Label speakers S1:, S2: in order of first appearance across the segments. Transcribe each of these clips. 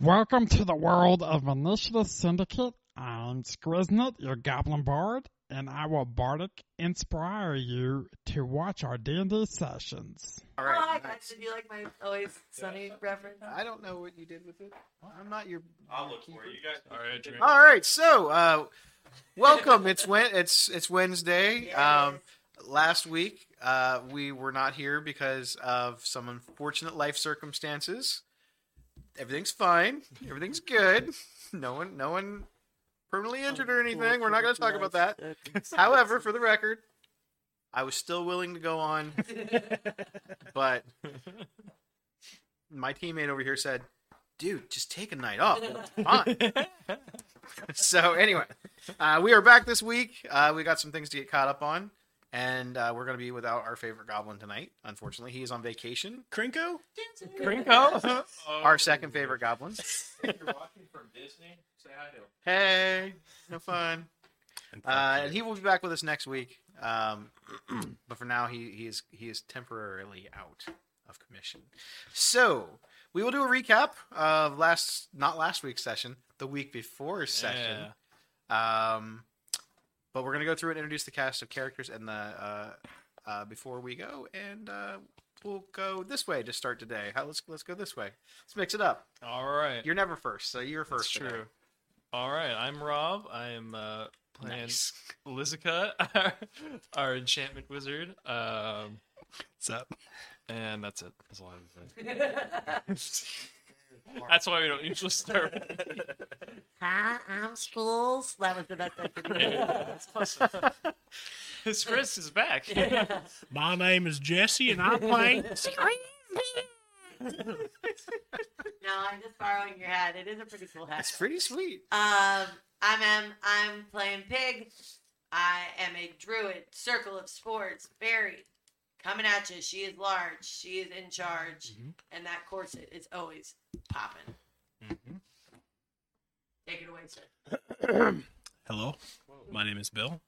S1: Welcome to the world of Militia Syndicate. I'm Skriznet, your Goblin Bard, and I will bardic inspire you to watch our D&D sessions.
S2: All
S3: Oh,
S2: right.
S3: hi
S2: nice.
S3: guys. Did you like my always sunny reference?
S2: I don't know what you did with it. I'm not your.
S4: I'll look for it. You guys. All right, Adrian.
S2: All right, so uh, welcome. it's when it's it's Wednesday. Um, last week uh, we were not here because of some unfortunate life circumstances. Everything's fine. Everything's good. No one, no one permanently injured or anything. We're not going to talk about that. However, for the record, I was still willing to go on, but my teammate over here said, "Dude, just take a night off. It's Fine." so anyway, uh, we are back this week. Uh, we got some things to get caught up on, and uh, we're going to be without our favorite goblin tonight. Unfortunately, he is on vacation.
S5: Krinko?
S3: Krinko?
S2: Our second favorite goblin.
S4: Uh, If you're watching from Disney, say hi to him.
S2: Hey, no fun. Uh, and he will be back with us next week. Um, but for now, he, he is he is temporarily out of commission. So we will do a recap of last not last week's session, the week before session. Um, but we're gonna go through and introduce the cast of characters and the uh, uh, before we go, and uh, we'll go this way to start today. How, let's let's go this way. Let's mix it up.
S5: All right.
S2: You're never first, so you're
S5: That's
S2: first. today.
S5: true. All right. I'm Rob. I am uh, playing
S2: Nice.
S5: Lizica, our, our enchantment wizard. Um, What's up? And that's it. That's all I have to say. that's why we don't usually start.
S3: Hi, I'm Schools. That was the best I could
S5: His wrist is back.
S3: do.
S6: My name is Jesse, and I play.
S3: no, I'm just borrowing your hat. It is a pretty cool hat.
S2: That's pretty sweet.
S3: Um, I'm Em. I'm playing Pig. I am a druid. Circle of Sports. Barry. Coming at you. She is large. She is in charge.
S2: Mm-hmm.
S3: And that corset is always popping.
S2: Mm-hmm.
S3: Take it away, sir.
S6: Hello, my name is Bill.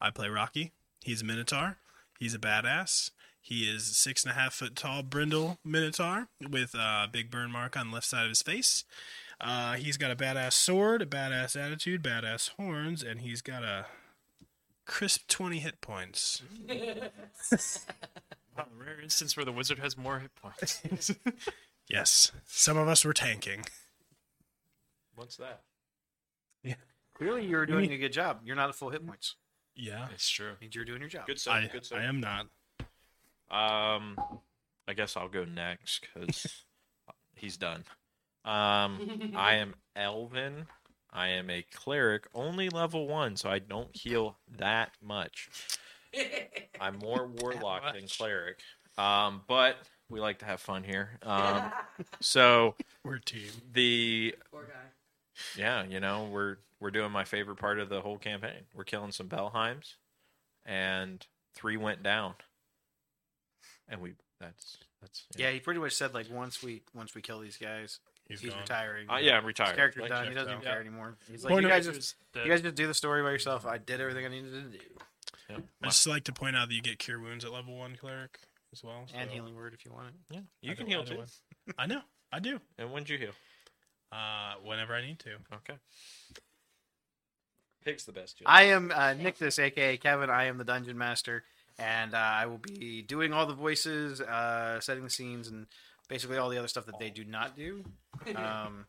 S6: I play Rocky. He's a Minotaur. He's a badass. He is six and a half foot tall, brindle Minotaur with a big burn mark on the left side of his face. Uh, he's got a badass sword, a badass attitude, badass horns, and he's got a crisp 20 hit points.
S5: Wow, rare instance where the wizard has more hit points.
S6: Yes, some of us were tanking.
S5: What's that?
S2: Clearly, you're
S6: You mean-
S2: doing a good job. You're not at full hit points.
S6: Yeah,
S5: It's true.
S2: Means you're doing your job.
S4: Good stuff.
S6: I,
S4: good stuff.
S6: I am not.
S4: Um, I guess I'll go next because he's done. Um, I am Elvin. I am a cleric, only level one, so I don't heal that much. I'm more warlock than
S5: much.
S4: cleric. Um, but we like to have fun here. Um, so
S6: We're a team.
S4: the
S3: Poor guy.
S4: yeah, you know, we're we're doing my favorite part of the whole campaign. We're killing some Belheims, and three went down, and we that's that's
S2: Yeah, he pretty much said like once we once we kill these guys, he's,
S6: He's gone.
S2: retiring.
S4: Uh, yeah, I'm retired.
S2: his character's
S4: Like,
S2: done. He
S6: checked
S2: doesn't
S6: out.
S2: even care anymore. He's like,
S6: Point
S2: you
S6: of
S2: guys
S6: it
S2: just
S6: is that-
S2: you guys just do the story by yourself. I did everything I needed to do,
S4: yeah,
S6: I
S4: my-
S6: just like to point out that you get cure wounds at level one cleric as well.
S2: and
S6: so-
S2: healing word if you want it.
S4: yeah, you
S6: I
S4: can
S6: don't-
S4: heal
S6: I
S4: too.
S6: don't want- I know. I do.
S4: And when'd you heal?
S6: Uh, whenever I need to.
S4: Okay. Pig's the best. healer.
S2: I am uh, Nicholas, aka Kevin. I am the dungeon master, and uh, I will be doing all the voices, uh, setting the scenes, and basically all the other stuff
S6: Oh.
S2: that they do not do. Um,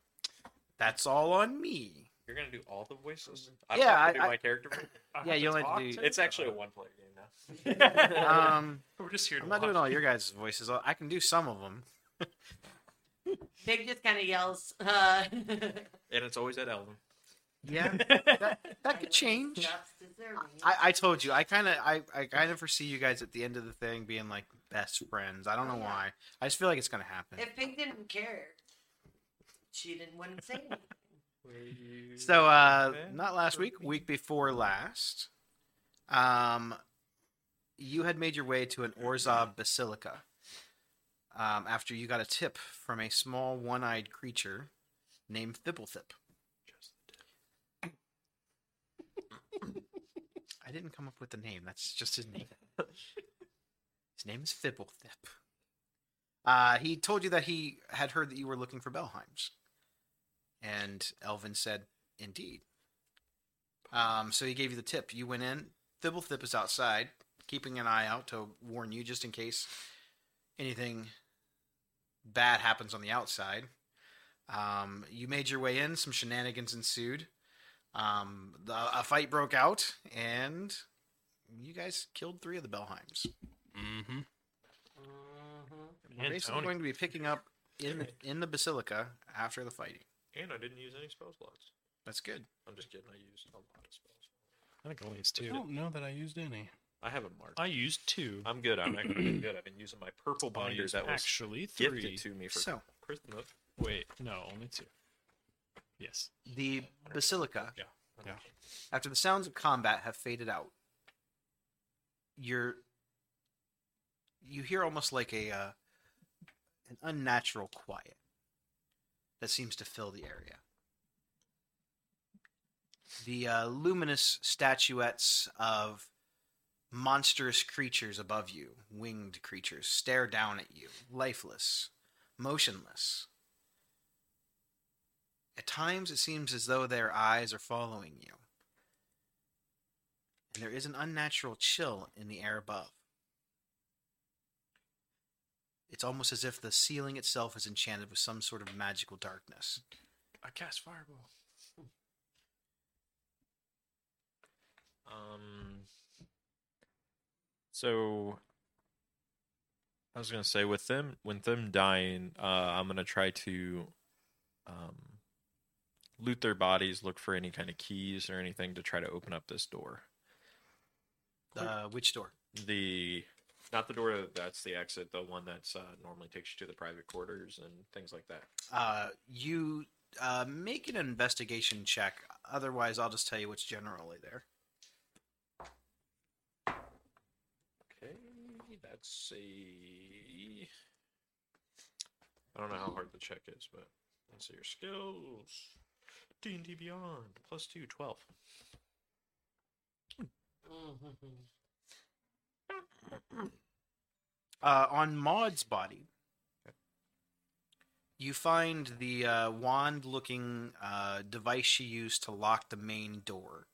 S2: that's all on me.
S4: You're gonna do all the voices. I don't
S2: Yeah,
S4: have to
S2: I-
S4: do
S2: I-
S4: my character. voice?
S2: Yeah, you'll have to do.
S4: It's actually a one-player game now.
S2: Um,
S5: We're just here to
S2: I'm not
S5: watch.
S2: doing all your guys' voices. I can do some of them.
S3: Pig just kind of yells. Uh,
S4: and it's always at Elvin.
S2: Yeah, that, that could change.
S3: Just deserving.
S2: I, I told you, I kind of, I, I kind of foresee you guys at the end of the thing being like best friends. I don't know why. I just feel like it's gonna happen.
S3: If Pig didn't care, she didn't wouldn't say anything.
S2: So, uh,
S4: Okay.
S2: not last week, week before last, um, you had made your way to an Orzov basilica. Um, after you got a tip from a small one-eyed creature named Fibblethip. I didn't come up with the name. That's just his name. his name is Fibblethip. Uh, he told you that he had heard that you were looking for Belheims, And Elvin said, Indeed. Um, so he gave you the tip. You went in. Thibblethip is outside, keeping an eye out to warn you just in case anything bad happens on the outside. Um, you made your way in. Some shenanigans ensued. Um, the, a fight broke out, and you guys killed three of the Bellheims.
S6: Mm-hmm.
S2: We're
S5: Mm-hmm,
S4: And,
S2: basically
S4: Tony.
S2: going to be picking up in the, in the basilica after the fighting.
S4: and I didn't use any spell slots.
S2: That's good.
S4: I'm just kidding. I used a lot of spells.
S5: I think only it's
S6: I
S5: two.
S6: don't know that I used any.
S4: I haven't marked.
S5: I used two.
S4: I'm good. I'm actually good. I've been using my purple
S5: I
S4: binder
S5: used
S4: that was
S5: actually three.
S4: gifted to me for
S2: So
S4: Christmas.
S5: Wait, no, only two. Yes.
S2: the basilica,
S5: Yeah. Yeah.
S2: after the sounds of combat have faded out, you're you hear almost like a uh, an unnatural quiet that seems to fill the area. The uh, luminous statuettes of monstrous creatures above you, winged creatures, stare down at you, lifeless, motionless. At times, it seems as though their eyes are following you. And there is an unnatural chill in the air above. It's almost as if the ceiling itself is enchanted with some sort of magical darkness.
S5: I cast fireball.
S4: Um. So I was gonna say with them with them dying, uh, I'm gonna try to um loot their bodies, look for any kind of keys or anything to try to open up this door.
S2: Uh, which door?
S4: The not the door that's the exit, the one that's uh, normally takes you to the private quarters and things like that.
S2: Uh, you uh, make an investigation check. Otherwise, I'll just tell you what's generally there.
S4: Okay, that's a. I don't know how hard the check is, but let's see your skills. D and D Beyond plus two, 12.
S5: mm-hmm.
S2: Uh, on Maud's body, you find the uh, wand looking uh, device she used to lock the main door.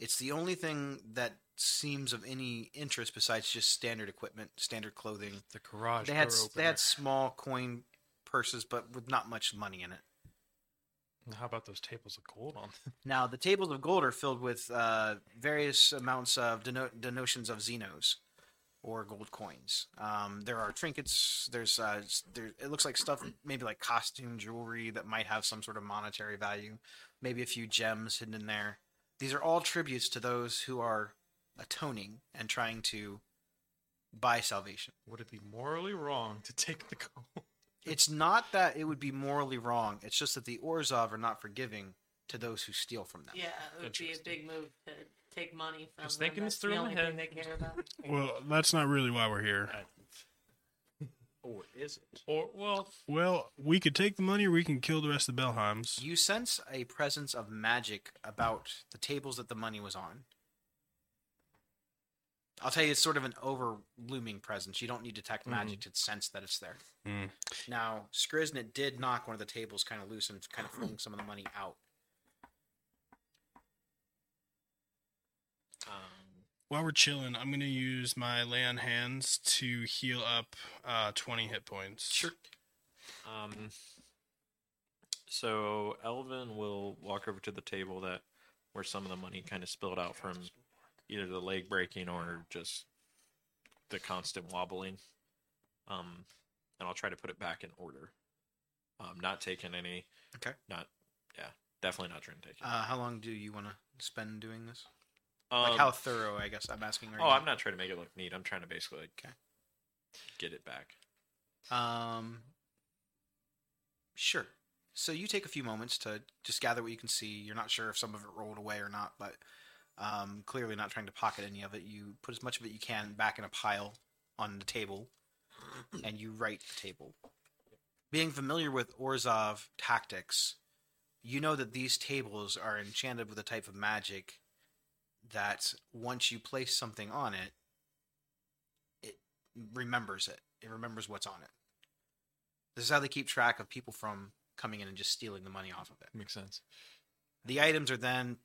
S2: It's the only thing that seems of any interest besides just standard equipment, standard clothing.
S5: The garage
S2: They had,
S5: door
S2: s-
S5: opener.
S2: they had small coin purses, but with not much money in it.
S5: And How about those tables of gold on them?
S2: Now, the tables of gold are filled with uh, various amounts of deno- denotions of xenos or gold coins. Um, there are trinkets. There's uh, s- there. It looks like stuff maybe like costume jewelry that might have some sort of monetary value. Maybe a few gems hidden in there. These are all tributes to those who are atoning and trying to buy salvation.
S5: Would it be morally wrong to take the gold?
S2: It's not that it would be morally wrong. It's just that the Orzov are not forgiving to those who steal from them.
S3: Yeah, it would be a
S5: Interesting.
S3: big move to take money from
S5: Just
S3: them.
S5: thinking
S3: That's
S5: this through
S3: the
S5: in my
S3: only thing
S5: head.
S3: they care about.
S6: Well, that's not really why we're here.
S4: Or is it?
S5: Or well,
S6: Well, we could take the money or we can kill the rest of the Bellheims.
S2: You sense a presence of magic about the tables that the money was on. I'll tell you, it's sort of an over looming presence. You don't need to detect magic to sense that it's there.
S6: Mm.
S2: Now, Skriznit did knock one of the tables kind of loose and kind of flung some of the money out.
S4: Um,
S6: While we're chilling, I'm going to use my lay on hands to heal up uh, 20 hit points.
S4: um, so Elvin will walk over to the table that where some of the money kind of spilled out from either the leg breaking or just the constant wobbling. Um, and I'll try to put it back in order. Um, not taking any.
S2: Okay.
S4: Not. Yeah. Definitely not trying to take it.
S2: Uh, how long do you want to spend doing this?
S4: Um,
S2: like, how thorough, I guess I'm asking right
S4: oh, I'm
S2: now.
S4: not trying to make it look neat. I'm trying to basically like,
S2: Okay.
S4: get it back.
S2: Um, sure. So you take a few moments to just gather what you can see. You're not sure if some of it rolled away or not, but um, clearly not trying to pocket any of it. You put as much of it you can back in a pile on the table, and you write the table. Being familiar with Orzov tactics, you know that these tables are enchanted with a type of magic that once you place something on it, it remembers it. It remembers what's on it. This is how they keep track of people from coming in and just stealing the money off of it.
S5: Makes sense.
S2: The items are then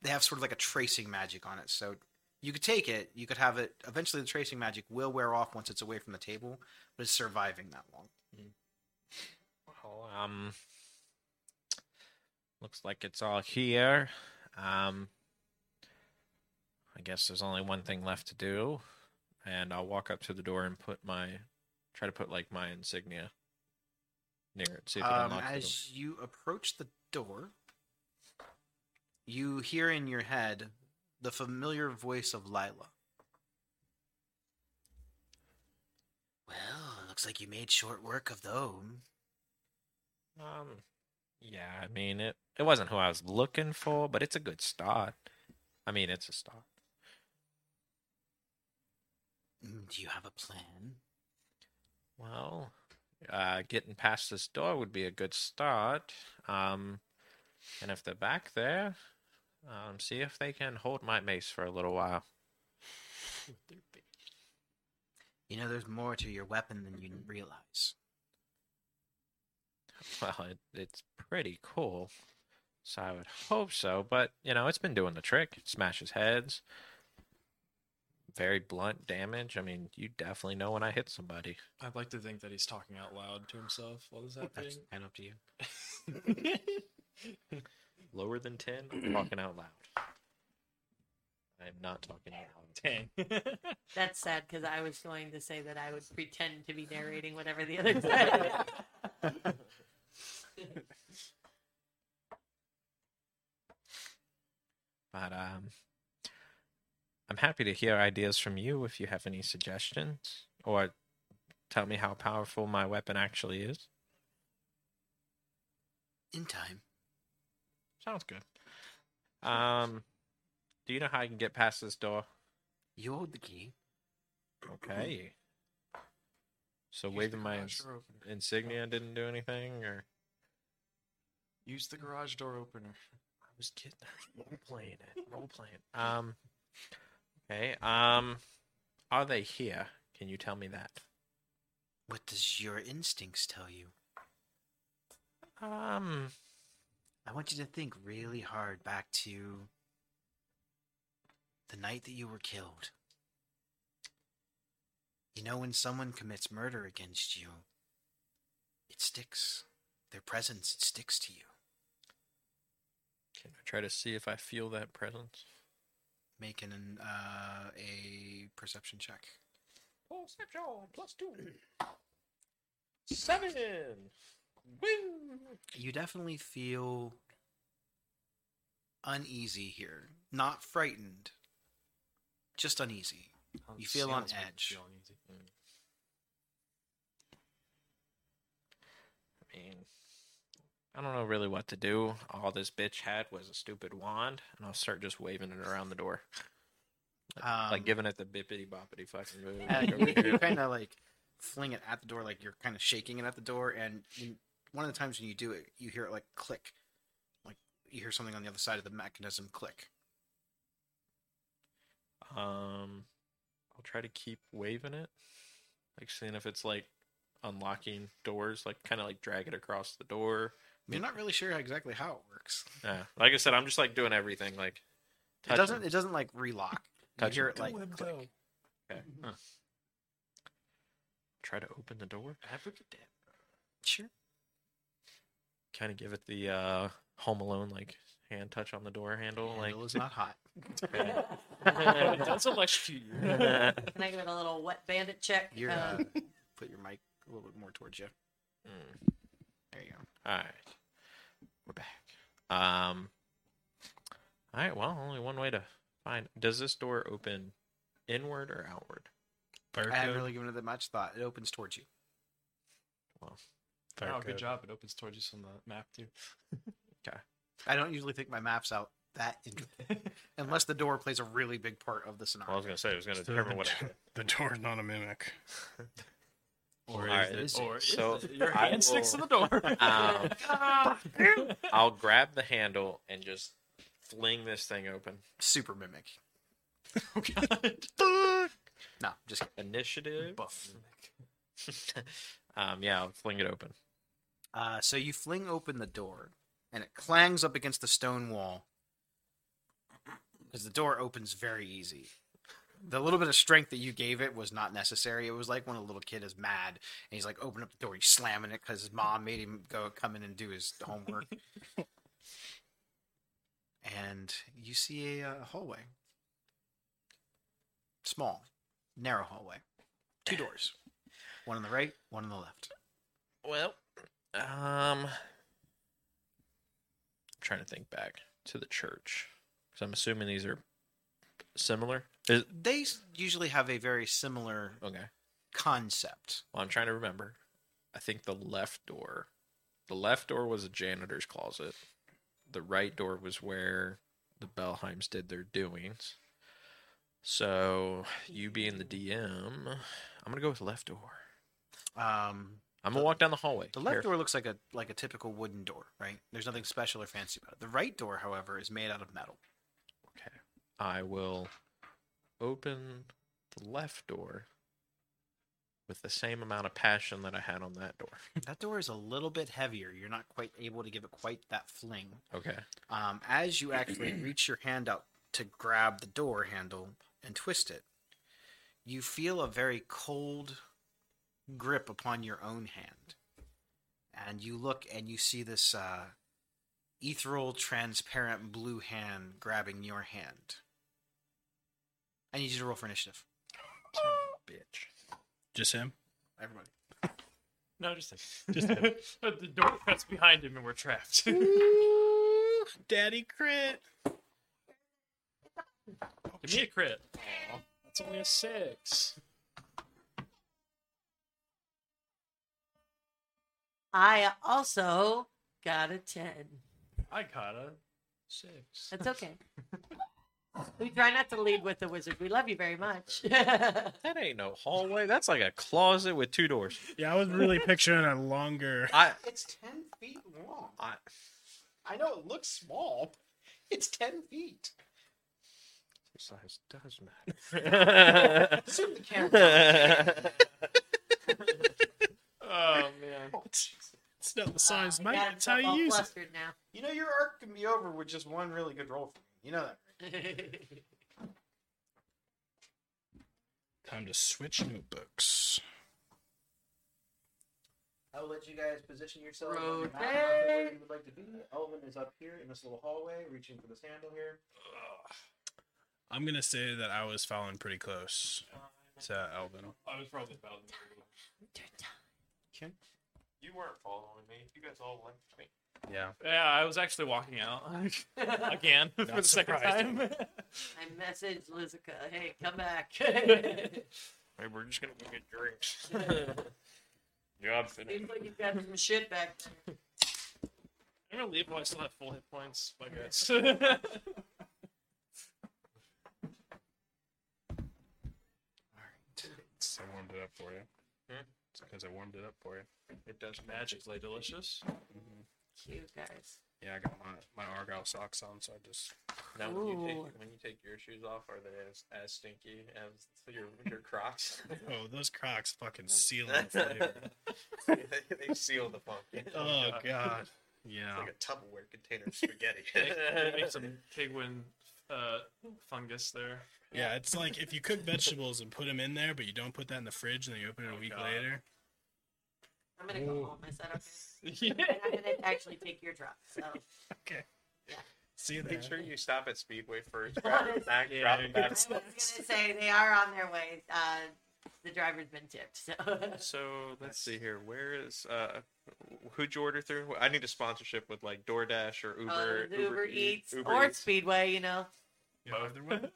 S2: they have sort of like a tracing magic on it. So you could take it, you could have it. Eventually, the tracing magic will wear off once it's away from the table, but it's surviving that long.
S4: Well, um, looks like it's all here. Um, I guess there's only one thing left to do, and I'll walk up to the door and put my try to put like my insignia near it. See if it
S2: Um,
S4: unlocks the door.
S2: as you approach the door, you hear in your head the familiar voice of Lila. Well, looks like you made short work of them.
S4: Um, yeah, I mean it. It wasn't who I was looking for, but it's a good start. I mean, it's a start.
S2: Mm, Do you have a plan?
S4: Well, uh, getting past this door would be a good start. Um, and if they're back there, um, see if they can hold my mace for a little while.
S2: You know, there's more to your weapon than you realize.
S4: Well, it, it's pretty cool, so I would hope so. But you know, it's been doing the trick. It smashes heads. Very blunt damage. I mean, you definitely know when I hit somebody.
S5: I'd like to think that he's talking out loud to himself while this is happening.
S2: That's kind of up to you.
S4: Lower than 10, I'm talking out loud. I am not talking out loud.
S5: Dang.
S3: That's sad because I was going to say that I would pretend to be narrating whatever the other said.
S4: But um, I'm happy to hear ideas from you if you have any suggestions or tell me how powerful my weapon actually is.
S2: In time.
S5: Sounds good.
S4: Um, do you know how I can get past this door?
S2: You hold the key.
S4: Okay. So waving my ins-
S5: door opener.
S4: insignia didn't do anything, or
S5: Use the garage door opener.
S4: I was kidding. Role playing it. Role playing. Um. Okay. Um. Are they here? Can you tell me that?
S2: What does your instincts tell you?
S4: Um.
S2: I want you to think really hard back to the night that you were killed. You know, when someone commits murder against you, it sticks. Their presence it sticks to you.
S4: Can I try to see if I feel that presence?
S2: Making an, uh, a perception check.
S4: Perception plus two. Seven. Woo.
S2: You definitely feel uneasy here. Not frightened, just uneasy. You feel on
S5: Sounds like
S2: edge.
S5: feeling easy.
S4: I mean, I don't know really what to do. All this bitch had was a stupid wand, and I'll start just waving it around the door,
S2: Um,
S4: like giving it the bippity boppity fucking move.
S2: Uh,
S4: like, over
S2: you- you
S4: here.
S2: kind of like fling it at the door, like you're kind of shaking it at the door. And you, one of the times when you do it, you hear it like click, like you hear something on the other side of the mechanism click.
S4: Um, I'll try to keep waving it, like seeing if it's like unlocking doors, like kind of like drag it across the door.
S2: You're not really sure how, exactly how it works.
S4: Yeah, like I said, I'm just like doing everything. Like
S2: It doesn't.
S4: touching.
S2: It doesn't like relock. You
S4: Touch
S2: hear
S4: it.
S2: it like
S5: Go,
S2: click.
S5: Emzo.
S4: Okay. Huh. Try to open the door.
S2: Sure.
S4: Kind of give it the uh, Home Alone like hand touch on the door handle. like
S2: Handle is not hot.
S4: Okay.
S5: But it does electrocute you.
S4: Mm.
S3: Can I give it a little wet bandit check?
S2: You're
S3: Uh,
S2: uh, put your mic a little bit more towards you. There you go.
S4: Hmm. All right, we're back. Um. All right. Well, only one way to find. Does this door open inward or outward?
S2: I haven't
S6: Barcode.
S2: really given it that much thought. It opens towards you.
S5: Oh, good
S4: Barcode.
S5: job. It opens towards you from the map, too.
S2: I don't usually think my maps out that intricate, unless the door plays a really big part of the scenario.
S4: Well, I was gonna say it was gonna
S6: So
S4: determine
S6: the
S4: what.
S6: d- The door's not a mimic.
S5: Or
S4: All
S5: is
S4: right,
S5: it?
S2: is
S5: Or
S2: it?
S5: is
S4: So,
S5: it? Your
S4: I
S5: hand sticks to
S4: will-
S5: the door.
S4: Um, I'll grab the handle and just fling this thing open.
S2: Super mimic.
S5: oh, God.
S2: No, just
S4: Initiative.
S5: Buff.
S4: um, yeah, I'll fling it open.
S2: Uh, so you fling open the door, and it clangs up against the stone wall because the door opens very easy. The little bit of strength that you gave it was not necessary. It was like when a little kid is mad and he's like, "Open up the door!" He's slamming it because his mom made him go come in and do his homework. and you see a uh, hallway, small, narrow hallway, two doors, one on the right, one on the left.
S4: Well, um, I'm trying to think back to the church because I'm assuming these are similar. Is,
S2: They s- usually have a very similar
S4: okay.
S2: concept.
S4: Well, I'm trying to remember. I think the left door, the left door was a janitor's closet. The right door was where the Bellheims did their doings. So you being the DM, I'm gonna go with left door.
S2: Um,
S4: I'm gonna walk down the hallway.
S2: the left
S4: Here.
S2: door looks like a like a typical wooden door, right? There's nothing special or fancy about it. The right door, however, is made out of metal.
S4: Okay. I will open the left door with the same amount of passion that I had on that door.
S2: that door is a little bit heavier. You're not quite able to give it quite that fling.
S4: Okay.
S2: Um, as you actually reach your hand out to grab the door handle and twist it, you feel a very cold grip upon your own hand. And you look and you see this uh, ethereal, transparent blue hand grabbing your hand. I need you to roll for initiative.
S4: Bitch.
S6: Just him.
S2: Everybody.
S5: No, just like just the door cuts behind him and we're trapped. Give
S6: Daddy crit.
S5: me a crit. That's only a six.
S3: I also got a 10.
S5: I got a six.
S3: That's okay. we try not to lead with the wizard. We love you very much.
S4: That ain't no hallway. That's like a closet with two doors.
S6: Yeah, I was really picturing a longer.
S4: I
S2: It's 10 feet long.
S4: I
S2: I know it looks small, but it's 10 feet.
S4: size does matter.
S2: Zoom the
S5: Oh man.
S6: It's not the size, mate.
S3: Yeah,
S6: That's how you use it.
S3: flustered now.
S2: You know your arc can be over with just one really good roll. For you. you know that.
S6: Time to switch notebooks.
S2: I will let you guys position yourselves. on your
S3: Rotate.
S2: map of where you would like to be. Elvin is up here in this little hallway, reaching for this handle here.
S6: I'm gonna say that I was following pretty close to Elvin.
S5: I was probably about
S2: Okay.
S5: You weren't following me. You guys all linked me.
S6: Yeah.
S5: Yeah, I was actually walking out again for the second
S6: surprised.
S5: time.
S3: I messaged Lizica, hey, come back.
S4: Maybe we're just gonna go get drinks. Job finished.
S3: Seems like you've got some shit back there.
S5: I'm gonna leave while I still have full hit points. Bye guys. I
S6: I warmed it up for you. It's because I warmed it up for you.
S5: Hmm? It does magically delicious.
S3: Cute guys.
S6: Yeah, I got my, my Argyle socks on, so I just
S4: Now, when you, take,
S3: Ooh.
S4: when you take your shoes off, are they as, as stinky as your your Crocs?
S6: Oh, those Crocs fucking seal the flavor.
S4: they, they seal the pumpkin.
S6: oh god. Yeah.
S4: Like a Tupperware container of spaghetti.
S5: Make, make some pigwin uh, fungus there.
S6: Yeah, it's like if you cook vegetables and put them in there, but you don't put that in the fridge, and then you open it a week
S5: God.
S6: later.
S3: I'm gonna go home. Is that okay?
S5: Yeah.
S3: And I'm gonna actually take your drop. So
S6: Okay. See you there.
S4: Make sure you stop at Speedway first. Grab the back,
S5: Yeah.
S4: drop it
S3: I
S4: back.
S3: was gonna say they are on their way. Uh, the driver's been tipped. So
S4: So let's see here. Where is uh, who'd you order through? I need a sponsorship with like DoorDash or
S3: Uh,
S4: Uber,
S3: Uber, Eats
S4: Uber
S3: or
S4: Eats.
S3: Speedway. You know,
S5: Both.
S6: Either way.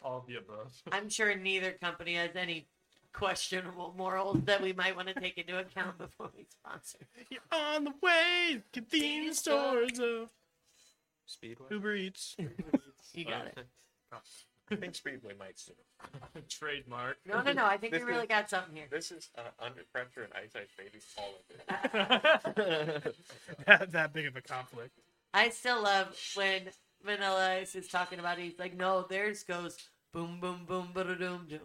S5: All of the above.
S3: I'm sure neither company has any questionable morals that we might want to take into account before we sponsor.
S6: You're on the way. Convenience stores of
S4: Speedway.
S6: Uber Eats.
S3: You got it.
S4: I think Speedway might soon.
S5: Trademark.
S3: No, no, no. I think we
S4: This
S3: really
S4: is-
S3: got something here.
S4: This is uh, under pressure and ice ice baby all
S5: no.
S6: that, that big of a conflict.
S3: I still love when Vanilla Ice is talking about it. He's like, no, theirs goes boom, boom, boom, ba doom, doom.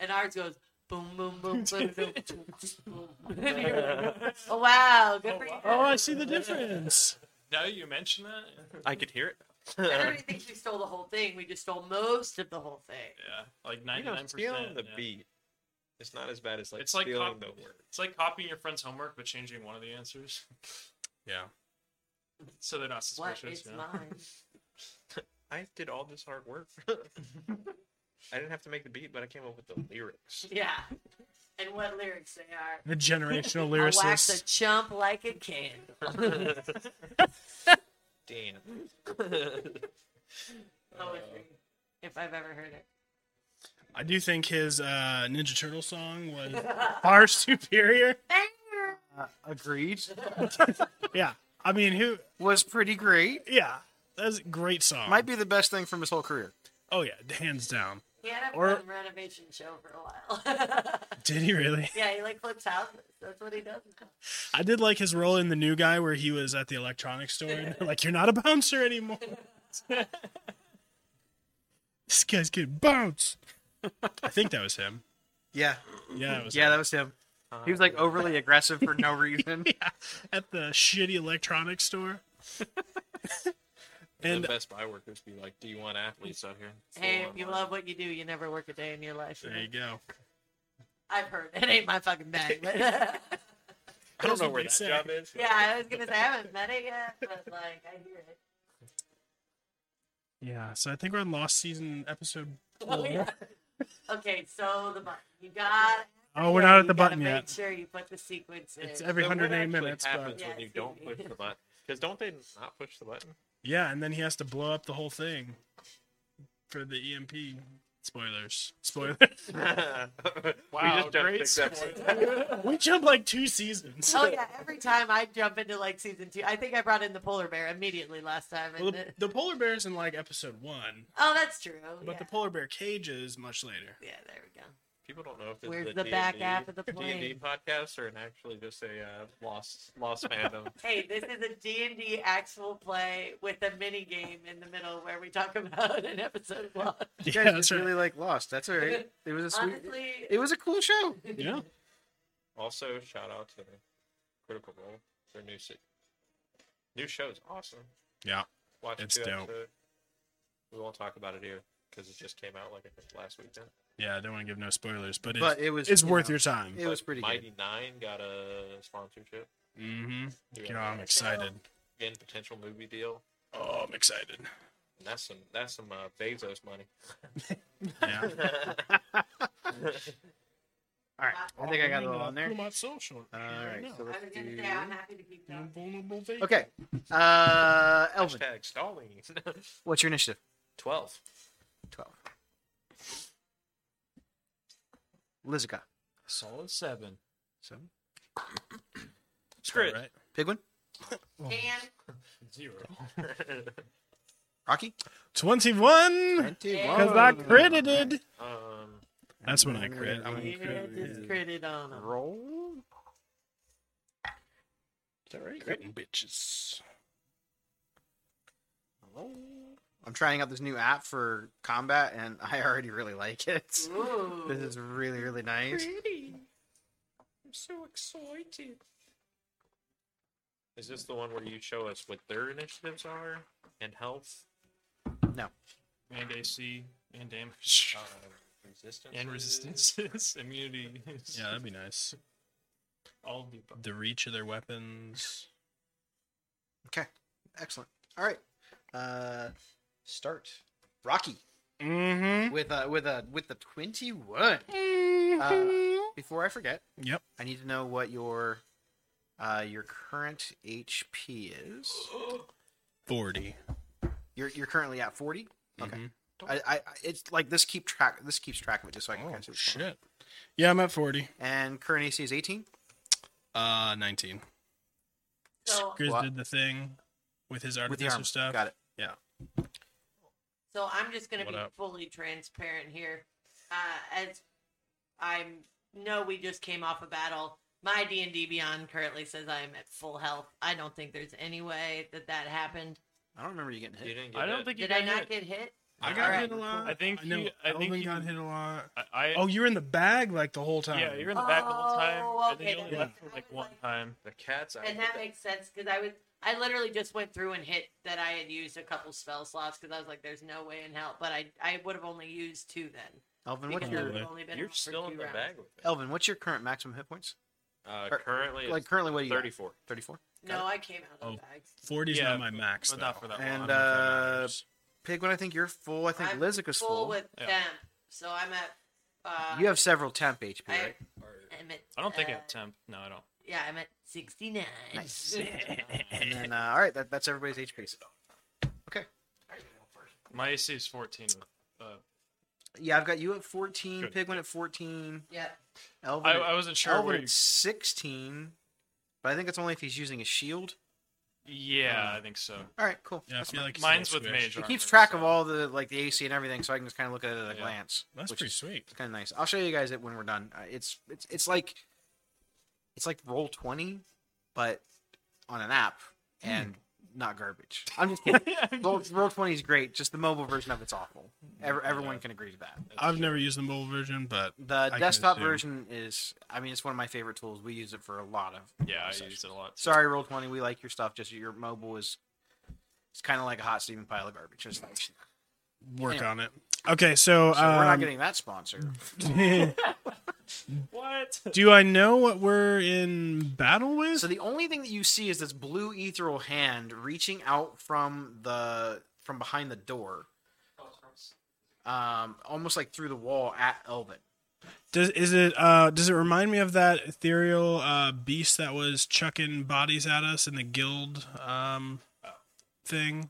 S3: And ours goes Boom, boom, boom, boom, boom, boom, boom. oh, wow. Good for you.
S6: Oh, I see the difference.
S5: Now you mention that,
S4: I could hear it.
S3: Everybody thinks we stole the whole thing. We just stole most of the whole thing.
S5: yeah, like
S4: you
S5: ninety
S4: know,
S5: nine
S4: stealing
S5: percent.
S4: the beat. It's not as bad as like
S5: It's like
S4: stealing
S5: cop-
S4: the word.
S5: It's like copying your friend's homework but changing one of the answers,
S6: Yeah.
S5: so they're not
S3: What
S5: suspicious.
S3: is
S5: you know?
S3: mine?
S4: I did all this hard work. I didn't have to make the beat, but I came up with the lyrics.
S3: Yeah. And what lyrics they are.
S6: The generational
S3: I wax a
S6: lyricist.
S3: chump like a candle.
S4: Damn.
S3: Poetry, if I've ever heard it.
S6: I do think his uh, Ninja Turtle song was far superior.
S2: Uh, agreed.
S6: Yeah. I mean, who?
S2: Was pretty great.
S6: Yeah. That's a great song.
S2: Might be the best thing from his whole career.
S6: Oh, yeah. Hands down.
S3: He had a
S6: Or-
S3: fun renovation show for a while.
S6: Did he really?
S3: yeah, he like flips houses. That's what he does now.
S6: I did like his role in The New Guy where he was at the electronics store and they're like, you're not a bouncer anymore. this guy's getting bounced. I think that was him.
S2: Yeah,
S6: Yeah, it was
S2: yeah,
S6: him.
S2: that was him. He was like overly aggressive for no reason.
S6: yeah, at the shitty electronics store.
S4: And
S6: And-
S4: the best by workers be like, "Do you want athletes out here?"
S3: Hey,
S4: Full
S3: if you
S4: on
S3: love what you do, you never work a day in your life.
S6: There you go.
S3: I've heard it ain't my fucking bag. But yeah,
S4: I don't know
S6: what
S4: where
S6: they
S4: that
S6: say.
S4: job is.
S3: I was gonna say I haven't met it yet, but like I hear it.
S6: Yeah, so I think we're on Lost Season episode.
S3: Oh, yeah. Okay, so the button you got.
S6: Oh, we're not
S3: you
S6: at
S3: gotta
S6: the button
S3: make
S6: yet.
S3: Sure, you put the sequence in.
S6: It's every
S4: So what
S6: 108
S4: actually
S6: minutes.
S4: happens
S6: But...
S3: Yeah,
S4: when you
S3: it's
S4: don't
S3: easy.
S4: push the button? Because don't they not push the button?
S6: Yeah, and then he has to blow up the whole thing for the EMP. Spoilers. Spoilers.
S5: Wow, great
S6: we jump like two seasons.
S3: Oh yeah, every time I jump into like season two, I think I brought in the polar bear immediately last time. And
S6: Well, the,
S3: it-
S6: the polar bear's in like episode one,
S3: oh, that's true.
S6: but
S3: yeah.
S6: the polar bear cage is much later.
S3: yeah, there we go.
S4: People don't know if it's
S3: Where's
S4: the,
S3: the back
S4: D&D
S3: half of the
S4: D&D
S3: plane?
S4: podcast or an actually just a uh, lost lost fandom.
S3: Hey, this is a D&D actual play with a mini game in the middle where we talk about an episode of Lost.
S2: You guys just really like Lost. That's all right. It was a sweet.
S3: Honestly,
S2: It was a cool show.
S6: Yeah.
S4: Also, shout out to Critical Role. Their new se- new show is awesome.
S6: Yeah.
S4: Watch
S6: It's
S4: two
S6: dope.
S4: episodes. We won't talk about it here because it just came out like I think last weekend.
S6: Yeah, I don't want to give no spoilers, but it's,
S2: But it was.
S6: it's
S2: you
S6: worth
S2: know,
S6: your time.
S2: It was pretty
S4: Mighty
S2: good.
S4: Nine got a sponsorship
S6: Mm-hmm.
S4: Yeah.
S6: Yeah, I'm excited.
S4: and potential movie deal.
S6: Oh, I'm excited.
S4: And that's some that's some uh, Bezos money.
S6: Yeah.
S2: All right, I think I got it all on there.
S6: Through my social.
S2: All right, so
S3: I was
S2: let's
S3: going to
S2: do.
S3: say I'm happy to keep going.
S6: Vulnerable vein.
S2: Okay, uh, Elvin,
S4: Hashtag stalling.
S2: what's your initiative?
S4: Twelve.
S2: Twelve. Lizica,
S5: Solid seven.
S2: seven.
S4: Screw it.
S6: All right.
S2: Pigwin,
S6: Oh.
S3: Dan,
S5: Zero.
S2: Rocky,
S6: 21! Because I credited.
S4: um,
S6: That's when I crit. I'm
S3: you
S6: gonna crit.
S3: just critted on him.
S2: roll.
S6: Is that right? Critting bitches.
S2: I'm trying out this new app for combat, and I already really like it.
S3: Ooh.
S2: This is really, really nice.
S4: is this the one where you show us what their initiatives are and health
S5: And AC and damage.
S4: um, resistance
S5: and resistances, immunity.
S6: Yeah, that'd be nice.
S5: all of the above.
S6: The reach of their weapons.
S2: Okay, excellent. All right, uh, start. Rocky
S6: Mm
S2: with a with a with the twenty one. Uh, before I forget,
S6: Yep.
S2: I need to know what your uh, your current HP is.
S6: 40.
S2: You're you're currently at forty. Okay.
S6: Mhm.
S2: I, I I- it's like this keep track this keeps track of it just so I can
S6: Oh,
S2: kind of see what's going on.
S6: shit. Yeah, I'm at 40.
S2: And current AC is eighteen.
S6: Uh, 19.
S3: So-
S6: Grizz
S2: What?
S6: did the thing with his
S2: With the
S6: artificer
S2: armor.
S6: stuff.
S2: Got it.
S3: So I'm just going to
S6: What
S3: be
S6: up?
S3: fully transparent here. Uh, as I know, we just came off a battle. My D and D Beyond currently says I am at full health. I don't think there's any way that that happened.
S2: I don't remember you getting
S4: You
S2: hit.
S4: didn't get
S5: I don't
S4: it.
S5: think you
S3: Did I
S5: got
S3: not
S5: hit.
S3: get hit?
S6: I got
S3: Alright,
S6: hit a lot.
S5: I think
S6: I know
S5: you- I think
S6: Elvin
S5: you-
S6: got hit a lot.
S5: I, I
S6: Oh, you're in the bag like the whole time.
S5: yeah, you're in the back the whole time,
S3: Oh,
S5: and then you
S3: okay,
S5: only
S3: that
S5: left for
S3: makes-
S5: like
S3: I was
S5: one
S3: like-
S5: time.
S4: The cat's out.
S3: And that makes sense because I would I literally just went through and hit that I had used a couple spell slots because I was like, there's no way in hell. But I I would have only used two then.
S2: Elvin, what's
S3: because I
S2: your
S3: would've only been
S4: You're
S3: out for
S4: still in
S3: two
S4: the
S3: rounds.
S4: bag with it.
S2: Elvin? What's your current maximum hit points?
S4: Uh,
S2: Or-
S4: currently, it's
S2: Like currently, what do you?
S4: thirty-four.
S2: Thirty-four.
S3: No, I came out of
S4: Um,
S3: the
S6: Oh.
S3: bags.
S6: 40's
S5: Yeah,
S6: not my max.
S5: but not
S6: though.
S5: for that
S2: And,
S5: long.
S2: uh, Pig, when I think you're full, I think
S3: I'm
S2: Lizica's
S3: Full
S2: full.
S3: with
S5: Yeah.
S3: them, so I'm at. Uh,
S2: You have several temp HP,
S3: I,
S2: right?
S3: am at,
S5: I don't think
S3: uh,
S5: I have temp. No, I don't.
S3: Yeah, I'm at 69.
S2: Nice. And then, uh, all right, that, that's everybody's HPs.
S5: My AC is 14. Uh,
S2: Yeah, I've got you at 14,
S5: Good.
S2: Pigwin at 14,
S3: yeah.
S2: Elvin,
S5: I,
S2: at-
S5: I wasn't sure
S2: Elvin
S5: where.
S2: at 16, but I think it's only if he's using a shield.
S5: you- yeah, I think so.
S2: All right, cool.
S6: yeah, I feel like it's a
S5: Mine's
S6: little
S5: with
S6: squished.
S5: mage.
S2: It
S5: armor,
S2: keeps track of
S5: so-
S2: all the like the AC and everything, so I can just kind of look at it at a
S5: Yeah.
S2: glance.
S6: That's
S2: which
S6: pretty
S2: is-
S6: sweet.
S2: It's kind of nice. I'll show you guys it when we're done. Uh, It's it's it's like it's like roll twenty, but on an app and not garbage. Hmm. I'm just kidding. roll roll twenty is great. Just the mobile version of it's awful. Ever, everyone can agree to that.
S6: I've never used the mobile version, but
S2: The
S6: can
S2: desktop
S6: assume.
S2: version is. I mean, it's one of my favorite tools. We use it for a lot of.
S5: Yeah, I
S2: sessions.
S5: used it a lot.
S2: Sorry, roll twenty. We like your stuff. Just your mobile is. It's kind of like a hot steaming pile of garbage. It's like- so
S6: work
S2: Anyway.
S6: on it. Okay, so,
S2: we're not
S6: um,
S2: getting that sponsor.
S5: What?
S6: do I know what we're in battle with?
S2: So the only thing that you see is this blue ethereal hand reaching out from the from behind the door, um, almost like through the wall at Elvin.
S6: Does is it uh does it remind me of that ethereal uh beast that was chucking bodies at us in the guild um thing?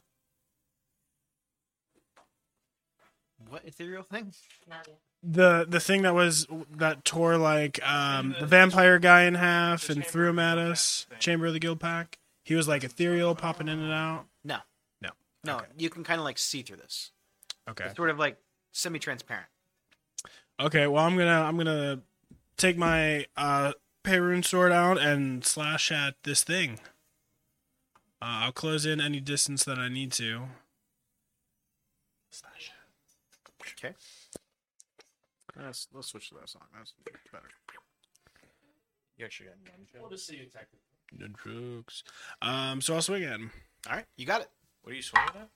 S2: What ethereal thing?
S3: Not yet.
S6: The the thing that was that tore like um the vampire guy in half
S5: The
S6: and
S5: Chamber
S6: threw
S5: of
S6: him
S5: the
S6: at
S5: Guild
S6: us.
S5: Pack thing.
S6: Chamber of the guild pack. He was like ethereal popping in and out.
S2: No,
S6: No.
S2: no.
S6: Okay.
S2: You can kind of like see through this.
S6: Okay.
S2: It's sort of like semi-transparent.
S6: Okay, well I'm gonna I'm gonna take my uh Perun sword out and slash at this thing. Uh, I'll close in any distance that I need to. Slash.
S2: Okay. Let's let's switch to that song. That's better.
S4: You actually got nunchuck.
S6: No drugs. Um, so I'll swing at him.
S2: All right, you got it.
S4: What are you swinging at?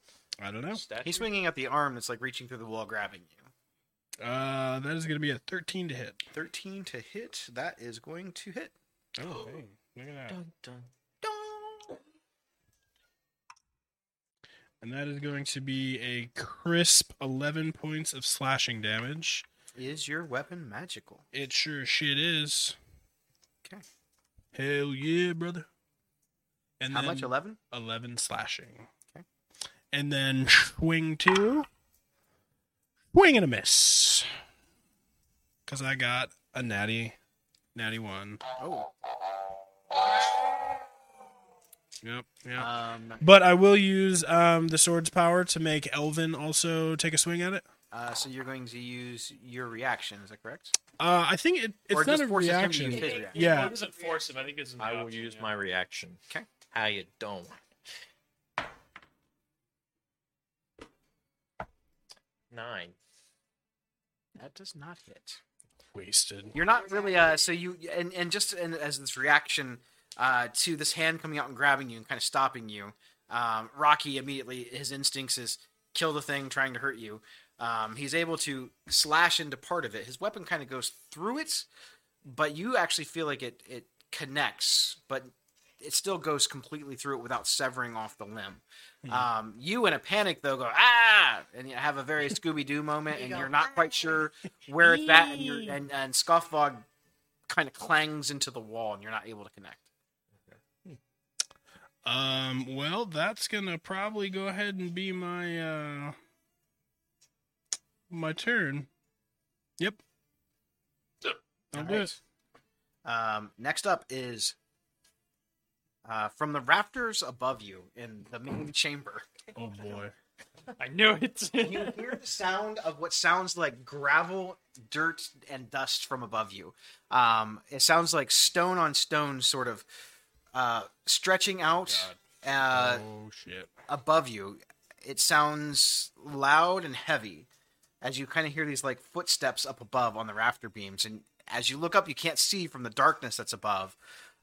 S6: I don't know.
S4: Statue?
S2: He's swinging at the arm that's like reaching through the wall, grabbing you.
S6: Uh, that is gonna be a 13 to hit.
S2: Thirteen to hit. That is going to hit.
S6: Oh, hey, look at that.
S4: Dun, dun.
S6: And that is going to be a crisp 11 points of slashing damage.
S2: Is your weapon magical?
S6: It sure shit is.
S2: Okay.
S6: Hell yeah, brother. And
S2: How
S6: then
S2: much? Eleven.
S6: 11 slashing.
S2: Okay.
S6: And then swing two. Swing and a miss. Because I got a natty, natty one.
S2: Oh.
S6: Yep. Yeah.
S2: Um,
S6: but I will use um, the sword's power to make Elvin also take a swing at it.
S2: uh, so you're going to use your reaction, is that correct?
S6: Uh, I think it,
S2: Or
S6: it's
S2: it
S6: not
S2: just
S6: a
S2: forces him to
S6: reaction.
S2: use his reaction.
S6: Yeah.
S5: It doesn't force him. I think it's. an
S4: I will
S5: option,
S4: use
S5: yeah.
S4: my reaction.
S2: 'Kay.
S4: How you doing? Nine.
S2: That does not hit.
S6: Wasted.
S2: You're not really, uh, so you, and, and just and as this reaction uh, to this hand coming out and grabbing you and kind of stopping you, um, Rocky immediately, his instincts is kill the thing trying to hurt you. Um, he's able to slash into part of it. His weapon kind of goes through it, but you actually feel like it, it connects, but it still goes completely through it without severing off the limb.
S3: Hmm.
S2: Um, you in a panic though go ah, and you have a very Scooby Doo moment,
S3: You
S2: and
S3: go, "Ah!"
S2: you're not quite sure where it's at, and you're and, and Scuffbog kind of clangs into the wall, and you're not able to connect.
S6: Um, well, that's gonna probably go ahead and be my uh my turn. Yep. I'll do it.
S2: Um, next up is uh, from the rafters above you in the main chamber.
S6: Oh boy.
S5: I knew it.
S2: You hear the sound of what sounds like gravel, dirt, and dust from above you. Um, it sounds like stone on stone, sort of uh, stretching out. Uh,
S6: oh shit.
S2: above you it sounds loud and heavy as you kind of hear these like footsteps up above on the rafter beams and as you look up you can't see from the darkness that's above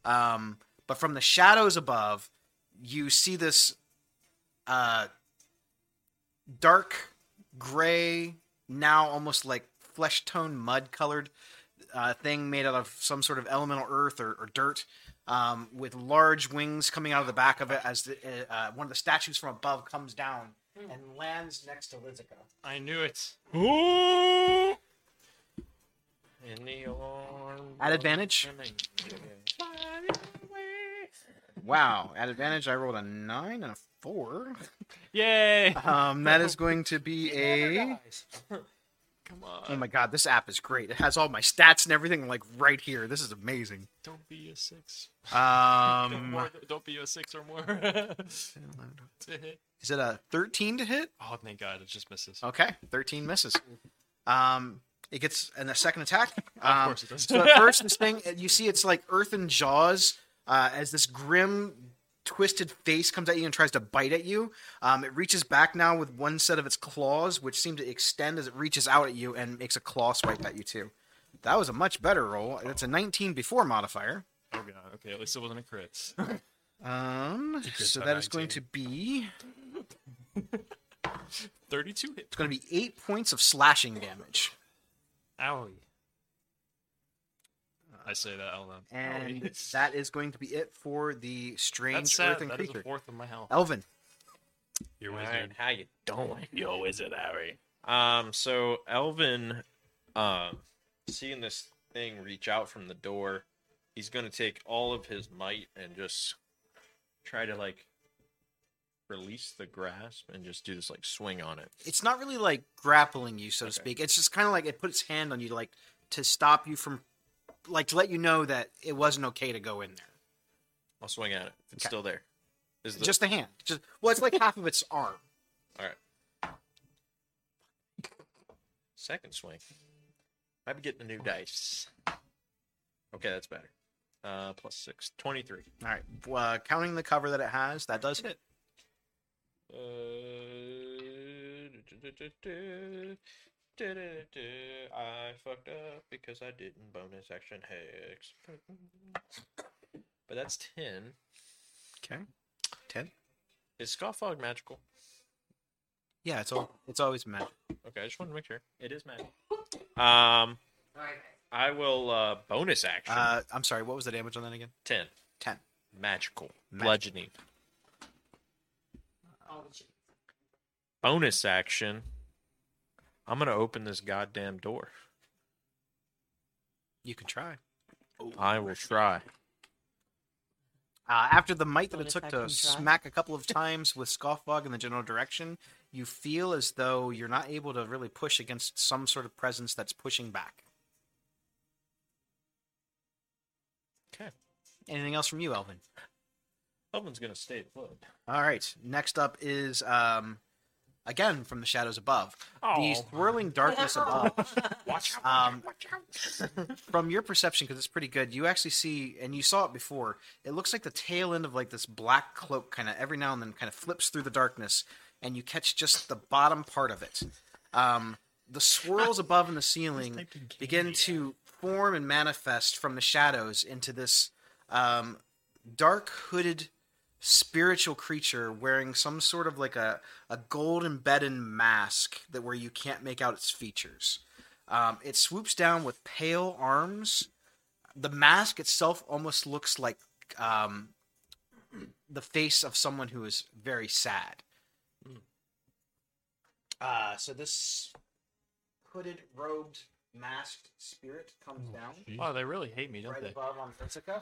S2: um, but from the shadows above you see this uh, dark gray now almost like flesh tone mud colored uh, thing made out of some sort of elemental earth or, or dirt um, with large wings coming out of the back of it as the, uh, uh, one of the statues from above comes down and lands next to Lizica.
S5: I knew it.
S4: In the arms
S2: At
S4: of
S2: advantage?
S4: an angel.
S2: Wow. At advantage, I rolled a 9 and a 4.
S5: Yay!
S2: Um, that is going to be a.
S5: Come
S2: Oh
S5: on.
S2: my god, this app is great. It has all my stats and everything like right here. This is amazing.
S5: Don't be a six. Don't,
S2: Um,
S5: more, don't be a six or more. To hit.
S2: is it a 13 to hit?
S5: oh, thank God, it just misses.
S2: Okay, 13 misses. Um, it gets and a second attack.
S5: of
S2: Um,
S5: course it does.
S2: so at first, this thing you see, it's like earthen jaws uh, as this grim, twisted face comes at you and tries to bite at you. Um, it reaches back now with one set of its claws, which seem to extend as it reaches out at you and makes a claw swipe at you too. That was a much better roll. That's a 19 before modifier.
S5: Oh God. Okay, at least it wasn't a crit.
S2: Um,
S6: Secret
S2: so
S6: to
S2: that is going
S6: 19.
S2: to be
S5: Thirty-two hit.
S2: it's going to be eight points of slashing damage.
S5: Owie. I say that out
S2: Oh,
S5: loud.
S2: And
S5: Owie.
S2: that is going to be it for the strange
S5: That's sad.
S2: earthen
S5: That is
S2: creature.
S5: a fourth of my health.
S2: Elvin.
S6: Your
S4: All
S6: wizard.
S4: right, how you doing?
S5: Yo, wizard Harry.
S4: Um, so Elvin, um, seeing this thing reach out from the door, he's gonna take all of his might and just try to like release the grasp and just do this like swing on it.
S2: It's not really like grappling you, so to
S4: Okay.
S2: speak. It's just kind of like it put its hand on you, like to stop you from, like to let you know that it wasn't okay to go in there.
S4: I'll swing at it. If It's
S2: Okay.
S4: still there. Is the
S2: Just the hand. Just well, it's like half of its arm.
S4: all right. Second swing. Might be getting a new dice. Okay, that's better. Uh, plus six. 23.
S2: All right, uh, counting the cover that it has, that does hit.
S4: Uh, I fucked up because I didn't bonus action hex. But that's 10.
S2: Okay, ten.
S4: Is Scoffog magical?
S2: Yeah, it's all. It's always magic.
S4: Okay, I just wanted to make sure. It is magic.
S3: All
S4: Um,
S3: right.
S4: I will uh, bonus action
S2: Uh, I'm sorry. What was the damage on that again?
S4: 10.
S2: Ten.
S4: Magical.
S2: Magic.
S4: Bludgeoning.
S3: All the shit.
S4: Bonus action. I'm going to open this goddamn door.
S2: You can try. Oh.
S4: I will try.
S2: Uh, after the might that it
S3: Bonus
S2: took
S3: action
S2: to
S3: try.
S2: smack a couple of times with Scoffbog in the general direction, you feel as though you're not able to really push against some sort of presence that's pushing back.
S4: Okay.
S2: Anything else from you, Elvin?
S4: Elvin's going to stay put.
S2: All right. Next up is um, again from the shadows above. The swirling darkness above.
S4: Oh. Watch out.
S2: Um, from your perception, because it's pretty good, you actually see, and you saw it before. It looks like the tail end of like this black cloak, kind of every now and then, kind of flips through the darkness, and you catch just the bottom part of it. Um, the swirls above in the ceiling begin to form and manifest from the shadows into this um, dark hooded spiritual creature wearing some sort of like a, a gold embedded mask that where you can't make out its features. Um, it swoops down with pale arms. The mask itself almost looks like um, the face of someone who is very sad. Uh, so this hooded, robed, masked spirit comes down
S5: Wow, they really hate me, don't
S2: right
S5: they?
S2: above on Ithaca.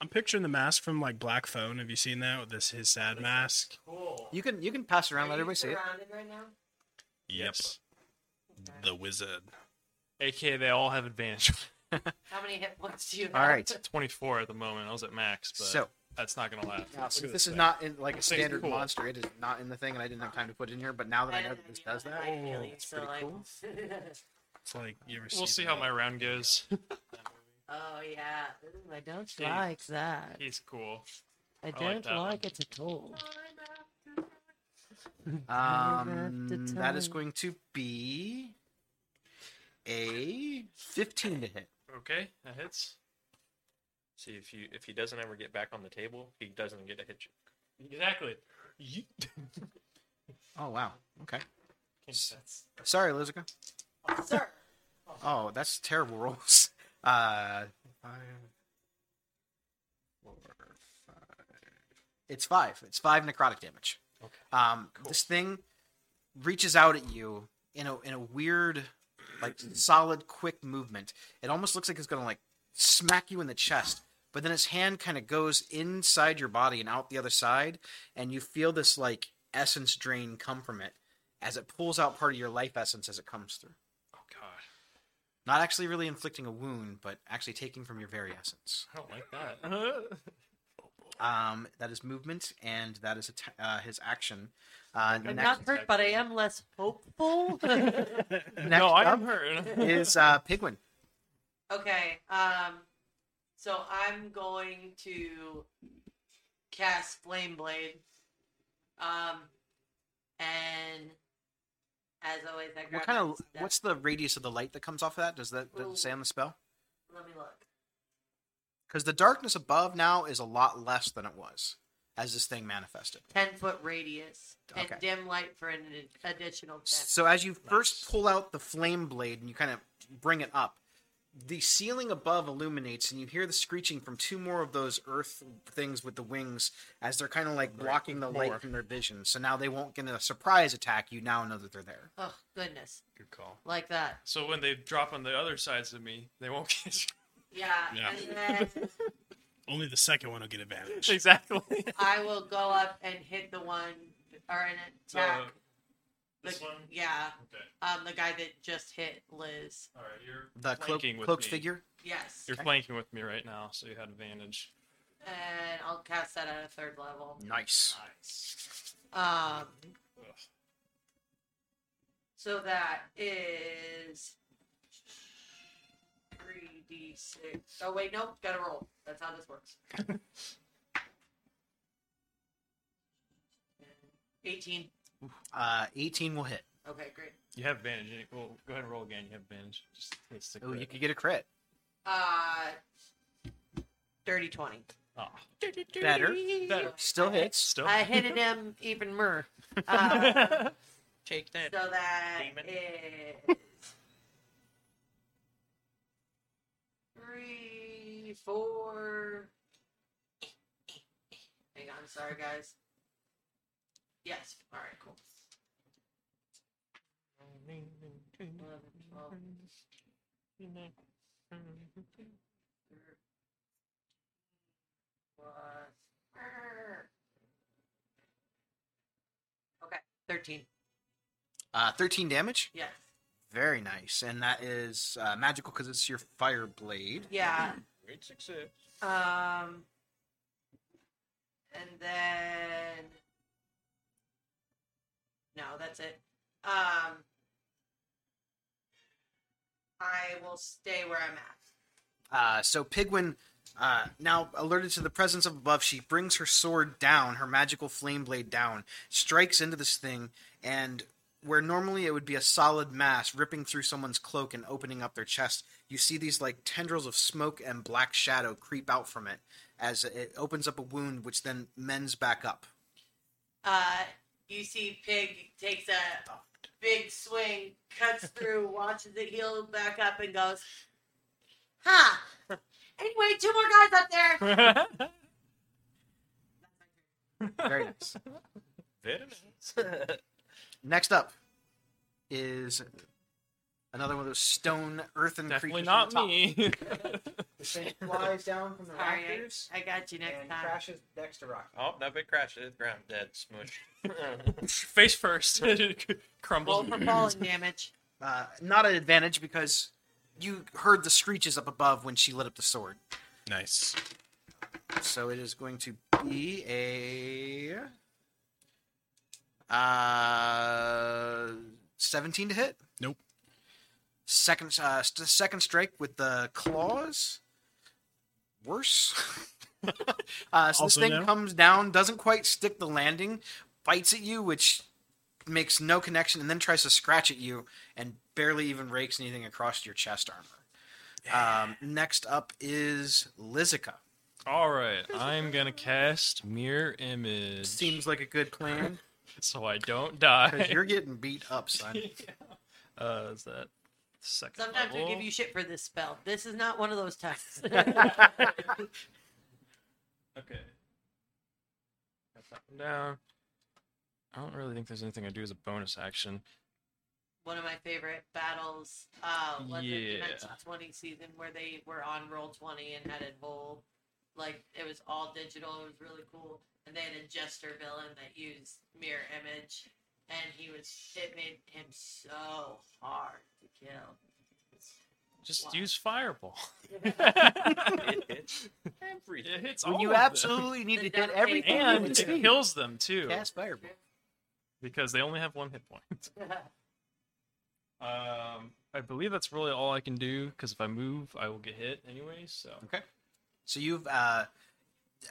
S6: I'm picturing the mask from like Black Phone. Have you seen that? With this his sad mask.
S3: Cool.
S2: You can you can pass it around. Let
S3: Are you
S2: everybody see it.
S3: surrounded right now?
S6: Yep. The wizard.
S5: AK, they all have advantage.
S3: How many hit points do you have?
S2: All right.
S5: Twenty-four at the moment. I was at max, but
S2: So
S5: that's not gonna last.
S2: now,
S5: Look
S2: since
S5: at
S2: this is
S5: thing.
S2: not in like a
S5: This thing's
S2: standard
S5: cool.
S2: monster, it is not in the thing, and I didn't have time to put it in here. But now that I know that this does that, Oh,
S3: It's pretty cool.
S6: It's like you ever
S5: We'll see how my round goes.
S3: oh yeah. Ooh, I don't
S5: Hey.
S3: like that.
S5: He's cool.
S3: I
S5: like that one.
S3: it at all.
S2: Um,
S3: to
S2: that is
S3: tell.
S2: going to be a 15 to hit.
S5: Okay, that hits.
S4: See if you if he doesn't ever get back on the table, he doesn't get a hit.
S5: Exactly. You...
S2: Oh, wow. Okay.
S5: That's...
S2: Sorry, Lizica.
S3: Sir.
S2: Oh, that's terrible rolls. Uh, five, four, five. It's five. It's five necrotic damage.
S5: Okay.
S2: Um, This thing reaches out at you in a in a weird, like solid, quick movement. It almost looks like it's gonna like smack you in the chest, but then its hand kind of goes inside your body and out the other side, and you feel this like essence drain come from it as it pulls out part of your life essence as it comes through
S5: Oh god,
S2: not actually really inflicting a wound, but actually taking from your very essence.
S5: I don't like that.
S2: Um, that is movement, and that is atta uh, his action. Uh,
S5: I'm
S3: I'm
S2: next
S3: not hurt, but I am less hopeful.
S2: next
S5: no, I
S2: up
S5: am hurt.
S2: is uh, Pigwin.
S3: Okay, um, so I'm going to cast Flame Blade. Um, and as always, I grab
S2: What kind
S3: my
S2: of
S3: step-
S2: what's the radius of the light that comes off of that? Does that does it say on the spell?
S3: Let me look.
S2: Because the darkness above now is a lot less than it was as this thing manifested.
S3: Ten foot radius and
S2: Okay.
S3: dim light for an ad- additional ten.
S2: So as you first pull out the flame blade and you kind of bring it up, the ceiling above illuminates and you hear the screeching from two more of those earth things with the wings as they're kind of like blocking the light from their vision. So now they won't get a surprise attack. You now know that they're there.
S3: Oh goodness,
S5: Good call.
S3: like that.
S5: So when they drop on the other sides of me, they won't get
S3: Yeah,
S6: Yeah.
S3: and then
S6: Only the second one will get advantage.
S5: exactly.
S3: I will go up and hit the one or an
S5: So
S3: attack.
S5: this
S3: the,
S5: one.
S3: Yeah,
S5: Okay.
S3: um, the guy that just hit Liz.
S5: All right, you're
S2: The cloak,
S5: Flanking with
S2: cloaked
S5: me.
S2: figure.
S3: Yes.
S5: you're flanking with me right now, so you had advantage.
S3: and I'll cast that at a third level.
S2: Nice.
S5: Nice.
S3: Um,
S5: Ugh.
S3: so that is three d six. Oh wait, nope, gotta roll. That's how this works. Eighteen.
S2: Uh, 18 will hit.
S3: Okay, great.
S5: You have advantage. ain't- Well, go ahead and roll again. You have advantage. Just let's stick
S2: Oh,
S5: with
S2: you
S5: it.
S2: could get a crit.
S3: Uh, dirty twenty.
S5: Ah,
S2: Better.
S5: Better.
S2: Still hits.
S5: Still.
S3: I hit him even more. Uh,
S4: Take
S3: So
S4: that.
S3: that
S4: Demon.
S3: is three, four. Hang on, sorry guys. Yes, all right, cool. 11, 12, 13, plus- Okay, thirteen.
S2: Uh, 13 damage.
S3: Yes.
S2: Very nice. And that is uh, magical because it's your fire blade.
S3: Yeah.
S4: Great success.
S3: Um, and then no, that's it. Um, I will stay where I'm at.
S2: Uh, so Pigwin, uh, now alerted to the presence of above, she brings her sword down, her magical flame blade down, strikes into this thing, and where normally it would be a solid mass ripping through someone's cloak and opening up their chest, you see these like tendrils of smoke and black shadow creep out from it as it opens up a wound, which then mends back up.
S3: Uh, you see, Pig takes a big swing, cuts through, watches it heal back up, and goes, "Ha! Anyway, two more guys up there."
S2: Very nice.
S4: Very nice.
S2: Next up is another one of those stone earthen
S5: Definitely
S2: creatures.
S5: not
S2: on the top.
S5: me.
S2: This thing flies down from the
S3: Sorry, I,
S2: rafters.
S3: I got you next
S2: and
S3: time.
S2: crashes next to Rocky.
S4: oh, that big crash hit the ground dead. Smush.
S5: Face first.
S3: Roll
S5: Crumble.
S3: for falling damage.
S2: Uh, not an advantage because you heard the screeches up above when she lit up the sword.
S6: Nice.
S2: So it is going to be a uh, 17 to hit.
S6: Nope.
S2: Second, uh, st- second strike with the claws. Worse. uh, so this
S6: Also
S2: thing
S6: no?
S2: comes down, doesn't quite stick the landing, bites at you, which makes no connection and then tries to scratch at you and barely even rakes anything across your chest armor. Um, next up is Lizica.
S5: All right, I'm gonna cast mirror image
S2: Seems like a good plan
S5: so I don't
S2: because
S5: die.
S2: you're getting beat up, son.
S5: Uh, is that second
S3: Sometimes
S5: level?
S3: we
S2: Oh.
S3: give you shit for this spell. This is not one of those times.
S5: Okay. Got that one down. I don't really think there's anything I do as a bonus action.
S3: one of my favorite battles uh, was in
S5: Yeah.
S3: Dimension 20 season where they were on roll 20 and had a whole, like, it was all digital. It was really cool. And they had a jester villain that used mirror image, and he was, it made him so hard to kill. Oh,
S5: Just
S3: Wow.
S5: use fireball.
S4: It hits
S5: it
S4: everything.
S5: hits all
S2: When you
S5: of them.
S2: absolutely need to hit everything,
S5: and
S2: you
S5: it
S2: see.
S5: kills them too
S2: cast fireball.
S5: because they only have one hit point. Um, I believe that's really all I can do because if I move, I will get hit anyway. So
S2: So you've uh,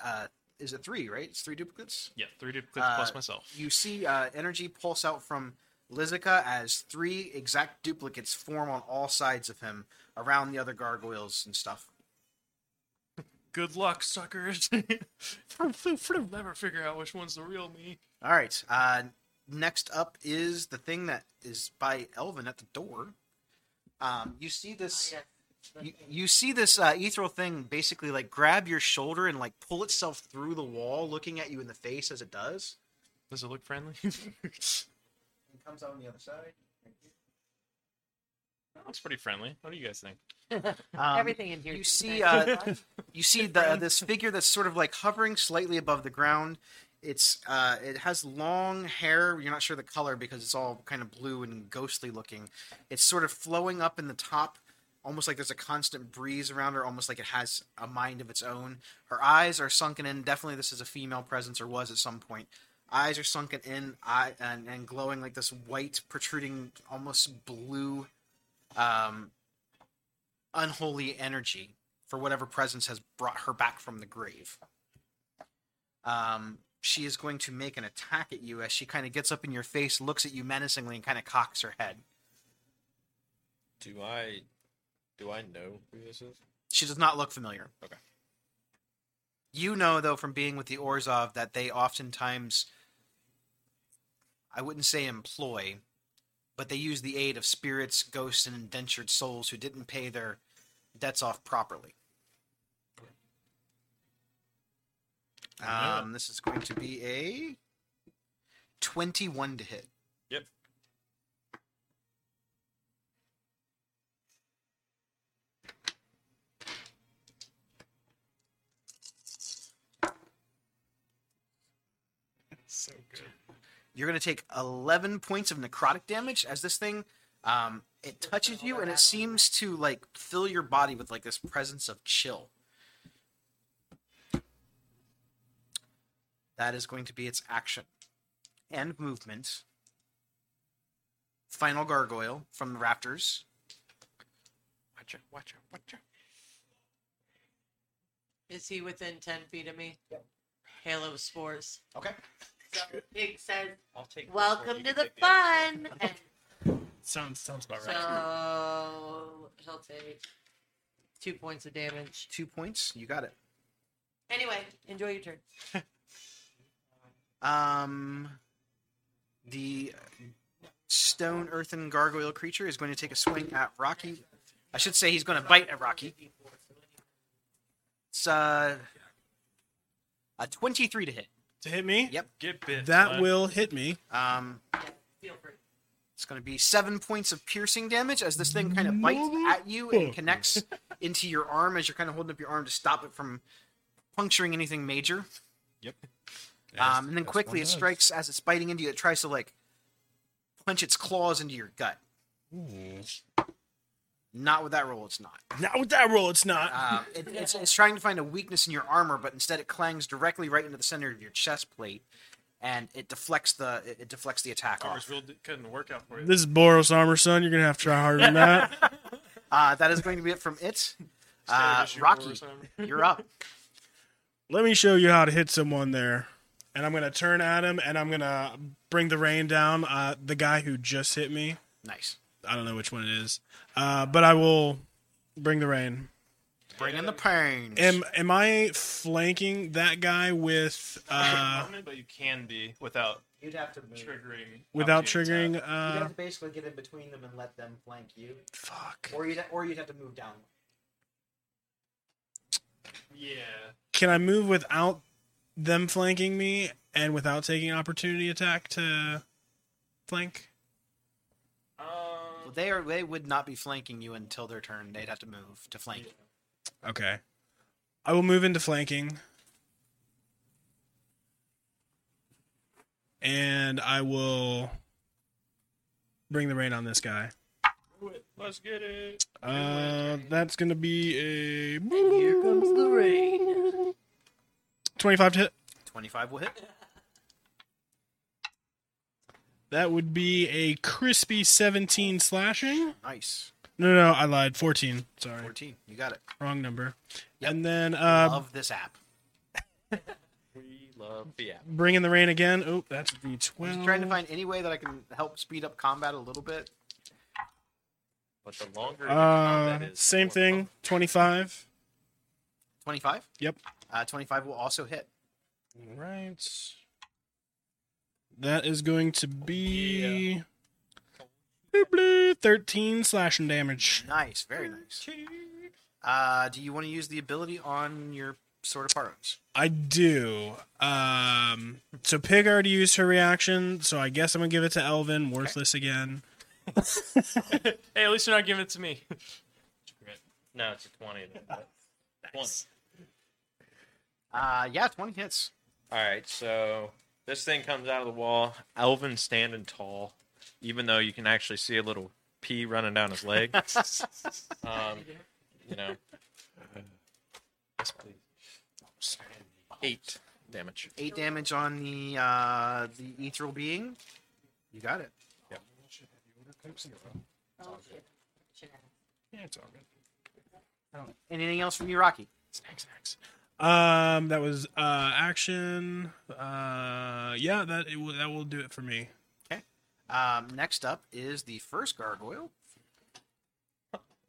S2: uh, is it three? Right, it's three duplicates.
S5: yeah, three duplicates plus
S2: Uh,
S5: myself.
S2: You see uh, energy pulse out from Lizica as three exact duplicates form on all sides of him around the other gargoyles and stuff.
S5: Good luck, suckers. Never figure out which one's the real me.
S2: All right. Uh, next up is the thing that is by Elvin at the door. Um, you see this.
S3: Oh,
S2: You, you see this uh, ethereal thing basically like grab your shoulder and like pull itself through the wall, looking at you in the face as it does.
S5: Does it look friendly?
S2: And comes out on the other side.
S5: That looks pretty friendly. What do you guys think?
S2: Um,
S3: Everything in here.
S2: you
S3: is
S2: see
S3: nice.
S2: uh, you see the this figure that's sort of like hovering slightly above the ground it's uh, it has long hair you're not sure the color because it's all kind of blue and ghostly looking it's sort of flowing up in the top almost like there's a constant breeze around her almost like it has a mind of its own her eyes are sunken in definitely this is a female presence or was at some point eyes are sunken in eye, and, and glowing like this white protruding almost blue um, unholy energy for whatever presence has brought her back from the grave. Um, she is going to make an attack at you as she kind of gets up in your face, looks at you menacingly, and kind of cocks her head.
S4: Do I do I know who this is?
S2: She does not look familiar.
S4: Okay.
S2: You know, though, from being with the Orzov, that they oftentimes, I wouldn't say employ, but they use the aid of spirits, ghosts, and indentured souls who didn't pay their debts off properly. Um, this is going to be a 21 to hit.
S4: Yep.
S5: So good.
S2: You're going to take 11 points of necrotic damage as this thing um, it touches you and it seems to like fill your body with like this presence of chill. That is going to be its action and movement. Final gargoyle from the raptors.
S4: Watch out! Watch out! Watch out!
S3: Is he within 10 feet of me? Halo of Spores.
S2: Okay.
S3: So Pig says,
S4: I'll take. this one,
S3: Welcome
S4: you
S3: to
S4: can
S3: the
S4: take other one.
S3: fun! And
S6: Sounds sounds about right.
S3: So he'll take two points of damage.
S2: Two points. You got it.
S3: Anyway, enjoy your turn.
S2: Um, the stone, earthen gargoyle creature is going to take a swing at Rocky. I should say he's going to bite at Rocky. It's uh, a 23 to hit.
S6: To hit me?
S2: Yep.
S5: Get bit.
S6: That
S5: lad.
S6: will hit me.
S2: Um,
S3: Feel free.
S2: It's going to be seven points of piercing damage as this thing kind of bites at you and connects into your arm as you're kind of holding up your arm to stop it from puncturing anything major.
S4: Yep.
S2: Um, and then quickly it strikes as it's biting into you. It tries to like punch its claws into your gut. Not with that roll, it's not.
S6: Not with that roll, it's not.
S2: Uh, it, it's, it's trying to find a weakness in your armor, but instead it clangs directly right into the center of your chest plate, and it deflects the it, it deflects the attack
S5: Ours
S2: off.
S5: will d- couldn't work out for you.
S6: This is Boros armor, son. You're gonna have to try harder than that.
S2: Uh, that is going to be it from it.
S5: Instead of
S2: Uh,
S5: just your
S2: Rocky,
S5: Boris armor.
S2: you're up.
S6: Let me show you how to hit someone there. and I'm gonna turn at him, and I'm gonna bring the rain down. Uh, the guy who just hit me,
S2: Nice.
S6: I don't know which one it is, uh, but I will bring the rain.
S2: Bring in the pain.
S6: Am am I flanking that guy with uh,
S5: but you can be without
S7: You'd have to move.
S5: triggering.
S6: without
S5: opportunity
S6: triggering?
S7: You'd
S6: Uh,
S7: have to basically get in between them and let them flank you,
S6: fuck.
S7: or you'd or you'd have to move down.
S5: attack. Yeah.
S6: Can I move without them flanking me and without taking opportunity attack to flank?
S2: Well,
S5: Um,
S2: they are. They would not be flanking you until their turn. They'd have to move to flank. you.
S6: Okay. I will move into flanking. And I will bring the rain on this guy.
S5: let's get it.
S6: Uh, that's going to be a
S2: Here comes the rain.
S6: 25 to hit.
S2: Twenty-five will hit.
S6: That would be a crispy 17 slashing.
S2: Nice.
S6: No, no, I lied. 14. Sorry.
S2: Fourteen. You got it.
S6: Wrong number.
S2: Yep.
S6: And then uh,
S2: Love this app.
S4: We love the app.
S6: bring in the rain again. Oh, that's the
S2: I'm
S6: 12.
S2: just trying to find any way that I can help speed up combat a little bit.
S4: But the longer the
S6: Uh,
S4: combat is,
S6: same
S4: more
S6: thing. 25.
S2: Twenty-five.
S6: Yep.
S2: Uh, Twenty-five will also hit.
S6: Right. That is going to be bloop, bloop, thirteen slashing damage.
S2: Nice. Very nice. Uh, do you want to use the ability on your sword of parlance?
S6: I do. Um. So Pig already used her reaction, so I guess I'm gonna give it to Elvin. Worthless again.
S5: Hey, at least you're not giving it to me.
S4: No, it's a 20. then, but- 20.
S2: Uh, yeah, twenty hits.
S4: All right, so this thing comes out of the wall. Elvin standing tall, even though you can actually see a little pee running down his leg. um, you know. Yes, please. Eight damage.
S2: Eight damage on the uh the ethereal being. You got it.
S3: Oh, shit. Shit.
S2: Anything else from you, Rocky?
S6: Um. That was uh action. Uh. Yeah. That it will, that will do it for me.
S2: Um, next up is the first gargoyle.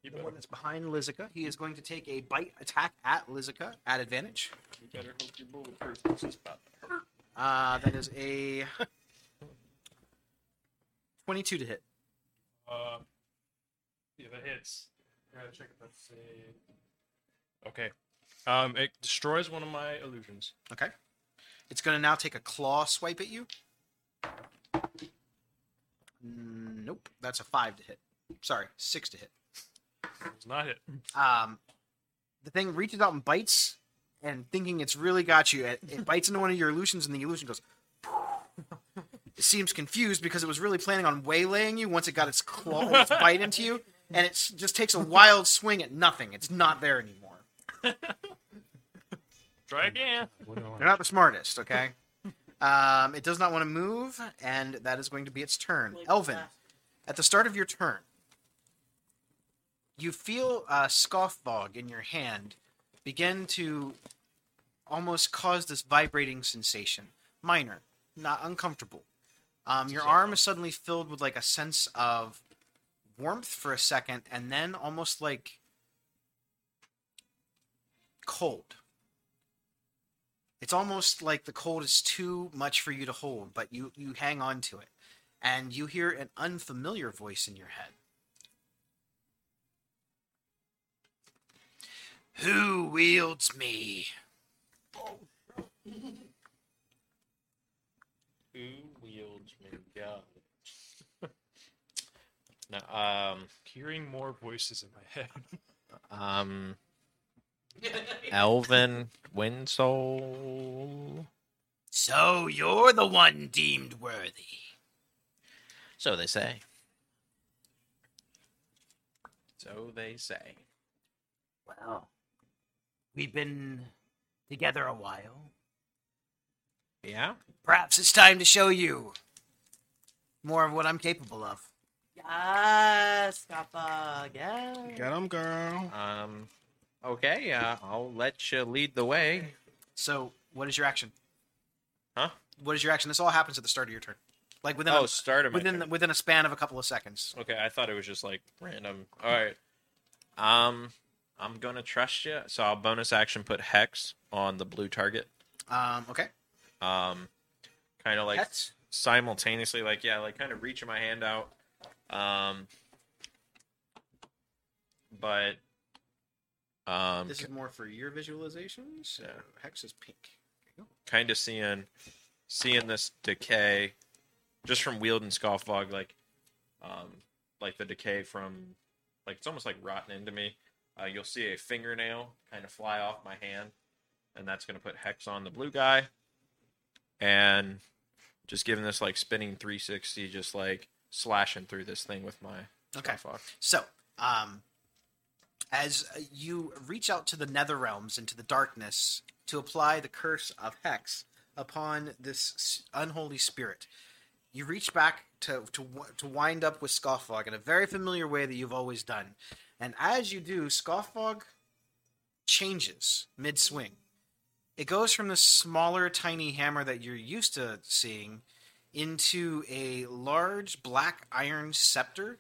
S4: You
S2: The one that's behind Lizica. He is going to take a bite attack at Lizica at advantage.
S4: better hope your bulletproof is about
S2: Uh, that is a 22 to hit.
S5: Uh, yeah, that hits. I gotta check if that's a- Okay. Um, it destroys one of my illusions.
S2: Okay. It's going to now take a claw swipe at you. Mm, Nope. That's a 5 to hit. Sorry, 6 to hit.
S5: It's not hit.
S2: Um, the thing reaches out and bites, and thinking it's really got you, it, it bites into one of your illusions, and the illusion goes. it seems confused because it was really planning on waylaying you once it got its claw its bite into you, and it just takes a wild swing at nothing. It's not there anymore.
S5: Try again.
S2: You're not the smartest, okay? Um, it does not want to move, and that is going to be its turn. Elvin, at the start of your turn, you feel uh, scoffbog in your hand begin to almost cause this vibrating sensation. Minor, not uncomfortable. Um, your arm is suddenly filled with like a sense of warmth for a second, and then almost like cold. It's almost like the cold is too much for you to hold, but you you hang on to it, and you hear an unfamiliar voice in your head. Who wields me?
S4: Who wields me? God. no, um,
S5: Hearing more voices in my head.
S4: um, Elvin Winsoul.
S2: So you're the one deemed worthy.
S4: So they say. So they say.
S7: Well, we've been together a while.
S4: Yeah.
S2: Perhaps it's time to show you more of what I'm capable of.
S3: Yes, Kappa. Yes.
S6: Got him, girl.
S4: Um. Okay. Uh, I'll let you lead the way.
S2: So, what is your action?
S4: Huh?
S2: What is your action? This all happens at the start of your turn, like within
S4: Oh,
S2: a,
S4: start of my
S2: within
S4: turn.
S2: the, within a span of a couple of seconds.
S4: Okay, I thought it was just like random. All right. Um, I'm gonna trust you. So I'll bonus action put hex on the blue target.
S2: Um, okay.
S4: Um, kind of like
S2: Hex?
S4: simultaneously, like yeah, like kind of reaching my hand out. Um, but um,
S2: This is more for your visualizations. So
S4: Yeah.
S2: Hex is pink.
S4: kind of seeing seeing this decay just from Wield and Scoffbog, like um like the decay from like it's almost like rotten into me. Uh, you'll see a fingernail kind of fly off my hand, and that's gonna put hex on the blue guy. And just giving this like spinning 360, just like slashing through this thing with my
S2: Okay.
S4: Scoffbog.
S2: So, um, as you reach out to the nether realms into the darkness to apply the curse of Hex upon this s- unholy spirit, you reach back to to w- to wind up with Scoffog in a very familiar way that you've always done, and as you do, Scoffog changes mid swing. It goes from this smaller, tiny hammer that you're used to seeing into a large black iron scepter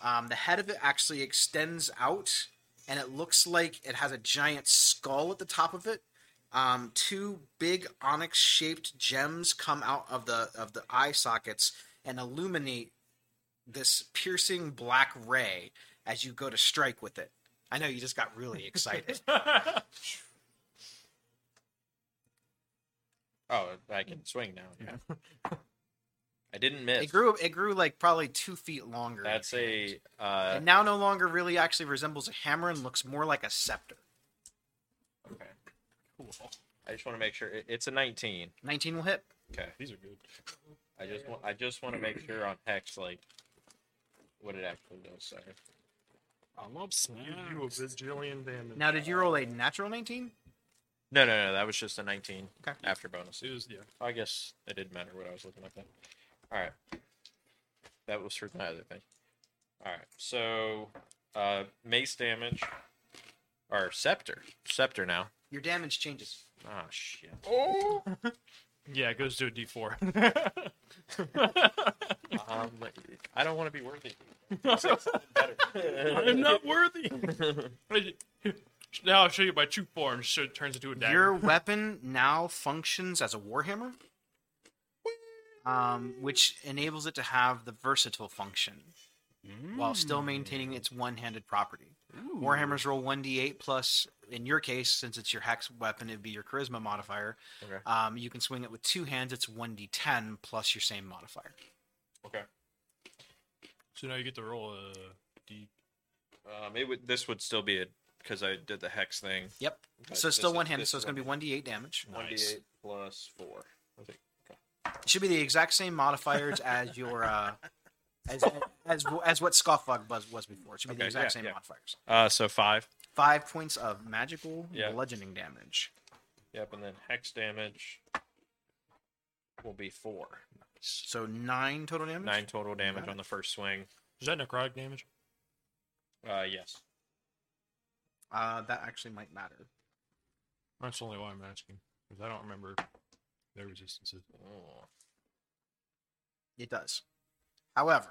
S2: um, the head of it actually extends out, and it looks like it has a giant skull at the top of it. Um, two big onyx-shaped gems come out of the of the eye sockets and illuminate this piercing black ray as you go to strike with it. I know you just got really excited.
S4: Oh, I can swing now. Yeah. I didn't miss.
S2: it grew it grew like probably two feet longer.
S4: That's a uh,
S2: it now no longer really actually resembles a hammer and looks more like a scepter.
S4: Okay. I just want to make sure it- it's a 19.
S2: Nineteen will hit.
S4: Okay. These are good. I just want I just want to make sure on hex like what it actually does. Sorry.
S5: I'm upset. You, a bajillion damage.
S2: Now, did you roll a natural nineteen?
S4: No, no, no. That was just a 19
S2: Okay.
S4: after bonus.
S5: It was, yeah.
S4: I guess it didn't matter what I was looking like that. All right. That was for my other thing. All right. So, uh, mace damage or scepter. Scepter now.
S2: Your damage changes.
S4: Ah, shit.
S5: Yeah, it goes to a D4.
S4: Um, I don't want to be worthy. Better.
S5: I'm not worthy. now I'll show you my true form. So it turns into a dagger.
S2: Your weapon now functions as a warhammer, um, which enables it to have the versatile function while still maintaining its one-handed property. Warhammers roll one d8 plus. In your case, since it's your hex weapon, it'd be your charisma modifier.
S4: Okay.
S2: Um, you can swing it with two hands. It's one d10 plus your same modifier.
S4: okay.
S5: So now you get to roll a D.
S4: Um, it would. This would still be it because I did the hex thing.
S2: Yep.
S4: but
S2: so
S4: this
S2: still
S4: is-
S2: one handed.
S4: this
S2: So it's
S4: is
S2: going to be one d8 damage.
S4: one d
S5: Nice.
S4: eight plus four. I think.
S2: It should be the exact same modifiers as your uh, as as as what Scoffbug was was before. It should be the
S4: Okay,
S2: exact
S4: yeah,
S2: same
S4: yeah.
S2: modifiers.
S4: Uh, so five.
S2: Five points of magical
S4: Yeah.
S2: bludgeoning damage.
S4: Yep, and then hex damage will be four.
S2: So nine total damage.
S4: Nine total damage
S2: Got
S4: on the first swing.
S5: Is that necrotic damage?
S4: Uh, yes.
S2: Uh, that actually might matter.
S5: That's only why I'm asking. Because I don't remember their resistances.
S4: Oh.
S2: It does. However,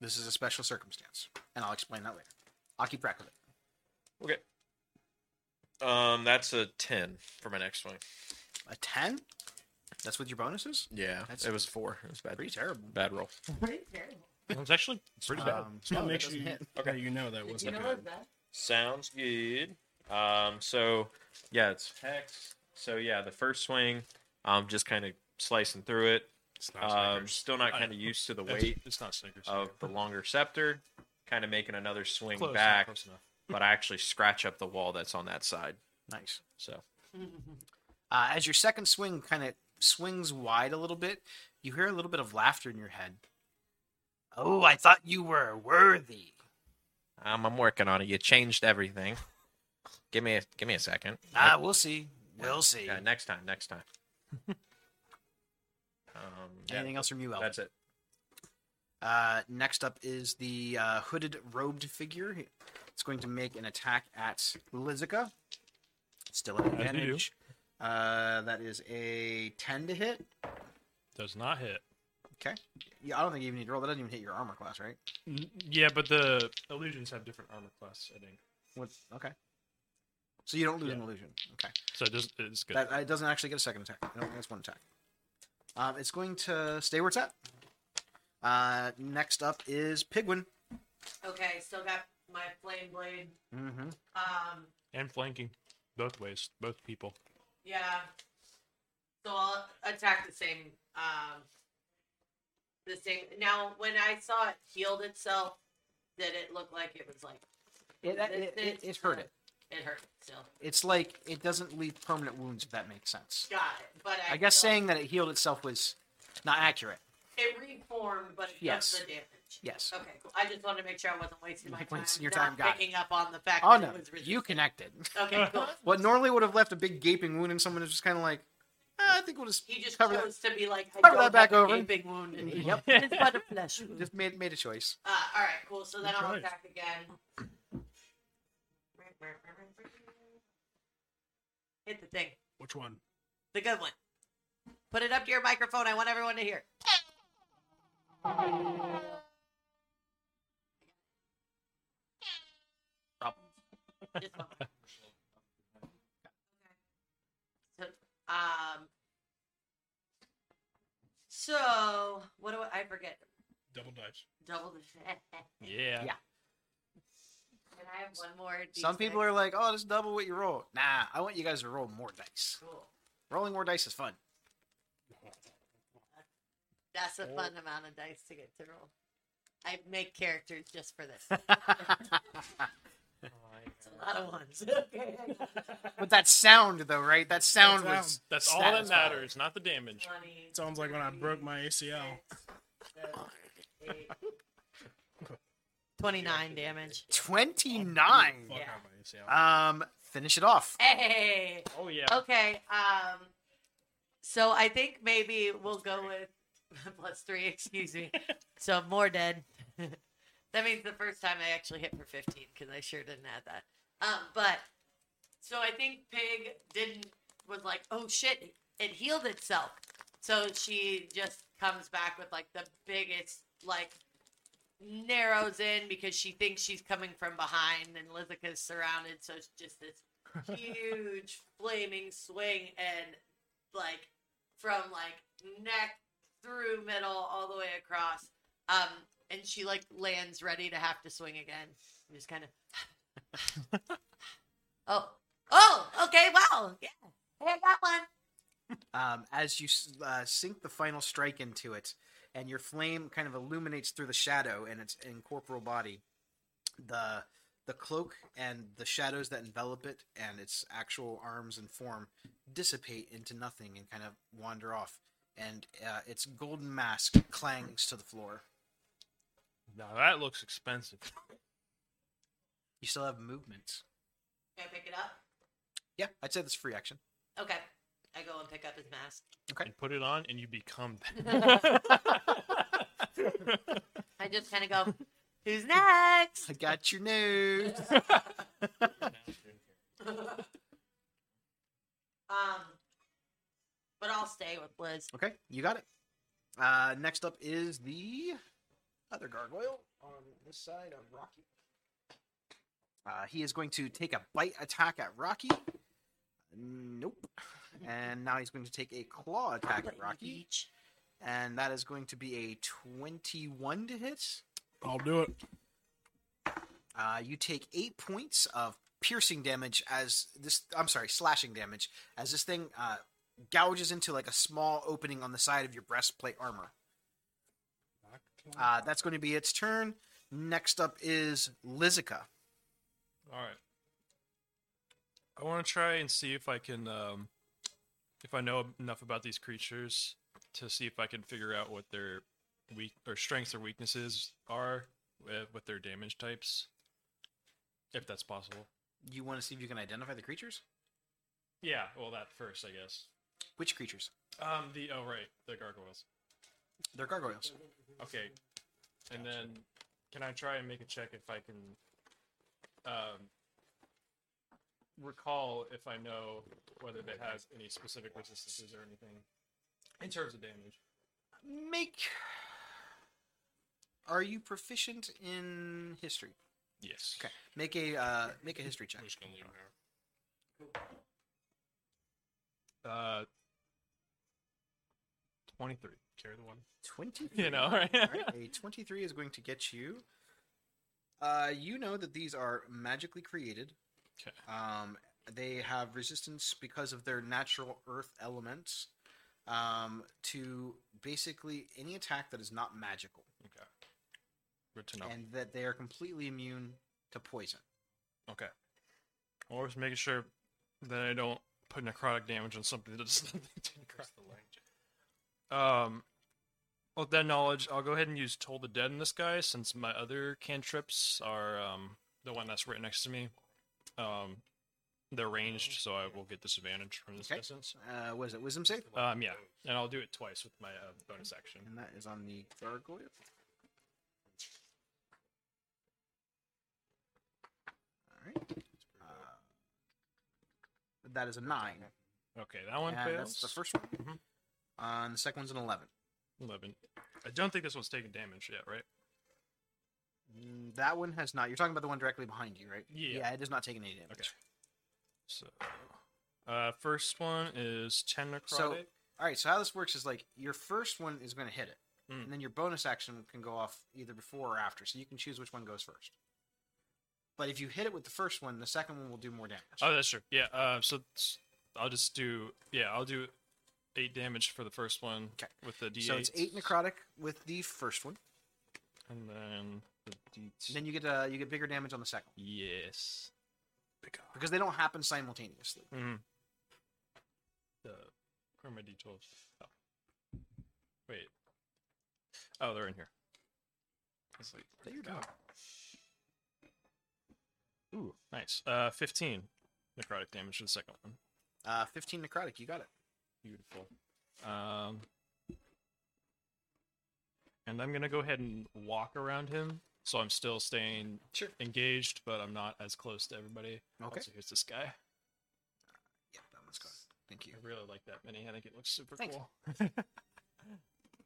S2: this is a special circumstance, and I'll explain that later. I'll keep track of it.
S4: Okay. Um, that's a ten for my next swing.
S2: A ten. That's with your bonuses.
S4: Yeah,
S2: That's-
S4: it was a four. It was a bad.
S2: Pretty terrible.
S4: Bad roll.
S3: Pretty terrible.
S5: It's actually pretty bad.
S2: Um,
S6: So
S2: no,
S6: make
S2: that
S6: sure
S2: doesn't
S6: you,
S2: hit.
S6: okay. you know that
S3: Did
S6: was
S3: you
S6: a
S3: know
S6: bad.
S3: that?
S4: Sounds good. Um, so yeah, it's hex. So yeah, the first swing, um, just kind of slicing through it.
S5: It's not
S4: Um,
S5: Snickers.
S4: still not
S5: I-
S4: kind of used to the
S5: It's-
S4: weight
S5: It's not Snickers.
S4: of the longer scepter. Kind of making another swing
S5: Close, not
S4: back,
S5: close enough.
S4: but I actually scratch up the wall that's on that side.
S2: Nice.
S4: So
S2: Uh, as your second swing kind of swings wide a little bit, you hear a little bit of laughter in your head.
S7: Oh, I thought you were worthy.
S4: um, I'm working on it. You changed everything. Give me a give me a second.
S7: Ah, we'll see. We'll see.
S4: Yeah, next time. Next time. um, yeah,
S2: Anything else from you, Elvin?
S4: That's it.
S2: Uh, next up is the uh, hooded robed figure. It's going to make an attack at Lizica. Still at
S5: do.
S2: advantage. Uh, that is a 10 to hit.
S5: Does not hit.
S2: Okay. Yeah, I don't think you even need to roll. That doesn't even hit your armor class, right?
S5: N- Yeah, but the illusions have different armor class, I think.
S2: What? Okay. So you don't lose an illusion. Okay.
S5: So it does, it's good.
S2: That, it doesn't actually get a second attack. No, that's one attack. Um, it's going to stay where it's at. Uh, next up is Pigwin.
S3: Okay, still got my flame blade.
S2: Mm-hmm.
S3: Um,
S5: and flanking. Both ways. Both people.
S3: yeah. So I'll attack the same. Um, the same. Now, when I saw it healed itself, did it look like it was like
S2: It, it, it, it hurt it.
S3: it hurt still?
S2: It's like it doesn't leave permanent wounds, if that makes sense.
S3: Got it. But I,
S2: I guess
S3: still-
S2: saying that it healed itself was not accurate.
S3: it reformed, but it
S2: Yes.
S3: does the damage.
S2: Yes.
S3: Okay, cool. I just wanted to make sure I wasn't wasting my time.
S2: Wasting your
S3: not
S2: time, got it.
S3: picking up on the fact
S2: Oh
S3: that
S2: no,
S3: it was resistant.
S2: you connected.
S3: Okay, cool.
S2: What normally would have left a big gaping wound in someone is just kind of like, "Ah, I think we'll just
S3: He just
S2: Cover that-
S3: chose to be like, I
S2: cover
S3: don't
S2: that back
S3: have a
S2: over.
S3: gaping wound.
S2: Yep.
S3: It's but a flesh wound.
S2: just made made a choice.
S3: Uh, all right, cool. So then
S5: Good
S3: I'll
S5: choice.
S3: attack again. Hit the thing,
S6: Which one?
S3: the good one. Put it up to your microphone. I want everyone to hear. Just one more. So, um. So what do I, I forget?
S6: Double dice.
S3: Double the.
S5: Yeah.
S2: Yeah.
S3: Can I have one more?
S2: Some people are like, "Oh, just double what you roll." Nah, I want you guys to roll more dice.
S3: cool.
S2: Rolling more dice is fun.
S3: That's a fun amount of dice to get to roll. I make characters just for this. It's a lot of ones. Okay.
S2: But that sound, though, right? That sound
S6: That
S2: was.
S6: sound.
S5: That's all that
S2: Satisfying.
S5: matters, not the damage.
S3: Twenty.
S6: Sounds like when I broke my ACL.
S3: Twenty-nine damage.
S2: 29.
S6: Fuck
S3: Yeah.
S6: out my ACL.
S2: Um, finish it off.
S3: Hey.
S5: Oh, yeah.
S3: Okay. Um. So I think maybe we'll go with plus three. Excuse me. so more dead. that means the first time I actually hit for fifteen because I sure didn't add that. Um. But so I think Pig didn't was like, oh shit, it healed itself. So she just comes back with like the biggest like narrows in because she thinks she's coming from behind and Lithica's surrounded, so it's just this huge flaming swing and like from like neck through middle all the way across. Um and she like lands ready to have to swing again. And just kind of Oh. Oh, okay, wow. Yeah. Hey, I got one.
S2: Um, as you s- uh, sink the final strike into it, and your flame kind of illuminates through the shadow and its incorporeal body, the the cloak and the shadows that envelop it and its actual arms and form dissipate into nothing and kind of wander off. And uh, its golden mask clangs to the floor.
S5: Now that looks expensive.
S2: You still have movement.
S3: Can I pick it up?
S2: Yeah, I'd say that's free action.
S3: Okay. I go and pick up his mask.
S2: Okay.
S5: And put it on, and you become that.
S3: I just kind of go, who's next?
S2: I got your news.
S3: Um, but I'll stay with Liz.
S2: Okay, you got it. Uh, next up is the other gargoyle on this side of Rocky. Uh, he is going to take a bite attack at Rocky. Nope. And now he's going to take a claw attack at Rocky.
S3: Beach.
S2: And that is going to be a 21 to hit.
S6: I'll do it.
S2: Uh, you take eight points of piercing damage as this. I'm sorry, slashing damage as this thing uh, gouges into like a small opening on the side of your breastplate armor. Uh, that's going to be its turn. Next up is Lizica.
S5: All right. I want to try and see if I can, um, if I know enough about these creatures to see if I can figure out what their weak or strengths or weaknesses are eh, with, with their damage types, if that's possible.
S2: You want to see if you can identify the creatures?
S5: Yeah. Well, that first, I guess.
S2: Which creatures?
S5: Um. The oh right, the gargoyles.
S2: They're gargoyles.
S5: Okay. And then, can I try and make a check if I can, um, recall if I know whether that has any specific resistances or anything in terms of damage.
S2: Make. Are you proficient in history?
S5: Yes.
S2: Okay. Make a uh, make a history check.
S8: I'm just gonna leave it here.
S5: Uh, twenty-three. Carry the one.
S2: Twenty.
S5: You know, right?
S2: Alright, a 23 is going to get you. Uh, you know that these are magically created.
S5: Okay.
S2: Um, they have resistance because of their natural earth elements um, to basically any attack that is not magical,
S5: Okay. Good to know.
S2: and that they are completely immune to poison.
S5: Okay. I'm always making sure that I don't put necrotic damage on something that does nothing to necrotic damage. Um, with that knowledge, I'll go ahead and use Toll the Dead in this guy since my other cantrips are um, the one that's right next to me. Um, they're ranged, so I will get disadvantage from this
S2: Okay.
S5: distance.
S2: Uh, what is it? Wisdom save?
S5: Um, yeah, and I'll do it twice with my uh, bonus action.
S2: And that is on the gargoyle. Alright. Uh, that is a 9.
S5: Okay, that one
S2: And that's
S5: fails.
S2: the first one.
S5: Mhm.
S2: Uh, and the second one's an 11.
S5: eleven. I don't think this one's taking damage yet, right?
S2: Mm, That one has not. You're talking about the one directly behind you, right?
S5: Yeah.
S2: Yeah, it does not take any damage.
S5: Okay. So, uh, first one is 10 necrotic.
S2: So- All right, so how this works is like your first one is going to hit it,
S5: Mm.
S2: and then your bonus action can go off either before or after. So you can choose which one goes first. But if you hit it with the first one, the second one will do more damage.
S5: oh, that's true. Yeah. Uh, so it's- I'll just do. Yeah, I'll do eight damage for the first one
S2: Okay.
S5: with the D8.
S2: so it's eight necrotic with the first one.
S5: And then the D2.
S2: and Then you get uh, you get bigger damage on the second one
S5: yes.
S2: because they don't happen simultaneously.
S5: Mm-hmm. The where are my D12s? Oh. Wait. Oh, they're in here. It's like where'd it go? Ooh, nice. Uh, 15 necrotic damage to the second one.
S2: Uh, fifteen necrotic, you got it.
S5: Beautiful. Um, and I'm gonna go ahead and walk around him, so I'm still staying
S2: Sure.
S5: engaged, but I'm not as close to everybody.
S2: Okay.
S5: Also, here's this guy.
S2: Yeah, that one's gone. Thank you.
S5: I really like that mini. I think it looks super
S2: Thanks.
S5: cool.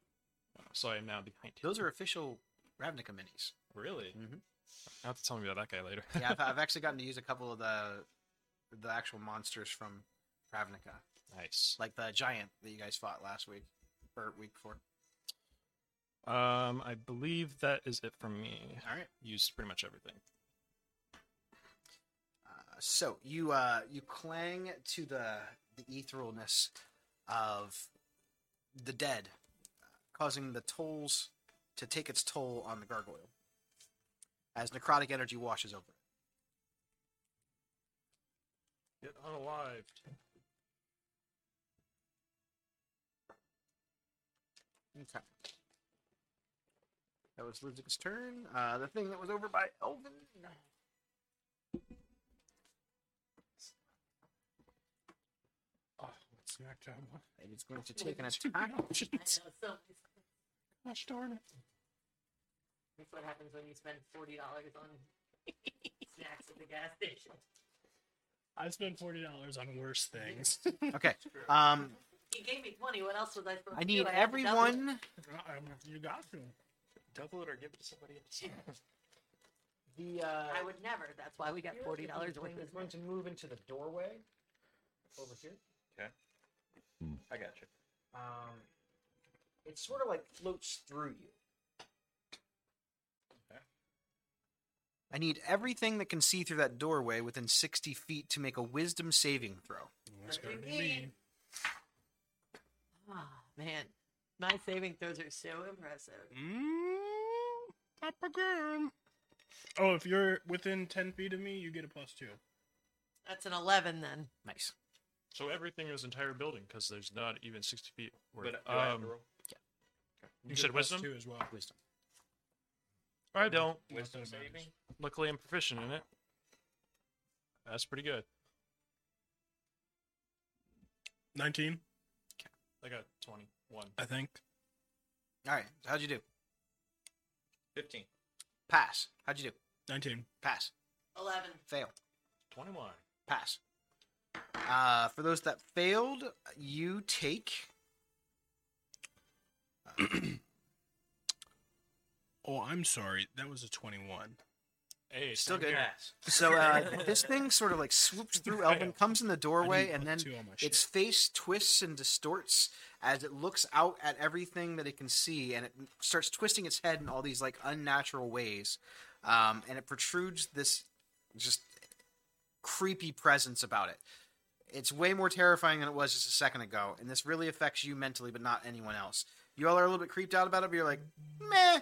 S5: so I am now behind him.
S2: Those are official Ravnica minis.
S5: Really?
S2: Mhm.
S5: I'll have to tell me about that guy later.
S2: yeah, I've, I've actually gotten to use a couple of the the actual monsters from Ravnica,
S5: nice.
S2: like the giant that you guys fought last week or week before.
S5: Um, I believe that is it from me.
S2: All right.
S5: Used pretty much everything.
S2: Uh, so you uh you clang to the the etheralness of the dead, causing the tolls to take its toll on the gargoyle as necrotic energy washes over it.
S5: Get unalived.
S2: Okay. That was Lizik's turn. Uh, the thing that was over by Elvin.
S5: Oh, SmackDown one.
S2: It is going to take an attack.
S3: I know, so
S5: Gosh darn it.
S3: that's what happens when you spend forty dollars on snacks at the gas station.
S6: I spent forty dollars on worse things.
S2: Okay. Um,
S3: He gave me twenty. What else was I supposed
S2: I
S3: to do?
S2: need
S3: had to double it.
S2: everyone.
S6: you got to.
S5: Double it or give it to somebody else.
S8: The uh,
S3: I would never. That's why we got forty dollars worth
S8: is
S3: of
S8: going to move into the doorway over here.
S5: I got you.
S8: Um, it sort of like floats through you.
S2: I need everything that can see through that doorway within 60 feet to make a wisdom saving throw.
S6: That's gonna be
S3: me.
S6: me.
S3: Oh, man, my saving throws are so impressive.
S6: Mm, up again. Oh, if you're within ten feet of me, you get a plus two.
S3: That's an eleven then.
S2: Nice.
S5: So everything is entire building because there's not even sixty feet.
S4: do
S5: Worth.
S4: I have to
S5: um,
S4: roll?
S5: You said wisdom?
S6: two as well.
S2: Wisdom.
S5: I don't.
S4: Wisdom
S6: Not that it
S4: saving?
S6: matters.
S5: Luckily, I'm proficient in it. That's pretty good.
S6: Nineteen,
S5: I got twenty-one.
S6: I think.
S2: All right. How'd you do?
S4: 15.
S2: Pass. How'd you do?
S6: Nineteen.
S2: Pass.
S3: Eleven.
S2: Fail.
S5: Twenty-one.
S2: Pass. Uh, for those that failed, you take.
S6: Oh, I'm sorry. That was a 21.
S5: Hey,
S2: Still
S5: sound
S2: good.
S5: Pass.
S2: So uh, this thing sort of like swoops through Elvin, comes in the doorway, and then
S6: two on my
S2: its
S6: shit.
S2: face twists and distorts as it looks out at everything that it can see, and it starts twisting its head in all these like unnatural ways, um, and it protrudes this just creepy presence about it. It's way more terrifying than it was just a second ago, and this really affects you mentally, but not anyone else. You all are a little bit creeped out about it, but you're like, meh.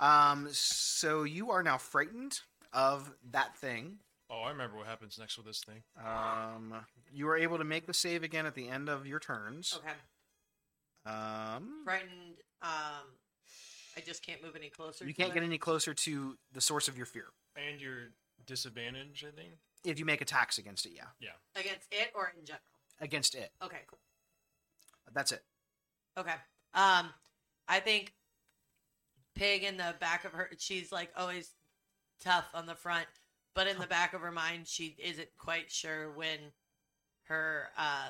S2: Um, so you are now frightened of that thing.
S5: Oh, I remember what happens next with this thing.
S2: Um, you are able to make the save again at the end of your turns.
S3: Okay.
S2: Um,
S3: Frightened. Um, I just can't move any closer.
S2: you
S3: to
S2: can't
S3: it.
S2: get any closer to the source of your fear
S5: And your disadvantage, I think.
S2: if you make attacks against it. Yeah,
S3: against it or in general.
S2: against it.
S3: Okay, cool.
S2: That's it.
S3: Okay. Um, I think Pig in the back of her, she's like always tough on the front, but in the back of her mind, she isn't quite sure when her uh,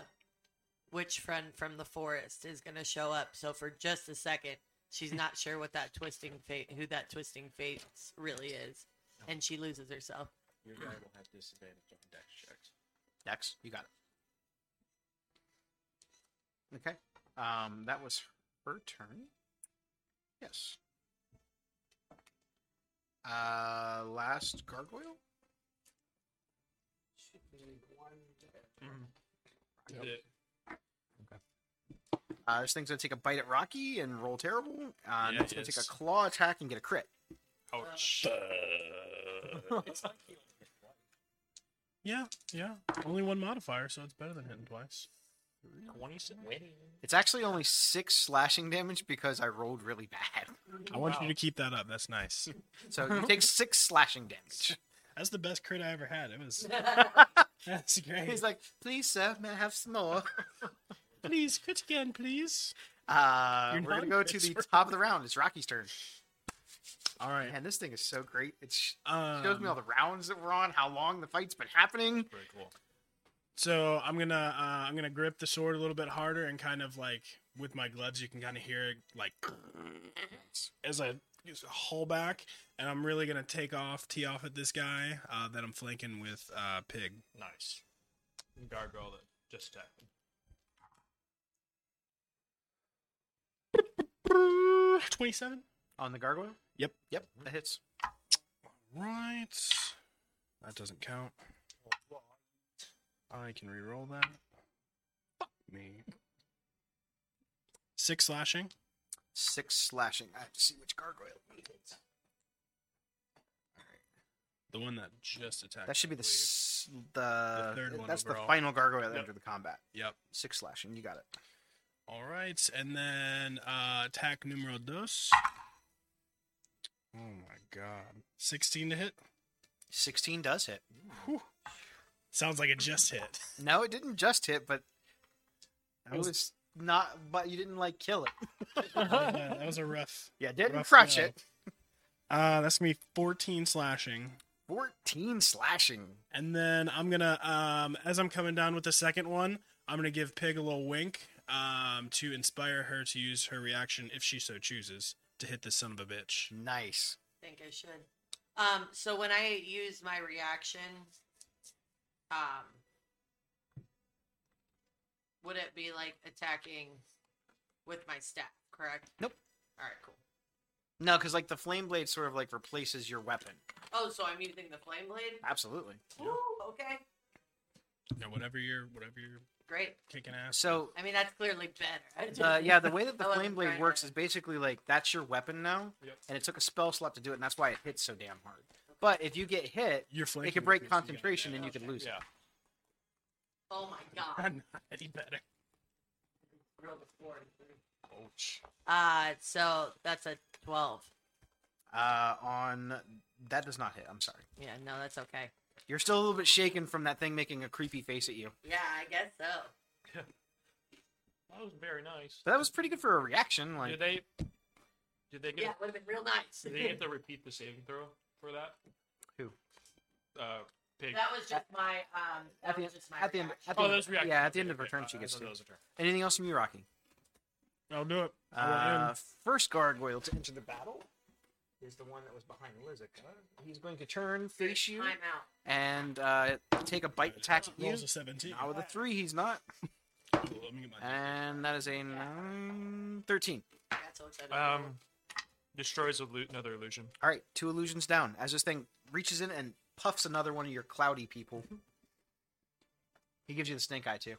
S3: witch friend from the forest is going to show up. So for just a second, she's not sure what that twisting face, who that twisting face really is, and she loses herself.
S4: Your guy will have disadvantage on dex checks.
S2: Dex, you got it. Okay. Um, that was her turn. Yes. Uh, last gargoyle.
S5: It-
S2: Uh, this thing's gonna take a bite at Rocky and roll terrible. Uh, and
S5: Yeah,
S2: it's gonna
S5: it
S2: take a
S5: is.
S2: claw attack and get a crit.
S5: Ouch.
S6: Yeah, yeah. Only one modifier, so it's better than hitting twice.
S2: It's actually only six slashing damage because I rolled really bad.
S6: I want you to keep that up. That's nice.
S2: So you take six slashing damage.
S6: That's the best crit I ever had. It was. That's great.
S2: He's like, "Please, sir, may I have some more?"
S6: please crit again, please.
S2: Uh,
S6: You're
S2: we're gonna
S6: not
S2: go to
S6: Chris
S2: the
S6: Rock.
S2: top of the round. It's Rocky's turn.
S6: All right.
S2: Man, this thing is so great. It sh-
S6: Um,
S2: shows me all the rounds that we're on, how long the fight's been happening.
S5: Very cool.
S6: So I'm gonna uh, I'm gonna grip the sword a little bit harder and kind of like with my gloves you can kind of hear it like as I just haul back and I'm really gonna take off tee off at this guy uh, that I'm flanking with uh, pig.
S5: Nice. Gargoyle that just attacked.
S6: Twenty seven.
S2: On the gargoyle.
S6: Yep.
S2: Yep, that hits.
S6: Right. That doesn't count. I can reroll that. Fuck me. Six slashing.
S2: Six slashing. I have to see which gargoyle. it is.
S6: The one that just attacked.
S2: That should
S6: I
S2: be the
S6: believe.
S2: s- the,
S6: The third one
S2: that's
S6: overall.
S2: the final gargoyle
S5: Yep.
S2: after the combat.
S6: Yep.
S2: Six slashing. You got it.
S6: All right, and then uh, attack numero dos. Oh my god, sixteen to hit.
S2: Sixteen does hit.
S6: Sounds like it just hit.
S2: No, it didn't just hit, but it
S6: was-
S2: was, not. But you didn't like kill it.
S6: that, was a, that was a rough.
S2: Yeah, didn't
S6: rough
S2: crush
S6: blow.
S2: it.
S6: Uh, that's gonna be fourteen slashing,
S2: Fourteen slashing.
S6: and then I'm gonna um, as I'm coming down with the second one, I'm gonna give Pig a little wink um, to inspire her to use her reaction if she so chooses to hit this son of a bitch.
S2: Nice.
S3: think I should. Um, so when I use my reaction, um, would it be like attacking with my staff? Correct.
S2: Nope.
S3: All right, cool.
S2: No, because like the flame blade sort of like replaces your weapon.
S3: Oh, so I'm using the flame blade.
S2: Absolutely.
S3: Ooh, okay,
S6: Now, whatever you're, whatever you're
S3: great.
S6: kicking ass.
S2: So
S3: I mean, that's clearly better. I just-
S2: uh, yeah, the way that the
S3: I wasn't
S2: flame blade
S3: trying
S2: works
S3: to-
S2: is basically like that's your weapon now,
S5: Yep.
S2: and it took a spell slot to do it, and that's why it hits so damn hard. But if you get hit,
S6: You're
S2: it
S6: flanking.
S2: could
S6: with me,
S2: break
S6: so you gotta
S2: concentration,
S6: do
S2: and you could lose
S5: Yeah.
S2: it.
S3: Oh my
S6: that.
S3: god.
S6: Not any better.
S3: rolled a four and three. Uh, so that's a twelve.
S2: Uh, on that does not hit. I'm sorry.
S3: Yeah, no, that's okay.
S2: You're still a little bit shaken from that thing making a creepy face at you.
S3: Yeah, I guess so.
S5: That was very nice.
S2: But that was pretty good for a reaction. Like
S5: Did they? Did they get?
S3: Yeah, it would have been real nice.
S5: Did they get to repeat the saving throw for that?
S2: Who?
S5: Uh, Pig.
S3: That was just my um. That
S2: At the
S3: was
S2: end-
S3: just my
S2: at the end-
S3: reaction.
S2: at the
S5: Oh,
S2: end-
S5: those reactions.
S2: Yeah, at the end
S5: Okay,
S2: of her
S5: okay,
S2: turn,
S5: fine.
S2: she
S5: I
S2: gets
S5: thought
S2: to.
S5: those were turn.
S2: Anything else from you, Rocky?
S1: I'll do it. I want in.
S2: Uh, first gargoyle to
S8: Into the battle is the one that was behind Lizica. He's going to turn,
S3: Oh,
S2: face you
S3: Time out.
S2: and uh, take a bite attack at you.
S6: Rolls a 17.
S2: Now with a three, he's not,
S6: Cool, let me get my-
S2: and that is a nine, 13.
S3: That's all said.
S5: Um, destroys illu- another illusion.
S2: All right, two illusions down. As this thing reaches in and puffs another one of your cloudy people, he gives you the snake eye too.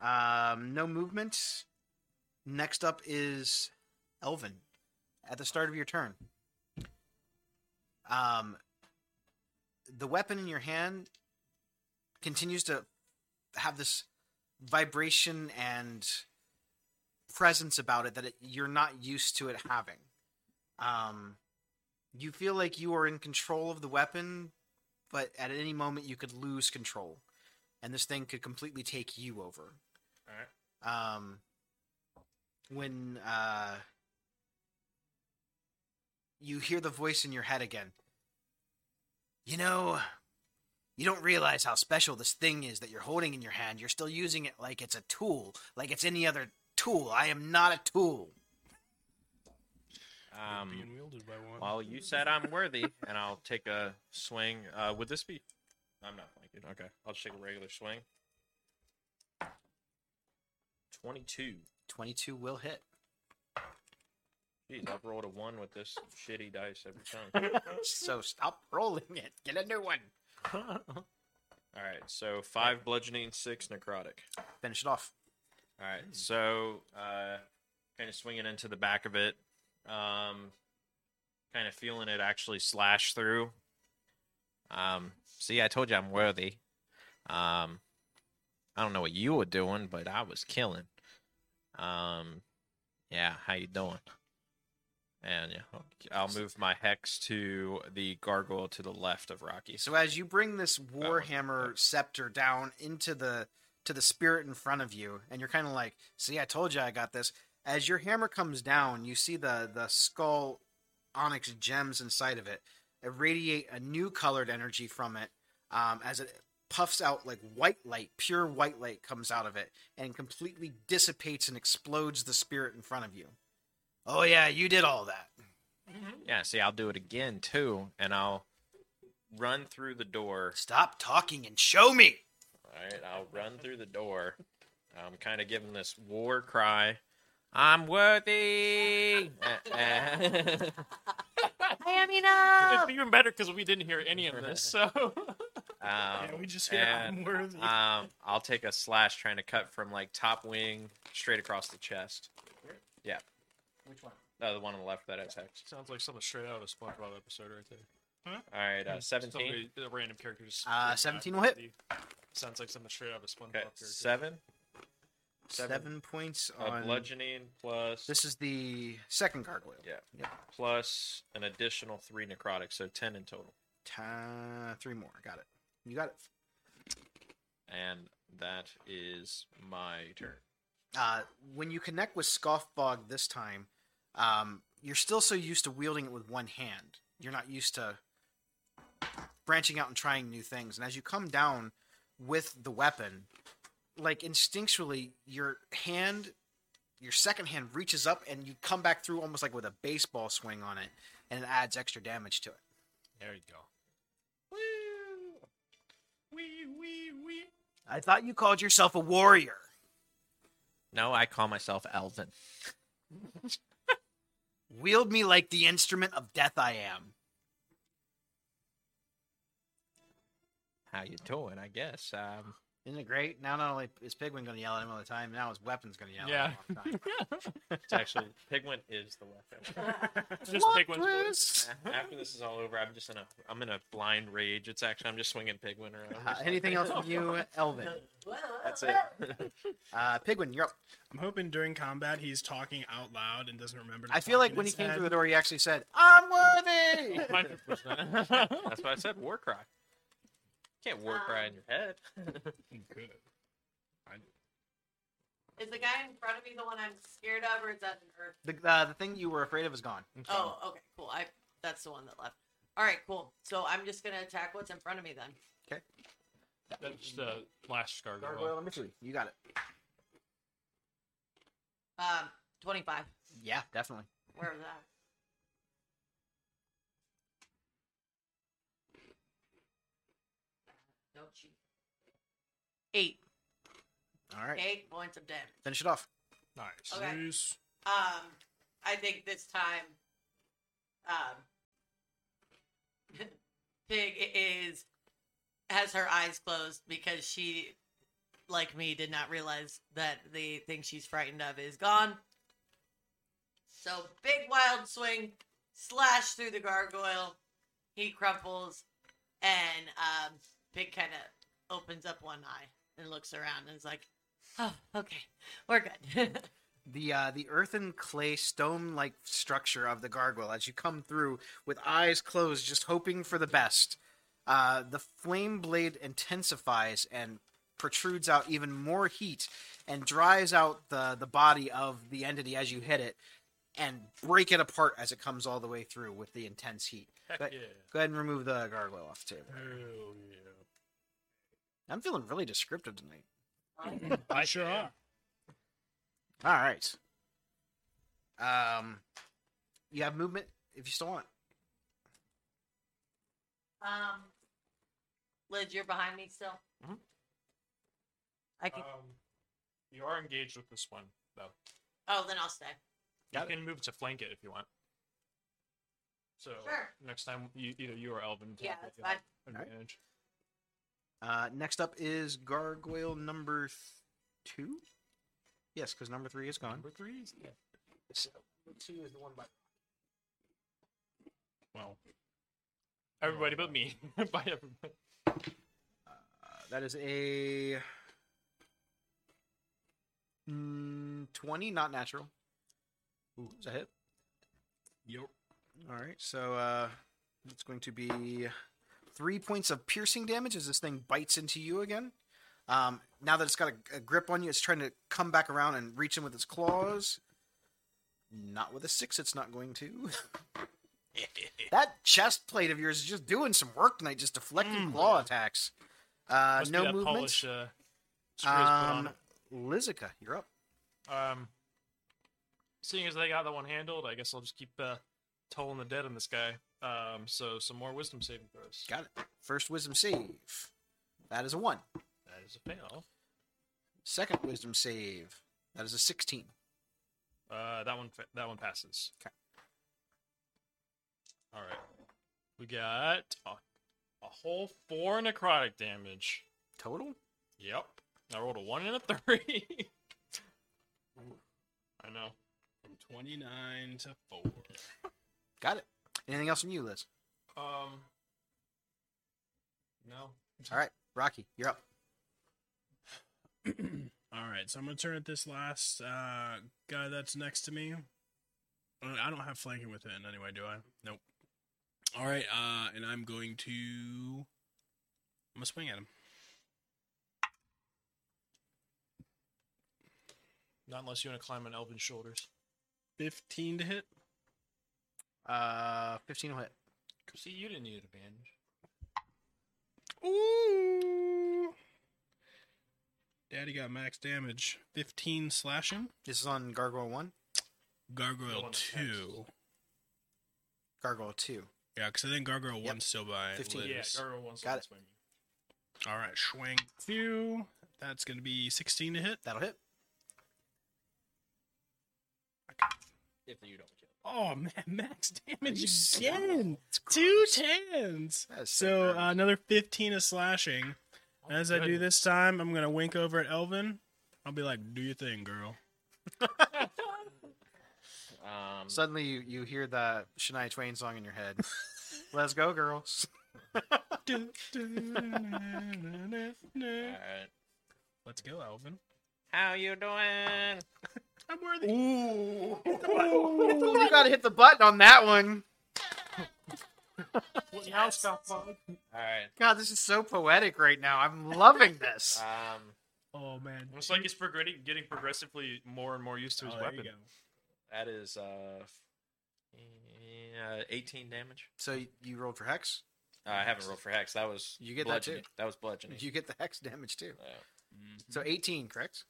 S2: um, no movement. Next up is Elvin. At the start of your turn, um, the weapon in your hand continues to have this vibration and presence about it that it, you're not used to it having um you feel like you are in control of the weapon but at any moment you could lose control and this thing could completely take you over all right um when uh you hear the voice in your head again you know you don't realize how special this thing is that you're holding in your hand you're still using it like it's a tool like it's any other tool i am not a tool
S4: Um,
S6: being wielded by one.
S4: Well, you said I'm worthy, and I'll take a swing. Uh, would this be? I'm not flanking. Okay, I'll just take a regular swing. Twenty-two.
S2: 22 will hit
S4: Jeez, I've rolled a one with this shitty dice every time.
S2: so stop rolling it. Get a new one.
S4: All right, so five bludgeoning, six necrotic.
S2: Finish it off.
S4: All right, so uh, kind of swinging into the back of it, um, kind of feeling it actually slash through. Um, see, I told you I'm worthy. Um, I don't know what you were doing, but I was killing. Um, yeah, how you doing? And yeah, I'll move my hex to the gargoyle to the left of Rocky.
S2: So as you bring this
S4: one.
S2: warhammer scepter down into the to the spirit in front of you, and you're kind of like, "See, I told you I got this." As your hammer comes down, you see the the skull onyx gems inside of it irradiate a new colored energy from it um, as it puffs out like white light, pure white light comes out of it and completely dissipates and explodes the spirit in front of you. Oh yeah, you did all that.
S4: yeah, see, I'll do it again too, and I'll run through the door
S2: Stop talking and show me.
S4: All right, I'll run through the door. I'm kind of giving this war cry. I'm worthy. Eh, eh.
S3: I am enough.
S5: It's even better because we didn't hear any of this. So
S6: yeah, we
S4: um,
S6: just hear
S4: and,
S6: I'm worthy.
S4: um, I'll take a slash trying to cut from like top wing straight across the chest. Yeah. Which one? No, the one on the left that I text.
S5: sounds like something straight out of a SpongeBob episode right there.
S4: All right, uh, 17.
S5: Somebody- the random characters.
S2: Uh, 17 will hit.
S5: Sounds like something straight out of a SpongeBob
S4: Okay,
S5: character.
S4: seven.
S2: Seven,
S4: Seven.
S2: points
S4: Uh,
S2: on.
S4: bludgeoning plus
S2: This is the second gargoyle.
S4: yeah
S2: Yeah.
S4: plus an additional three necrotic, so ten in total.
S2: Ta- three more. Got it. You got it.
S4: And that is my turn.
S2: Uh, when you connect with Scoffbog this time, um, you're still so used to wielding it with one hand. You're not used to branching out and trying new things. And as you come down with the weapon, like instinctually, your hand, your second hand reaches up and you come back through almost like with a baseball swing on it, and it adds extra damage to it.
S5: There you go.
S2: I thought you called yourself a warrior.
S4: No, I call myself Elvin.
S2: Wield me like the instrument of death I am.
S4: How you doing? I guess. Um,
S2: Isn't it great? Now not only is Pigwin going to yell at him all the time, now his weapon's going to yell
S5: Yeah.
S2: at him all the time.
S4: it's actually Pigment is the left.
S5: Just pick one.
S4: After this is all over, I'm just in a I'm in a blind rage. It's actually I'm just swinging Pigment around.
S2: Uh, anything else from you, Elvin?
S4: That's it.
S2: Uh, Pigwin, you're up.
S6: I'm hoping during combat he's talking out loud and doesn't remember. to
S2: I feel
S6: talk
S2: like
S6: in
S2: when he
S6: his
S2: came
S6: head.
S2: through the door, he actually said, I'm worthy!
S4: That's why I said war cry. You can't war cry in your head.
S6: Good.
S3: Is the guy in front of me the one I'm scared of, or is that an earth?
S2: the, uh, the thing you were afraid of is gone.
S3: Oh, okay, cool. I that's the one that left. All right, cool. So I'm just gonna attack what's in front of me then.
S5: That's the last gargoyle.
S8: Gargoyle number three.
S2: You got it.
S3: Um, 25.
S2: Yeah, definitely.
S3: Where was that? Don't you? Eight.
S2: All right.
S3: Eight points of damage.
S2: Finish it off.
S5: Nice.
S3: Okay.
S5: Nice.
S3: Um, I think this time, um, Pig is has her eyes closed because she, like me, did not realize that the thing she's frightened of is gone. So big wild swing, slash through the gargoyle. He crumples, and um, Pig kind of opens up one eye and looks around and is like, "Oh, okay, we're good."
S2: the uh, the earthen clay stone like structure of the gargoyle as you come through with eyes closed, just hoping for the best. Uh, the flame blade intensifies and protrudes out even more heat and dries out the, the body of the entity as you hit it and break it apart as it comes all the way through with the intense heat.
S5: Heck
S2: But-
S5: yeah.
S2: Go ahead and remove the gargoyle off the table.
S5: Hell yeah.
S2: I'm feeling really descriptive tonight.
S6: I sure are.
S2: All right. Um, you have movement if you still want.
S3: Um, Liz, you're behind me still. I can.
S5: Um, you are engaged with this one, though.
S3: oh, then I'll stay.
S5: You can move to flank it if you want. So
S3: Sure.
S5: next time, you, either you or Elvin.
S3: Yeah,
S5: take
S3: that's
S5: it, you'll have
S3: fine.
S5: Advantage.
S2: Uh, next up is gargoyle number th- two. Yes, because number three is gone.
S5: Number three. is-
S8: Number two is the one by.
S5: Well, everybody but me. By everybody.
S2: Uh, that is a mm, twenty, not natural. Ooh, is that hit?
S6: Yep.
S2: All right, so uh, it's going to be three points of piercing damage as this thing bites into you again. Um, now that it's got a, a grip on you, it's trying to come back around and reach in with its claws. Not with a six, it's not going to. that chest plate of yours is just doing some work tonight, just deflecting claw attacks. Uh,
S5: Must be
S2: no
S5: that
S2: movement.
S5: Polish, uh, screws put on
S2: Um,
S5: it.
S2: Lizica, you're up.
S5: Um, seeing as they got that one handled, I guess I'll just keep uh, tolling the dead on this guy. Um, so some more wisdom saving throws.
S2: Got it. First wisdom save. That is a one.
S5: That is a fail.
S2: Second wisdom save. That is a 16.
S5: Uh, that one, fa- that one passes.
S2: 'Kay.
S5: All right, we got a, a whole four necrotic damage.
S2: Total?
S5: Yep, I rolled a one and a three. I know.
S6: From 29 to 4.
S2: Got it. Anything else from you, Liz?
S5: Um, no.
S2: All right, Rocky, you're up.
S6: All right, so I'm gonna turn at this last uh, guy that's next to me. Uh, I don't have flanking with it in any way, do I? Nope. All right, uh, and I'm going to I'm gonna swing at him.
S5: Not unless you want to climb on Elvin's shoulders.
S6: Fifteen to hit.
S2: Uh, 15 will hit.
S5: See, you didn't need advantage.
S6: Ooh. Daddy got max damage. Fifteen slashing.
S2: This is on Gargoyle 1,
S5: The
S6: Gargoyle
S5: one that
S6: two.
S2: Gargoyle 2.
S6: Yeah, because I think Gargoyle
S2: Yep.
S6: one's still by
S2: 15.
S5: Yeah,
S6: Liz.
S5: Gargoyle wants
S2: Got
S5: to
S2: it.
S5: swing you.
S6: All right, swing two. That's gonna be sixteen to hit.
S2: That'll hit.
S5: If you don't kill.
S6: Oh man, max damage
S2: Nice.
S6: again.
S2: It's
S6: Two tens.
S2: That is
S6: So
S2: gross.
S6: uh, another fifteen of slashing. As I do
S5: goodness.
S6: this time, I'm gonna wink over at Elvin. I'll be like, "Do your thing, girl."
S4: Um,
S2: Suddenly you, you hear the Shania Twain song in your head. Let's go, girls.
S6: Let's
S4: alright.
S6: go, Elvin.
S4: How you doing?
S6: I'm worthy.
S2: you gotta hit the button on that one.
S4: All right.
S2: God, this is so poetic right now. I'm loving this.
S4: Um,
S6: Oh man.
S5: It's like he's progredi- getting progressively more and more used to his
S6: Oh, there you
S5: weapon.
S6: go.
S4: that is uh, Uh, 18 damage.
S2: So you- you rolled for hex.
S4: Uh, I haven't rolled for hex. That was
S2: You get that too.
S4: bludgeoning. That was bludgeoning.
S2: You get the hex damage too.
S4: Yeah. Mm-hmm.
S2: So 18, correct?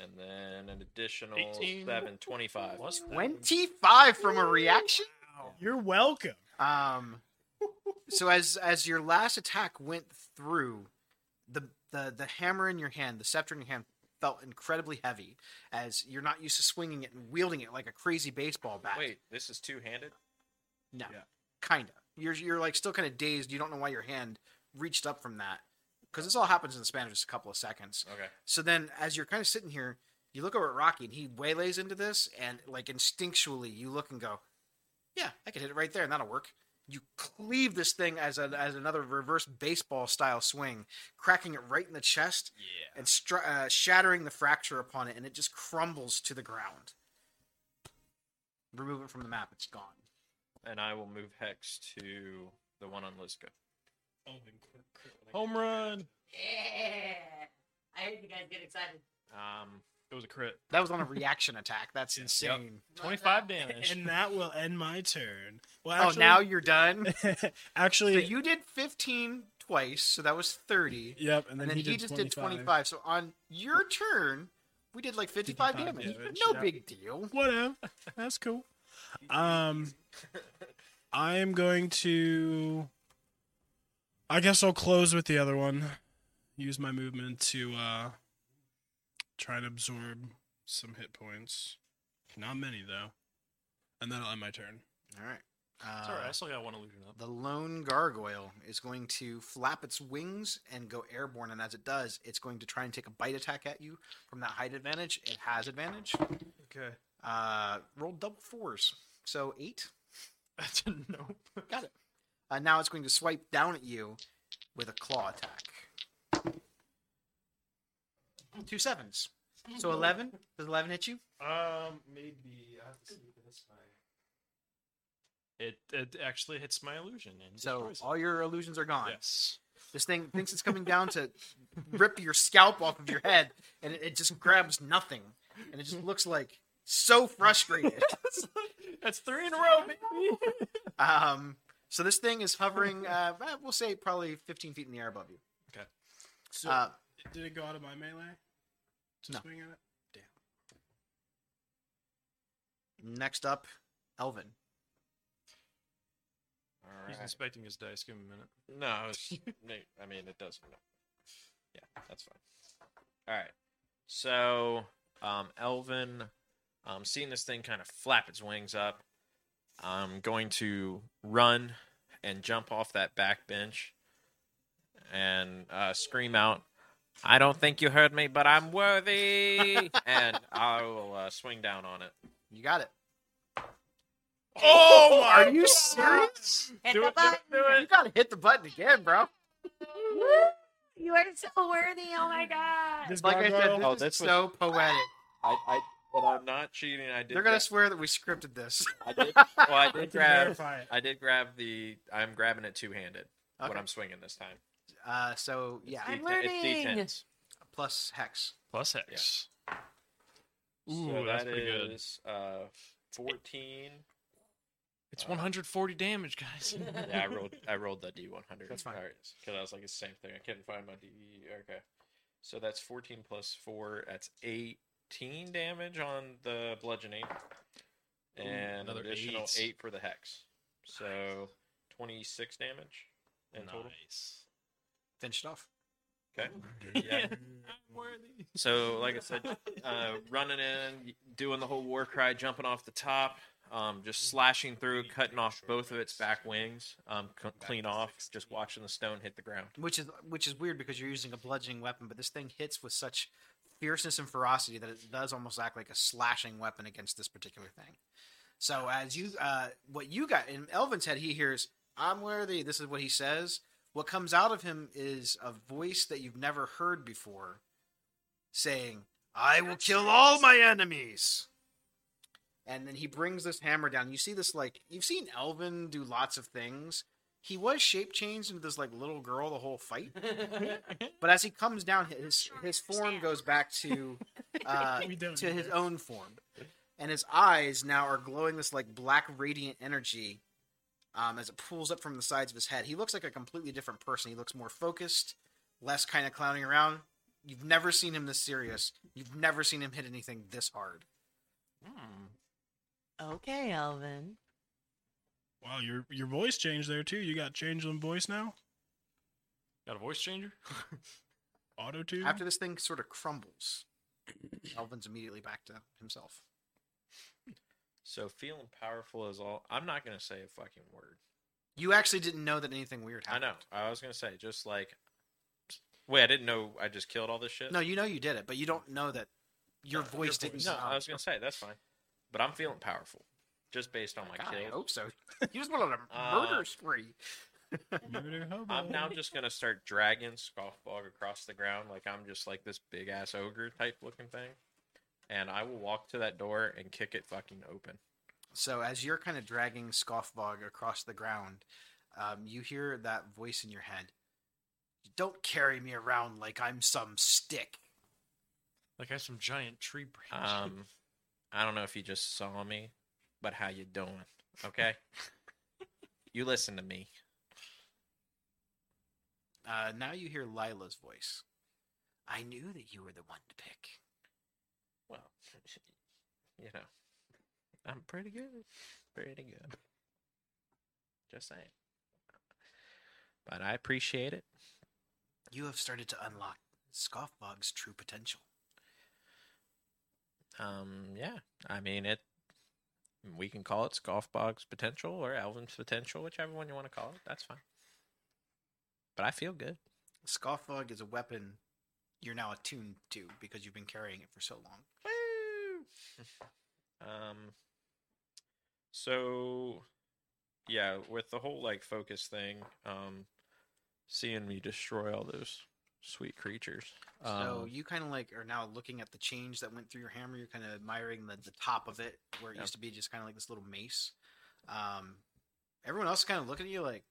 S4: And then an additional
S5: 18?
S4: 7, 25.
S5: Plus that.
S2: 25 from a reaction.
S6: You're welcome.
S2: Um, so as as your last attack went through, the the the hammer in your hand, the scepter in your hand, felt incredibly heavy, as you're not used to swinging it and wielding it like a crazy baseball bat.
S4: Wait, this is two handed?
S2: no,
S6: Yeah.
S2: kind of. You're you're like still kind of dazed. You don't know why your hand reached up from that, because this all happens in the span of just a couple of seconds.
S4: Okay.
S2: So then, as you're kind of sitting here, you look over at Rocky, and he waylays into this, and like instinctually, you look and go, "Yeah, I could hit it right there, and that'll work." You cleave this thing as a, as another reverse baseball style swing, cracking it right in the chest
S4: Yeah.
S2: and str- uh, shattering the fracture upon it, and it just crumbles to the ground. Remove it from the map; it's gone.
S4: And I will move hex to the one on Lizka.
S5: Home run.
S3: Yeah. I heard you guys get excited.
S4: Um,
S5: It was a crit.
S2: That was on a reaction attack. That's insane.
S3: Love
S5: 25
S3: that.
S5: damage.
S6: And that will end my turn. Well,
S2: Oh, now you're done.
S6: now actually,
S2: So you did 15 twice, so that was 30.
S6: yep. And
S2: and
S6: then,
S2: then he,
S6: did
S2: just
S6: 25.
S2: did 25. So on your turn, we did like 55
S6: 55
S2: damage.
S5: damage,
S2: No
S5: yeah.
S2: big deal.
S6: Whatever. That's cool. Um, I am going to. I guess I'll close with the other one. Use my movement to uh, try and absorb some hit points. Not many though, and that'll end my turn.
S2: All right.
S5: It's
S2: Uh,
S5: alright. I still got one illusion up.
S2: The lone gargoyle is going to flap its wings and go airborne, and as it does, it's going to try and take a bite attack at you from that height advantage. It has advantage.
S5: Okay.
S2: Uh, roll double fours, so eight.
S5: I didn't know.
S2: Got it. Uh, now it's going to swipe down at you with a claw attack. Two sevens. So 11. Does 11 hit you?
S5: Um, maybe I have to see if this It it actually hits my illusion and
S2: So
S5: destroys it.
S2: all your illusions are gone.
S5: yes.
S2: This thing thinks it's coming down to rip your scalp off of your head, and it, it just grabs nothing, and it just looks like so frustrated.
S5: That's three in a row. Baby.
S2: Um, so this thing is hovering. Uh, eh, we'll say probably 15 feet in the air above you.
S6: So
S2: Uh,
S6: did it go out of my melee? To
S2: No.
S6: swing at it.
S2: next up, Elvin.
S4: all
S5: He's
S4: right.
S5: inspecting his dice. Give him a minute.
S4: No, I was- no, I mean it doesn't. no. Yeah, that's fine. All right. So, um, Elvin, um, seeing this thing kind of flap its wings up, I'm going to run and jump off that back bench and uh, scream out, "I don't think you heard me, but I'm worthy!" and I will uh, swing down on it.
S2: You got it.
S6: Oh
S2: Are you serious?
S3: Hit
S5: Do
S3: the
S5: it, do
S3: button.
S2: You gotta hit the button again, bro.
S3: You are so worthy. Oh my god.
S6: This
S2: Like I said, this
S4: Oh,
S2: is
S4: this was-
S2: so poetic.
S4: I, I, but I'm not cheating. I did.
S2: They're gonna
S4: gra-
S2: swear that we scripted this.
S4: I did. Well, I
S6: I
S4: did
S6: can
S4: grab.
S6: verify it.
S4: I did grab the. I'm grabbing it two handed. What
S2: Okay.
S4: I'm swinging this time.
S2: Uh, so
S4: It's
S2: yeah,
S4: D10
S3: I'm learning.
S4: It's
S2: plus hex.
S5: Plus hex.
S4: d
S5: Ooh,
S4: so
S5: that's
S4: that
S5: pretty good.
S4: is uh, 14.
S5: It's
S4: Uh,
S5: 140 damage, guys.
S4: yeah, I rolled. I rolled the D100.
S2: That's fine.
S4: Because I was like, it's the same thing. I couldn't find my D. E Okay. So that's 14 plus four. That's 18 damage on the bludgeoning,
S5: Ooh,
S4: and an
S5: another
S4: additional
S5: eight.
S4: eight for the hex. So 26 damage in total.
S5: nice.
S2: Finish it off.
S4: Okay. Yeah. So, like I said, uh, running in, doing the whole war cry, jumping off the top, um, just slashing through, cutting off both of its back wings, um, c- clean off, just watching the stone hit the ground.
S2: Which is which is weird because you're using a bludgeoning weapon, but this thing hits with such fierceness and ferocity that it does almost act like a slashing weapon against this particular thing. So as you uh, what you got in Elvin's head, he hears, "I'm worthy." This is what he says. What comes out of him is a voice that you've never heard before, saying, "I will kill all my enemies." And then he brings this hammer down. You see this like you've seen Elvin do lots of things. He was shape changed into this like little girl the whole fight. But as he comes down, his his form goes back to uh,
S6: We don't
S2: to his
S6: either.
S2: own form, and his eyes now are glowing this like black radiant energy um, as it pulls up from the sides of his head. He looks like a completely different person. He looks more focused, less kind of clowning around. You've never seen him this serious. You've never seen him hit anything this hard.
S3: Okay, Elvin.
S6: Wow, your your voice changed there too. You got change in voice now.
S5: Got a voice changer?
S6: Auto tune.
S2: After this thing sort of crumbles, Elvin's immediately back to himself.
S4: So feeling powerful is all. I'm not gonna say a fucking word.
S2: You actually didn't know that anything weird
S4: I
S2: happened.
S4: know. I was gonna say just like. Wait, I didn't know. I just killed all this shit.
S2: No, you know you did it, but you don't know that your
S5: No, your
S2: voice didn't.
S5: voice.
S4: Uh, No, I
S2: sound-
S4: was gonna say that's fine, but I'm feeling powerful just based on my
S2: God, I
S4: kill.
S2: hope so. You just went on a
S4: Uh,
S2: murder spree.
S6: Murder
S5: Oh.
S6: hobo.
S4: I'm now just gonna start dragging Scoffbog across the ground like I'm just like this big ass ogre type looking thing, and I will walk to that door and kick it fucking open.
S2: So as you're kind of dragging Scoffbog across the ground, um, you hear that voice in your head. Don't carry me around like I'm some stick.
S5: like I have some giant tree branches.
S4: Um, I don't know if you just saw me, but how you doing? Okay, you listen to me.
S2: Uh, now you hear Lila's voice. I knew that you were the one to pick.
S4: Well, you know, I'm pretty good. Pretty good. Just saying. But I appreciate it.
S2: You have started to unlock Scoffbog's true potential.
S4: Um, yeah. I mean, it. We can call it Scoffbog's potential or Alvin's potential, whichever one you want to call it. That's fine. But I feel good.
S2: Scoffbug is a weapon you're now attuned to because you've been carrying it for so long.
S4: um. So, yeah, with the whole like focus thing, um, seeing me destroy all those sweet creatures.
S2: So
S4: um,
S2: you kind of like are now looking at the change that went through your hammer. You're kind of admiring the, the top of it where it
S4: Yeah.
S2: used to be just kind of like this little mace. Um, everyone else kind of looking at you like,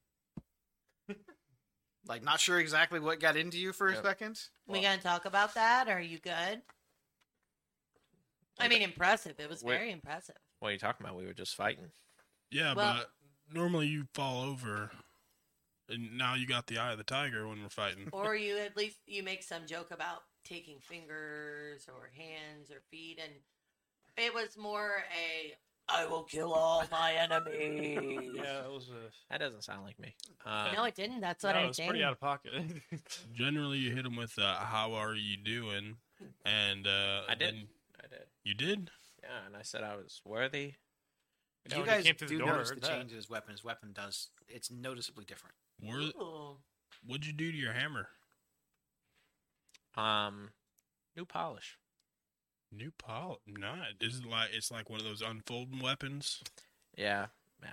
S2: like not sure exactly what got into you for
S4: Yeah.
S2: a second.
S3: we gonna talk about that? Are you good? I mean, impressive. It was
S4: Wait.
S3: very impressive.
S4: What are you talking about? We were just fighting.
S6: Yeah,
S3: Well-
S6: but normally you fall over, and now you got the eye of the tiger when we're fighting.
S3: Or you at least you make some joke about taking fingers or hands or feet, and it was more a I will kill all my enemies.
S5: yeah, it was a.
S4: That doesn't sound like me. Um,
S3: No, it didn't. That's what
S5: no,
S3: I
S5: it was pretty
S3: did.
S5: out of pocket.
S6: Generally, you hit him with uh, "How are you doing?" and uh,
S4: I did.
S6: then-
S4: I did.
S6: You did.
S4: Yeah, and I said I was worthy.
S5: Yeah,
S2: you
S5: when he
S2: guys
S5: came
S2: do
S5: through the door, I
S2: notice the
S5: heard that.
S2: change in his weapon. His weapon does it's noticeably different.
S6: Were,
S3: Ooh.
S6: what'd you do to your hammer?
S4: Um, new polish.
S6: New pol. Not. Is it like it's like one of those unfolding weapons?
S4: Yeah, yeah.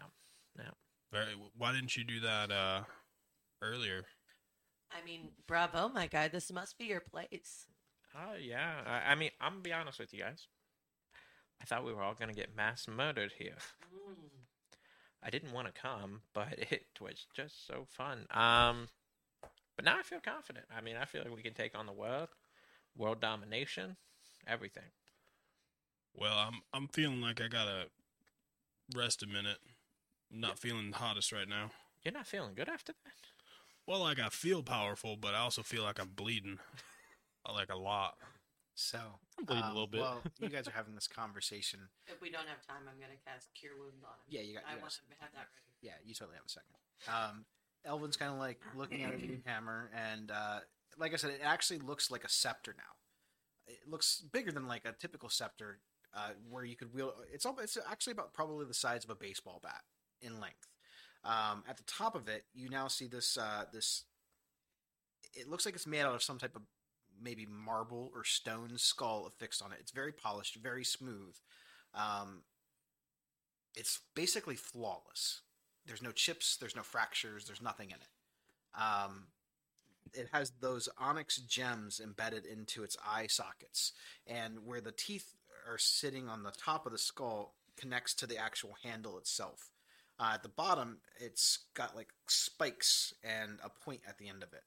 S6: Very, why didn't you do that uh, earlier?
S3: I mean, bravo, my guy. This must be your place.
S4: Oh yeah. I, I mean, I'm gonna be honest with you guys. I thought we were all gonna get mass murdered here.
S3: Mm.
S4: I didn't want to come, but it was just so fun. Um, but now I feel confident. I mean, I feel like we can take on the world, world domination, everything.
S6: Well, I'm I'm feeling like I gotta rest a minute. I'm not feeling the hottest right now.
S4: You're not feeling good after that.
S6: Well, like I feel powerful, but I also feel like I'm bleeding, Uh, like a lot.
S2: So um,
S5: I'm bleeding a little bit.
S2: Well, you guys are having this conversation.
S3: If we don't have time, I'm gonna cast Cure Wounds on him.
S2: Yeah, you got.
S3: I
S2: you
S3: want
S2: guys-
S3: to have that ready.
S2: Yeah, you totally have a second. Um, Elvin's kind of like looking at his hammer, and uh, like I said, it actually looks like a scepter now. It looks bigger than like a typical scepter, uh, where you could wield. It's all. It's actually about probably the size of a baseball bat in length. Um, at the top of it, you now see this. Uh, this. It looks like it's made out of some type of maybe marble or stone skull affixed on it. It's very polished, very smooth. Um, it's basically flawless. There's no chips, there's no fractures, there's nothing in it. Um, it has those onyx gems embedded into its eye sockets, and where the teeth are sitting on the top of the skull connects to the actual handle itself. Uh, at the bottom, it's got like spikes and a point at the end of it.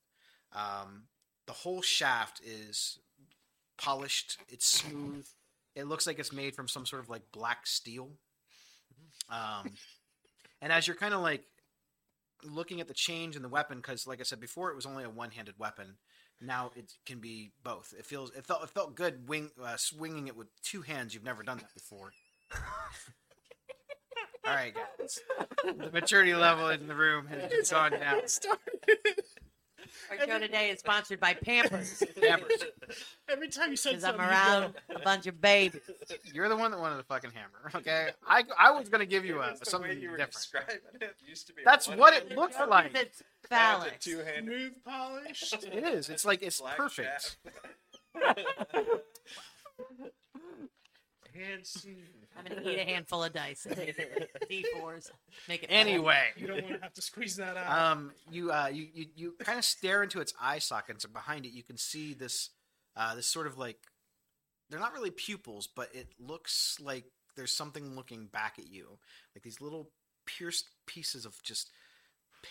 S2: Um, the whole shaft is polished, it's smooth, It looks like it's made from some sort of like black steel. Um, and as you're kind of like looking at the change in the weapon, because like I said before, it was only a one-handed weapon. Now it can be both. It feels it felt it felt good wing uh, swinging it with two hands. You've never done that before. All right, guys. The maturity level in the room has gone down.
S3: Our show today is sponsored by Pampers
S2: Hammers.
S6: Every time you said
S3: because I'm
S6: something, you
S3: around a bunch of babies.
S2: You're the one that wanted the fucking hammer, okay? I, I was gonna give you a, something different.
S9: describing it used to be.
S2: That's what it looks
S3: Joke
S2: like.
S3: is It's
S9: Now
S3: phallic.
S9: it's a
S6: go,
S9: two-handed
S6: smooth polish.
S2: It is. It's like it's
S9: black
S2: perfect.
S3: I'm gonna eat a handful of dice. D4s. Make it phallic.
S2: Anyway,
S6: You don't want to have to squeeze that out.
S2: um, you uh, you you, you kind of stare into its eye sockets, and behind it, you can see this uh, this sort of like they're not really pupils, but it looks like there's something looking back at you, like these little pierced pieces of just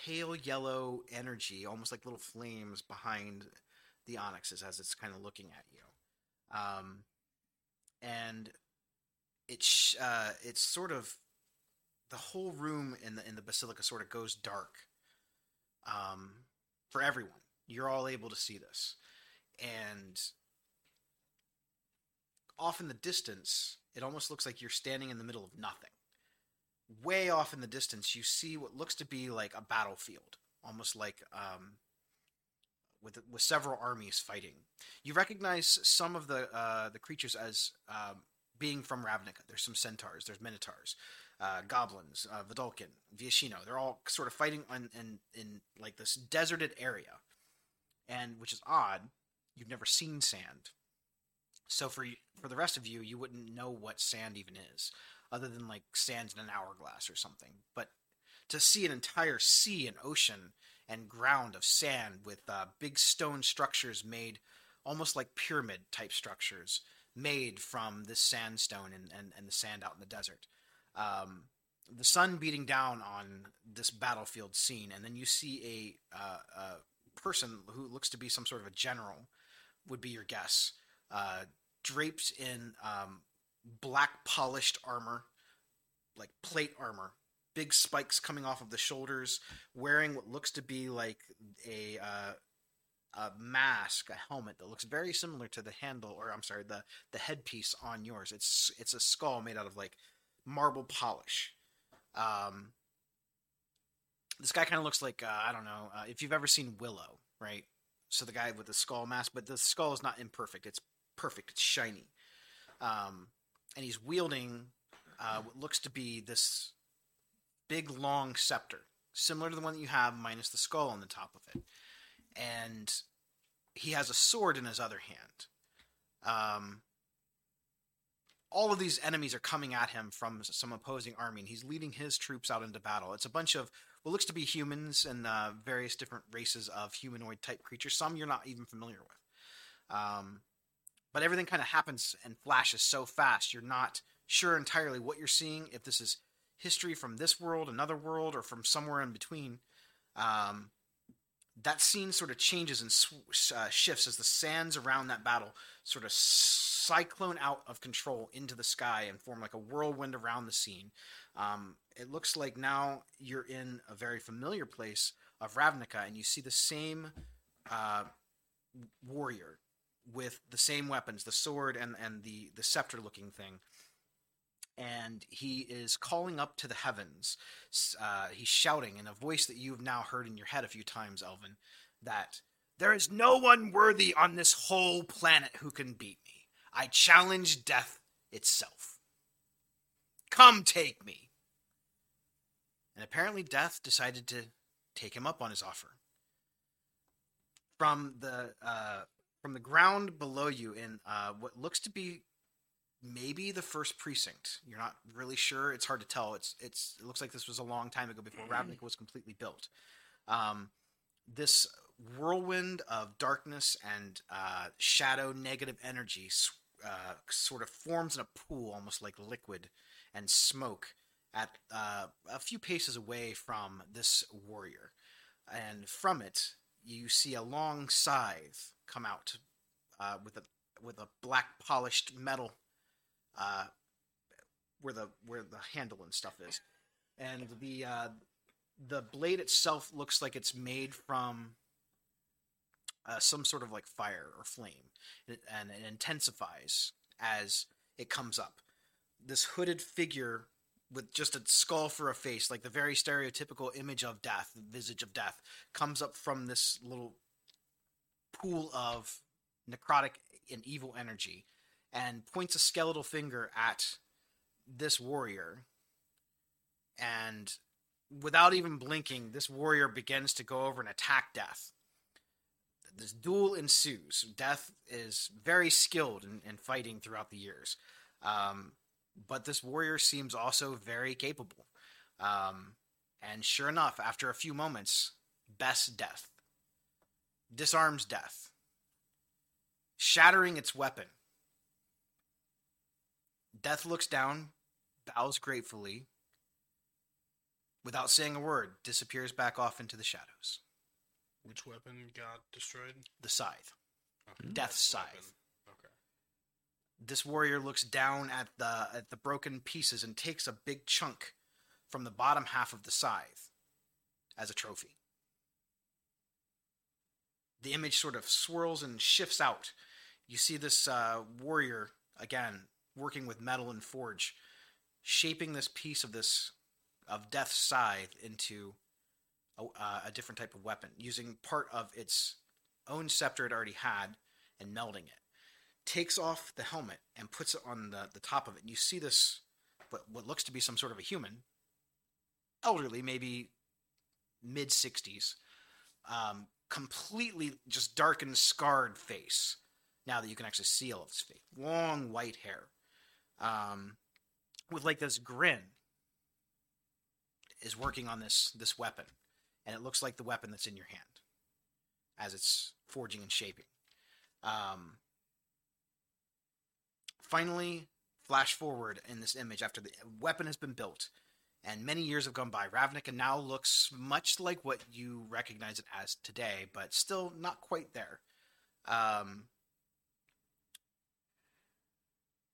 S2: pale yellow energy, almost like little flames behind the onyxes as it's kind of looking at you. Um, and it sh- uh, it's sort of the whole room in the in the basilica sort of goes dark um, for everyone. You're all able to see this, and off in the distance, it almost looks like you're standing in the middle of nothing. Way off in the distance, you see what looks to be like a battlefield, almost like um, with with several armies fighting. You recognize some of the uh, the creatures as um, being from Ravnica. There's some centaurs, there's minotaurs, uh, goblins, uh, Vidalkin, Viashino. They're all sort of fighting on, in in like this deserted area, and which is odd. You've never seen sand, so for y- for the rest of you, you wouldn't know what sand even is, other than like sand in an hourglass or something. But to see an entire sea and ocean and ground of sand with uh, big stone structures made almost like pyramid type structures made from this sandstone and, and, and the sand out in the desert um, the sun beating down on this battlefield scene, and then you see a, uh, a person who looks to be some sort of a general, would be your guess, uh, draped in um, black polished armor, like plate armor, big spikes coming off of the shoulders, wearing what looks to be like a. Uh, a mask, a helmet that looks very similar to the handle, or I'm sorry, the the headpiece on yours. It's it's a skull made out of like marble polish. Um, this guy kind of looks like uh, I don't know uh, if you've ever seen Willow, right? So the guy with the skull mask, but the skull is not imperfect; it's perfect, it's shiny. Um, and he's wielding uh, what looks to be this big, long scepter, similar to the one that you have, minus the skull on the top of it. And he has a sword in his other hand. Um, all of these enemies are coming at him from some opposing army, and he's leading his troops out into battle. It's a bunch of what looks to be humans and uh, various different races of humanoid type creatures, some you're not even familiar with. Um, but everything kind of happens and flashes so fast, you're not sure entirely what you're seeing, if this is history from this world, another world, or from somewhere in between. Um, that scene sort of changes and sw- uh, shifts as the sands around that battle sort of cyclone out of control into the sky and form like a whirlwind around the scene. Um, it looks like now you're in a very familiar place of Ravnica, and you see the same uh, warrior with the same weapons, the sword and and the the scepter looking thing. And he is calling up to the heavens. S- Uh, he's shouting in a voice that you've now heard in your head a few times, Elvin, that there is no one worthy on this whole planet who can beat me. I challenge death itself. Come take me. And apparently, death decided to take him up on his offer. From the uh, from the ground below you, in uh, what looks to be maybe the first precinct, you're not really sure. It's hard to tell. It's it's it looks like this was a long time ago before Ravnica was completely built. Um, this whirlwind of darkness and uh, shadow negative energy s- uh, sort of forms in a pool almost like liquid and smoke at uh, a few paces away from this warrior and from it you see a long scythe come out uh, with a with a black polished metal uh, where the where the handle and stuff is, and the uh, the blade itself looks like it's made from uh, some sort of like fire or flame, and it, and it intensifies as it comes up. This hooded figure with just a skull for a face, like the very stereotypical image of death, the visage of death, comes up from this little pool of necrotic and evil energy and points a skeletal finger at this warrior. And without even blinking, this warrior begins to go over and attack Death. This duel ensues. Death is very skilled in, in fighting throughout the years. Um, but this warrior seems also very capable. Um, and sure enough, after a few moments, best death disarms death, shattering its weapon. Death looks down, bows gratefully, without saying a word, disappears back off into the shadows.
S6: Which weapon got destroyed? Uh,
S2: The scythe, death's scythe.
S6: Okay.
S2: this warrior looks down at the at the broken pieces and takes a big chunk from the bottom half of the scythe as a trophy. The image sort of swirls and shifts out. You see this uh, warrior again working with metal and forge, shaping this piece of this of death's scythe into a, uh, a different type of weapon, using part of its own scepter it already had and melding it takes off the helmet and puts it on the, the top of it. And you see this, what, what looks to be some sort of a human, elderly, maybe mid 60s, um, completely just darkened, scarred face. Now that you can actually see all of his face, long white hair, um, with like this grin, is working on this this weapon, and it looks like the weapon that's in your hand, as it's forging and shaping. Um, finally flash forward in this image after the weapon has been built and many years have gone by. Ravnica now looks much like what you recognize it as today, but still not quite there. Um,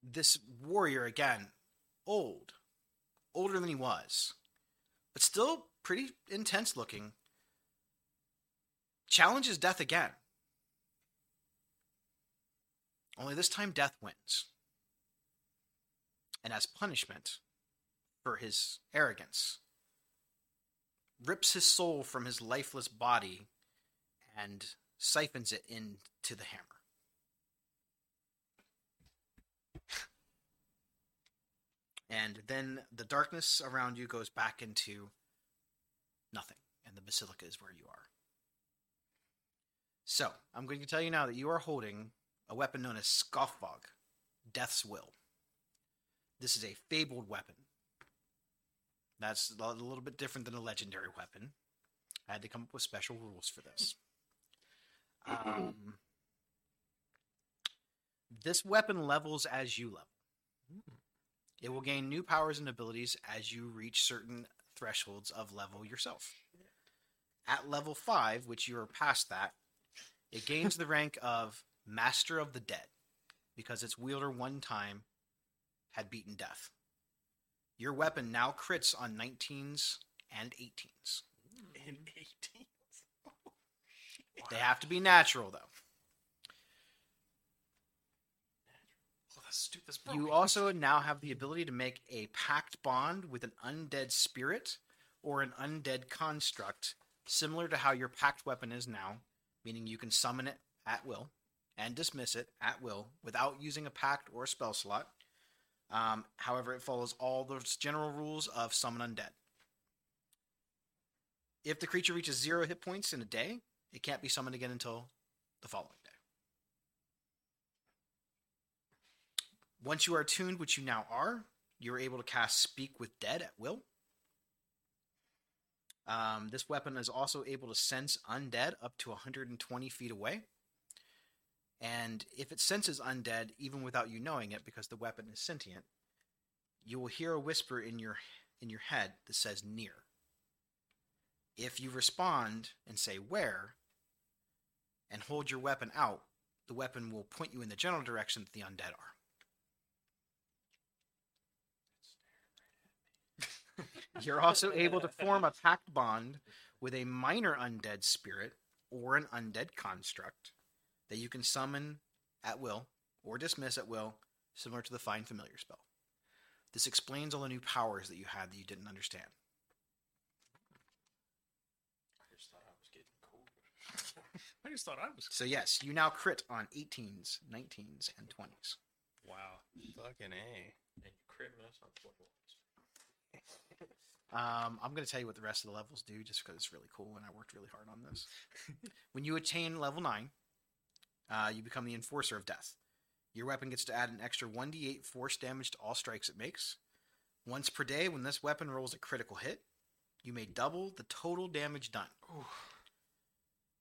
S2: this warrior, again, old, older than he was, but still pretty intense looking, challenges death again. Only this time, death wins. And as punishment for his arrogance, rips his soul from his lifeless body and siphons it into the hammer. And then the darkness around you goes back into nothing, and the basilica is where you are. So, I'm going to tell you now that you are holding a weapon known as Scoffbog, Death's Will. This is a fabled weapon. That's a little bit different than a legendary weapon. I had to come up with special rules for this. Um, this weapon levels as you level. It will gain new powers and abilities as you reach certain thresholds of level yourself. At level 5, which you are past that, it gains the rank of Master of the Dead because its wielder one time had beaten death. Your weapon now crits on 19s and 18s.
S6: In 18.
S2: They have to be natural, though.
S5: Oh, that's stupid. That's
S2: You also now have the ability to make a pact bond with an undead spirit or an undead construct, similar to how your pact weapon is now, meaning you can summon it at will and dismiss it at will without using a pact or a spell slot. Um, however, it follows all those general rules of summon undead. If the creature reaches zero hit points in a day, it can't be summoned again until the following day. Once you are attuned, which you now are, you're able to cast Speak with Dead at will. Um, this weapon is also able to sense undead up to 120 feet away. And if it senses undead, even without you knowing it, because the weapon is sentient, you will hear a whisper in your in your head that says near. If you respond and say where and hold your weapon out, the weapon will point you in the general direction that the undead are. You're also able to form a pact bond with a minor undead spirit or an undead construct that you can summon at will or dismiss at will, similar to the Find Familiar spell. This explains all the new powers that you had that you didn't understand.
S5: I just thought I was.
S2: So, yes, you now crit on 18s, 19s, and 20s.
S6: Wow. Fucking A.
S4: And you crit miss on 21.
S2: Um, I'm going to tell you what the rest of the levels do just because it's really cool and I worked really hard on this. when you attain level 9, uh, you become the Enforcer of Death. Your weapon gets to add an extra 1d8 force damage to all strikes it makes. Once per day, when this weapon rolls a critical hit, you may double the total damage done.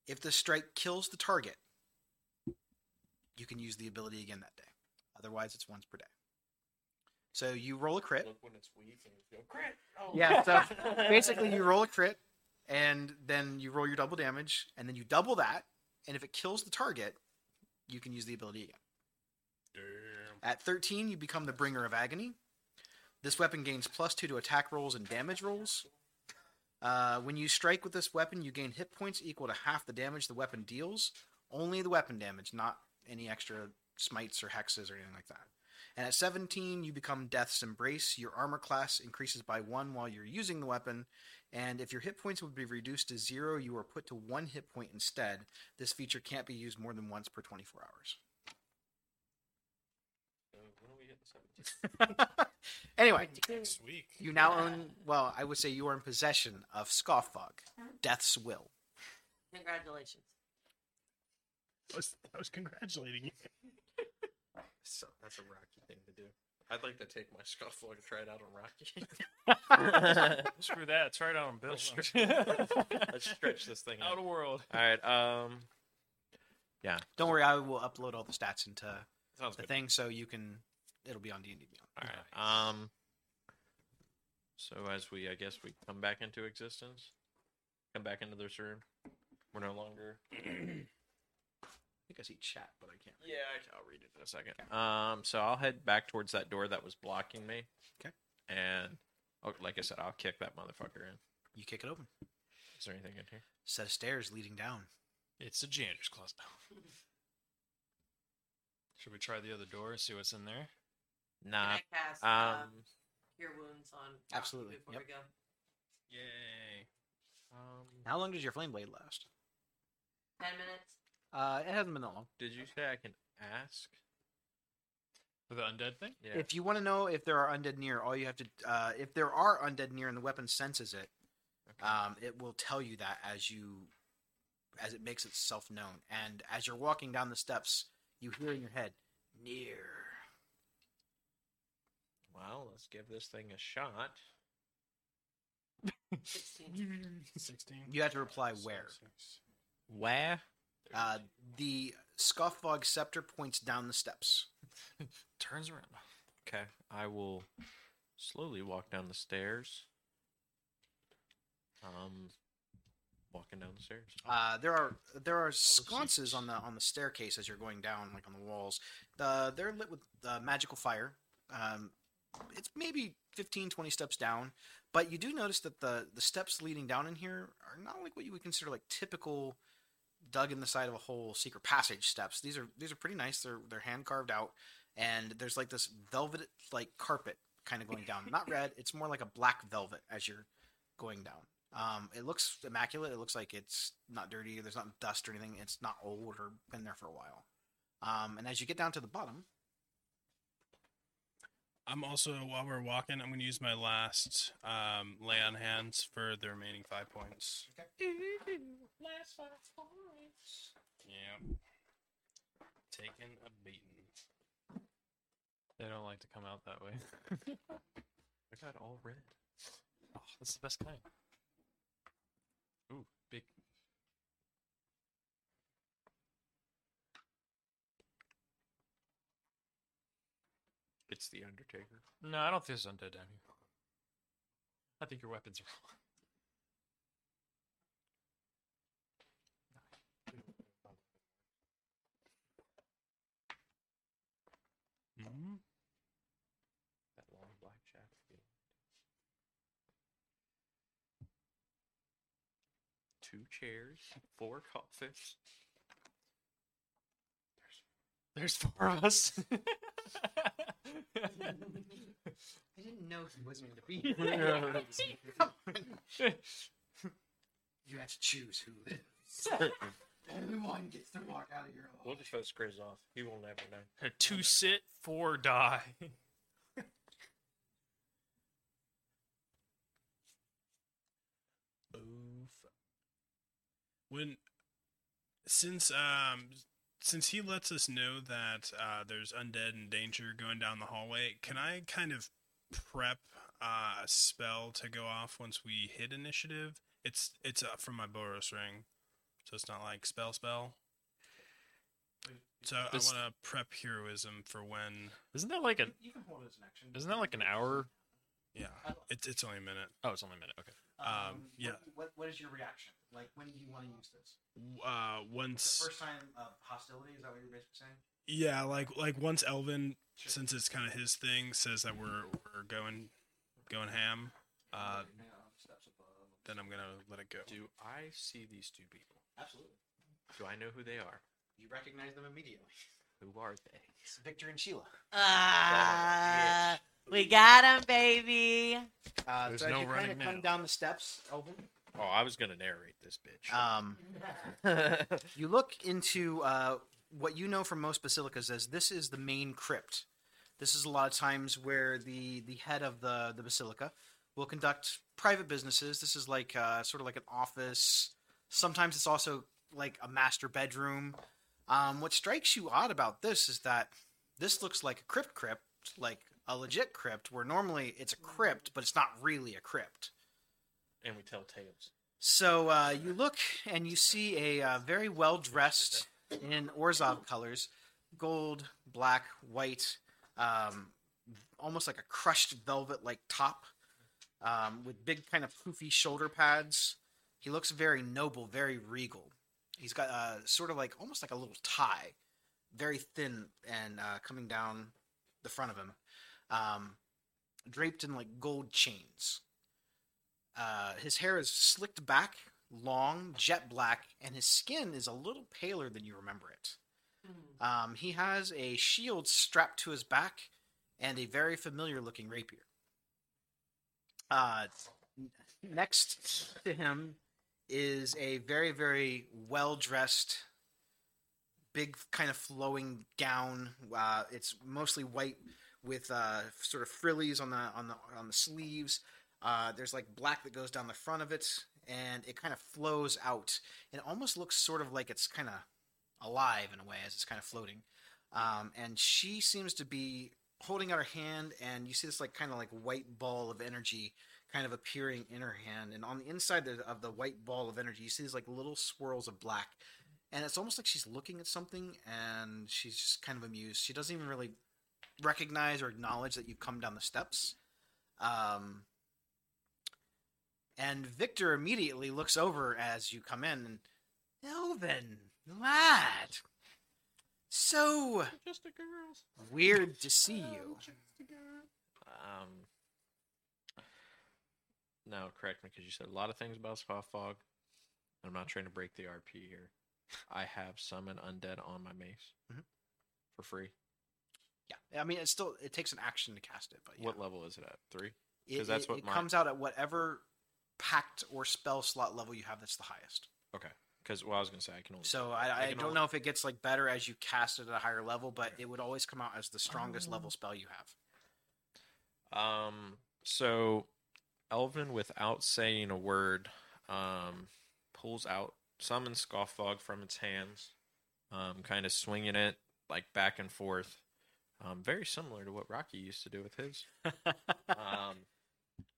S2: If the strike kills the target, you can use the ability again that day. Otherwise, it's once per day. So you roll a crit.
S4: Look when it's weak and you go crit. Oh.
S2: Yeah, so basically you roll a crit and then you roll your double damage and then you double that and if it kills the target you can use the ability again
S6: Damn.
S2: at 13 you become the bringer of agony this weapon gains plus 2 to attack rolls and damage rolls uh, when you strike with this weapon you gain hit points equal to half the damage the weapon deals only the weapon damage not any extra smites or hexes or anything like that and at 17 you become death's embrace your armor class increases by 1 while you're using the weapon and if your hit points would be reduced to zero, you are put to one hit point instead. This feature can't be used more than once per 24 hours. anyway,
S6: Next week.
S2: you now own, well, I would say you are in possession of Scoffog, Death's Will.
S3: Congratulations.
S6: I was, I was congratulating you.
S4: So that's a Rocky thing to do. I'd like to take my scuffle and try it out on Rocky.
S5: Screw that. Try it out on Bill.
S4: Let's Let's stretch this thing
S5: out
S4: out.
S5: of world.
S4: All right. Um. Yeah.
S2: Don't worry, I will upload all the stats into
S4: Sounds
S2: the
S4: good.
S2: thing so you can, it'll be on D&D Beyond.
S4: All right. Um. So as we, I guess, we come back into existence, come back into this room. We're no longer.
S2: I think I see chat, but I can't.
S4: Yeah, I- I'll read it in a second. Um. So I'll head back towards that door that was blocking me.
S2: Okay.
S4: And, oh, like I said, I'll kick that motherfucker in.
S2: You kick it open.
S4: Is there anything in here?
S2: Set of stairs leading down.
S5: It's a janitor's closet. Should we try the other door and see what's in there?
S3: Can
S4: Nah.
S3: I cast um,
S4: Uh, Um.
S3: cure wounds on Rocky
S2: Absolutely,
S3: before
S2: yep.
S3: we go?
S4: Yay. Um.
S2: How long does your flame blade last?
S3: Ten minutes.
S2: Uh, it hasn't been that long.
S4: Did you say I can ask?
S5: For the undead thing?
S4: Yeah.
S2: If you want to know if there are undead near, all you have to, uh, if there are undead near and the weapon senses it, um, it will tell you that as you, as it makes itself known. And as you're walking down the steps, you hear in your head, near.
S4: Well, let's give this thing a shot.
S3: Sixteen.
S6: 16.
S2: You have to reply where.
S4: Where?
S2: Uh, the scuffbog scepter points down the steps.
S5: Turns around.
S4: Okay, I will slowly walk down the stairs. Um, walking down the stairs.
S2: Uh, there are there are sconces on the on the staircase as you're going down, like on the walls. Uh, they're lit with uh, magical fire. Um, it's maybe 15, 20 steps down, but you do notice that the the steps leading down in here are not like what you would consider like typical dug in the side of a hole secret passage steps. These are these are pretty nice. They're they're hand carved out, and there's like this velvet like carpet kind of going down. Not red. It's more like a black velvet as you're going down. Um, it looks immaculate. It looks like it's not dirty. There's not dust or anything. It's not old or been there for a while. Um, and as you get down to the bottom,
S6: I'm also, while we're walking, I'm going to use my last um, lay on hands for the remaining five points.
S7: Last five points.
S6: Yep. Taking a beating.
S5: They don't like to come out that way.
S4: I got all red.
S5: Oh, that's the best kind. Ooh, big.
S4: It's the Undertaker.
S5: No, I don't think there's undead down here. I think your weapons are wrong.
S4: That long black shaft. two chairs, four coffins.
S5: There's four of us.
S8: I didn't know he wasn't going to be here. Come on. You have to choose who lives. Everyone gets to walk out of here alive.
S4: We'll just vote Grizz off. He will never know.
S5: two sit, four die.
S6: Oof. When since um since he lets us know that uh, there's undead and danger going down the hallway, can I kind of prep uh, a spell to go off once we hit initiative? It's it's uh, from my Boros ring, so it's not like spell spell. So
S5: This-
S6: I want to prep heroism for when.
S5: Isn't that like a?
S8: You can hold it as an action.
S5: Isn't that like an hour?
S6: Yeah,
S8: Uh,
S6: it's it's only a minute.
S5: Oh, it's only a minute. Okay.
S6: Um, yeah.
S8: What, what, what is your reaction? Like, when do you want to use this?
S6: Uh,
S8: It's
S6: once
S8: the first time of hostility? Is that what you're basically saying?
S6: Yeah, like like once Elvin, since it's kind of his thing, says that we're we're going going ham, uh,
S8: Yeah, steps above.
S6: then I'm gonna let it go.
S4: Do I see these two people?
S8: Absolutely.
S4: Do I know who they are?
S8: You recognize them immediately.
S4: Who are they?
S8: It's Victor and Sheila.
S3: Ah, we got him, baby.
S2: Uh,
S5: There's
S2: so as
S5: no
S2: you kind
S5: running
S2: of come
S5: now.
S2: down the steps, Elvin,
S4: Oh, I was gonna narrate this bitch.
S2: um, you look into uh, what you know from most basilicas as this is the main crypt. This is a lot of times where the, the head of the, the basilica will conduct private businesses. This is like uh, sort of like an office. Sometimes it's also like a master bedroom. Um, what strikes you odd about this is that this looks like a crypt crypt, like a legit crypt, where normally it's a crypt, but it's not really a crypt.
S4: and we tell tales.
S2: So uh, you look and you see a uh, very well dressed in Orzov colors, gold, black, white, um, almost like a crushed velvet like top, um, with big kind of poofy shoulder pads. He looks very noble, very regal. He's got uh, sort of like almost like a little tie, very thin and uh, coming down the front of him, um, draped in like gold chains. Uh, his hair is slicked back, long, jet black, and his skin is a little paler than you remember it. Um, he has a shield strapped to his back and a very familiar looking rapier. Uh, n- next to him is a very, very well dressed, big kind of flowing gown. Uh, it's mostly white with uh, sort of frillies on the on the on the sleeves. Uh, there's like black that goes down the front of it, and it kind of flows out. It almost looks sort of like it's kind of alive in a way as it's kind of floating. Um, and she seems to be holding out her hand, and you see this like kind of like white ball of energy kind of appearing in her hand. And on the inside of the- of the white ball of energy, you see these like little swirls of black. And it's almost like she's looking at something, and she's just kind of amused. She doesn't even really recognize or acknowledge that you've come down the steps. Um, and Victor immediately looks over as you come in and Elvin, lad. So
S4: Just a girl.
S2: weird to see you.
S4: Um. No, correct me because you said a lot of things about spot fog. I'm not trying to break the RP here. I have summon undead on my mace
S2: Mhm.
S4: for free.
S2: Yeah. I mean it still it takes an action to cast it, but yeah.
S4: What level is it at? Three.
S2: It-
S4: 'cause that's
S2: it,
S4: what
S2: it
S4: mine-
S2: comes out at whatever pact or spell slot level you have that's the highest.
S4: Because well, I was gonna say I can only.
S2: So I, I
S4: can
S2: don't
S4: only-
S2: know if it gets like better as you cast it at a higher level, but it would always come out as the
S3: Oh.
S2: strongest level spell you have.
S4: Um. So, Elvin, without saying a word, um, pulls out summons scoff fog from its hands, um, kind of swinging it like back and forth, um, very similar to what Rocky used to do with his. um,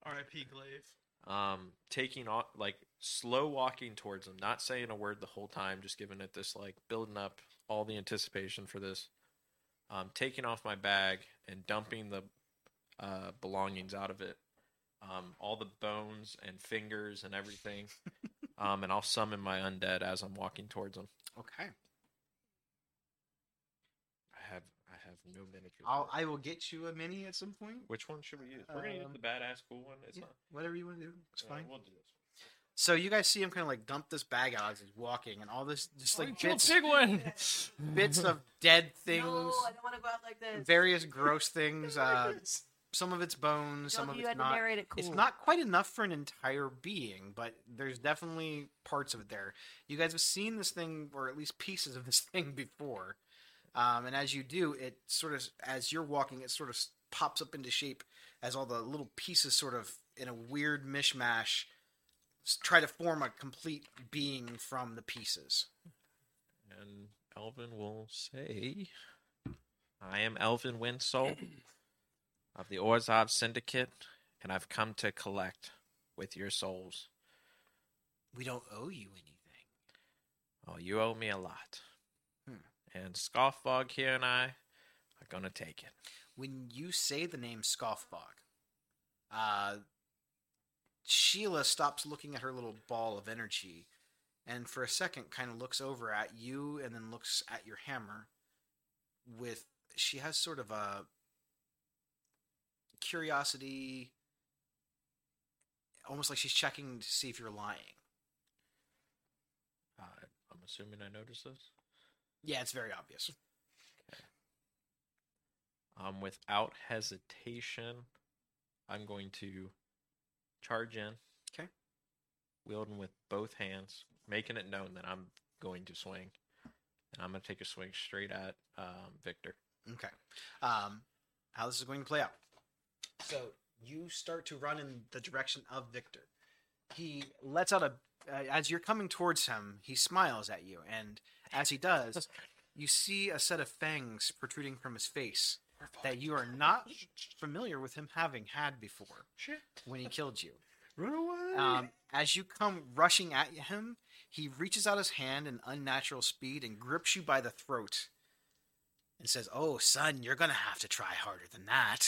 S6: R.I.P. Glaive.
S4: um, taking off, like slow walking towards him, not saying a word the whole time, just giving it this like building up all the anticipation for this. Um, taking off my bag and dumping the uh, belongings out of it, um, all the bones and fingers and everything. um, and I'll summon my undead as I'm walking towards him.
S2: Okay.
S4: I have I have no miniatures.
S2: I'll I will get you a mini at some point.
S4: Which one should we use? We're gonna use
S2: Um,
S4: the badass cool one. It's
S2: Yeah,
S4: not.
S2: whatever you want to do. It's
S4: uh,
S2: fine.
S4: we'll do this.
S2: So you guys see him kind of like dump this bag out as he's walking, and all this just like
S5: Kill
S2: bits,
S5: Pigwin!
S2: bits of dead things,
S3: No, I don't want to go out like this.
S2: various gross things. Uh, some of it's bones,
S3: Don't
S2: some of
S3: you
S2: it's
S3: had to
S2: not.
S3: narrate it cool.
S2: It's not quite enough for an entire being, but there's definitely parts of it there. You guys have seen this thing, or at least pieces of this thing before. Um, and as you do, it sort of, as you're walking, it sort of s- pops up into shape as all the little pieces sort of, in a weird mishmash, s- try to form a complete being from the pieces.
S4: And Elvin will say, I am Elvin Winsol of the Orzov Syndicate, and I've come to collect with your souls.
S2: We don't owe you anything.
S4: Oh, you owe me a lot.
S2: Hmm.
S4: And Scoffbog here and I are going to take it.
S2: when you say the name Scoffbog, uh, Sheila stops looking at her little ball of energy and for a second kind of looks over at you and then looks at your hammer with she has sort of a curiosity almost like she's checking to see if you're lying
S4: Uh, I'm assuming I noticed this.
S2: yeah it's very obvious
S4: Um, without hesitation, I'm going to charge in.
S2: 'Kay.
S4: Wielding with both hands, making it known that I'm going to swing. And I'm going to take a swing straight at um, Victor.
S2: Okay. Um, how this is going to play out. So you start to run in the direction of Victor. He lets out a. Uh, as you're coming towards him, he smiles at you, and as he does, you see a set of fangs protruding from his face that you are not familiar with him having had before when he killed you.
S4: Run away!
S2: Um, as you come rushing at him, he reaches out his hand in unnatural speed and grips you by the throat and says, Oh, son, you're going to have to try harder than that.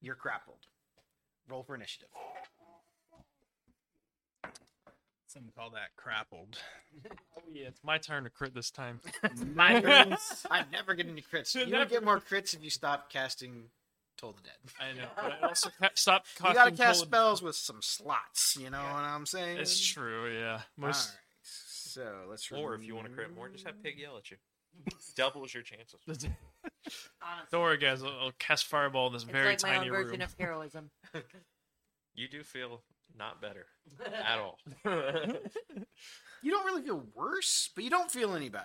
S2: You're grappled. Roll for initiative.
S6: Some call that crappled.
S5: yeah, it's my turn to crit this time.
S2: My crits. I'm never getting any crits. You would
S5: Never.
S2: get more crits if you stop casting Toll the Dead.
S5: I know, but I also ca- stop
S2: You got to
S5: casting
S2: cast
S5: cold-
S2: spells with some slots. You know what I'm saying?
S5: It's true, yeah. Most
S2: All right. So let's
S4: Or if you want to crit more, just have Pig yell at you. Doubles your chances.
S3: Honestly.
S5: Don't worry, guys. I'll, I'll cast fireball in this
S3: It's
S5: very
S3: like my own
S5: tiny
S3: version
S5: room.
S3: of heroism.
S4: You do feel not better at all.
S2: You don't really feel worse, but you don't feel any better.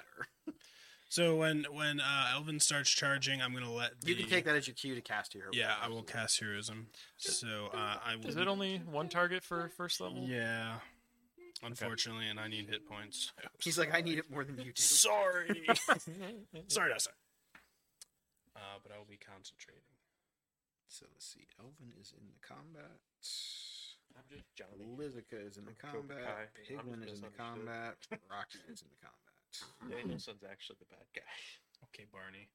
S6: So when when uh, Elvin starts charging, I'm gonna let the,
S2: You can take that as your cue to cast your.
S6: Yeah, I will cast heroism. So uh, I will.
S5: Is it only one target for first level?
S6: Yeah. Unfortunately, and I need hit points.
S2: He's like, I need it more than you do.
S6: Sorry. Sorry, Dustin. Uh, but I will be concentrating.
S2: So let's see. Elvin is in the combat.
S4: I'm just Johnny.
S2: Lizica is in the
S4: I'm Cobra
S2: combat.
S4: Kai.
S2: Pigman is
S4: I'm just
S2: in the
S4: misunderstood.
S2: combat. Rocky is in the combat.
S4: Danielson's actually the bad guy.
S6: Okay, Barney.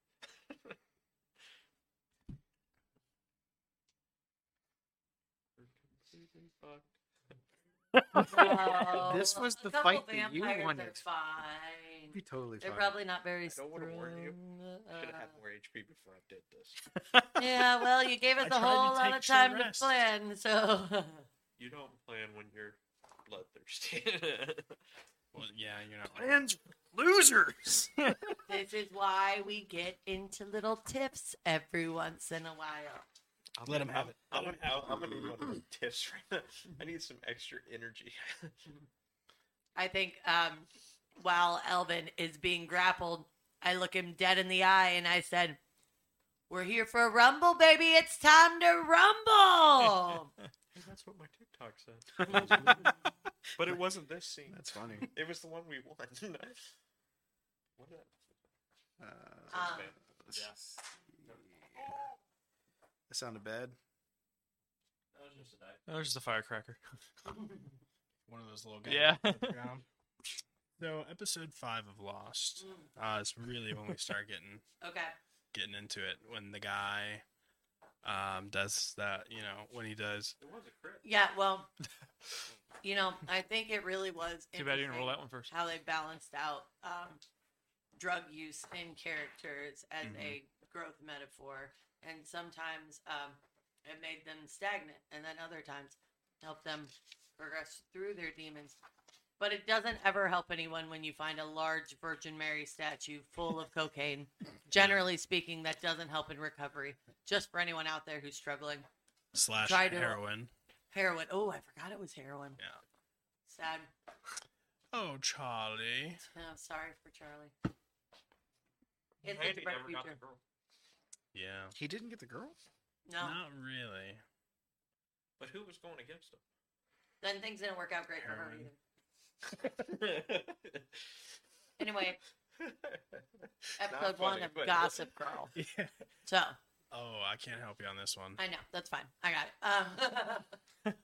S3: No,
S2: This was
S3: a
S2: the
S3: couple
S2: fight that you
S3: vampires are
S2: wanted.
S3: Fine.
S2: Be totally
S3: They're
S2: fine.
S3: probably not very
S4: don't
S3: strong.
S4: wanna warn you. Should have had more HP before I did this.
S3: uh, yeah, well, you gave us
S6: I
S3: a
S6: tried to
S3: whole lot
S6: take
S3: of
S6: some
S3: time to
S6: rest.
S3: plan, so
S4: You don't plan when you're bloodthirsty.
S6: Well, yeah, you're not.
S2: Plans losers.
S3: this is why we get into little tips every once in a while.
S6: Let him have it.
S4: I'm gonna, I'm, I'm gonna need one of those tips right now. I need some extra energy.
S3: I think um, while Elvin is being grappled, I look him dead in the eye and I said, "We're here for a rumble, baby. It's time to rumble."
S4: That's what my TikTok said. but it wasn't this scene.
S2: That's funny.
S4: It was the one we won. what did
S2: Uh,
S3: Um,
S2: let's see. That sounded bad.
S5: That was just a firecracker.
S6: One of those little guys.
S5: Yeah.
S6: around. So episode five of Lost. Uh, it's really when we start getting
S3: okay.
S6: getting into it when the guy um does that. You know when he does.
S3: Yeah. Well, you know, I think it really was.
S5: Too bad you didn't roll
S3: interesting
S5: that one first.
S3: How they balanced out um, drug use in characters as a
S5: Mm-hmm.
S3: growth metaphor, and sometimes um, it made them stagnant, and then other times help them progress through their demons. But it doesn't ever help anyone when you find a large Virgin Mary statue full of cocaine. Generally speaking, that doesn't help in recovery. Just for anyone out there who's struggling.
S6: slash
S3: Try to-
S6: heroin.
S3: Heroin. Oh, I forgot it was heroin.
S6: Yeah.
S3: Sad.
S6: Oh, Charlie.
S3: Oh, sorry for Charlie. It's
S5: Randy
S3: a bright
S5: never got the
S3: future.
S5: girl.
S6: Yeah.
S2: He didn't get the girl.
S3: No,
S6: Not really.
S4: But who was going against
S3: then things didn't work out great for her
S6: Heroin.
S3: either.
S4: him?
S3: Anyway, episode
S4: Not
S3: one
S4: funny,
S3: of
S4: but-
S3: Gossip Girl.
S6: Yeah.
S3: So
S6: Oh, I can't help you on this one.
S3: I know that's fine. I got it. Um,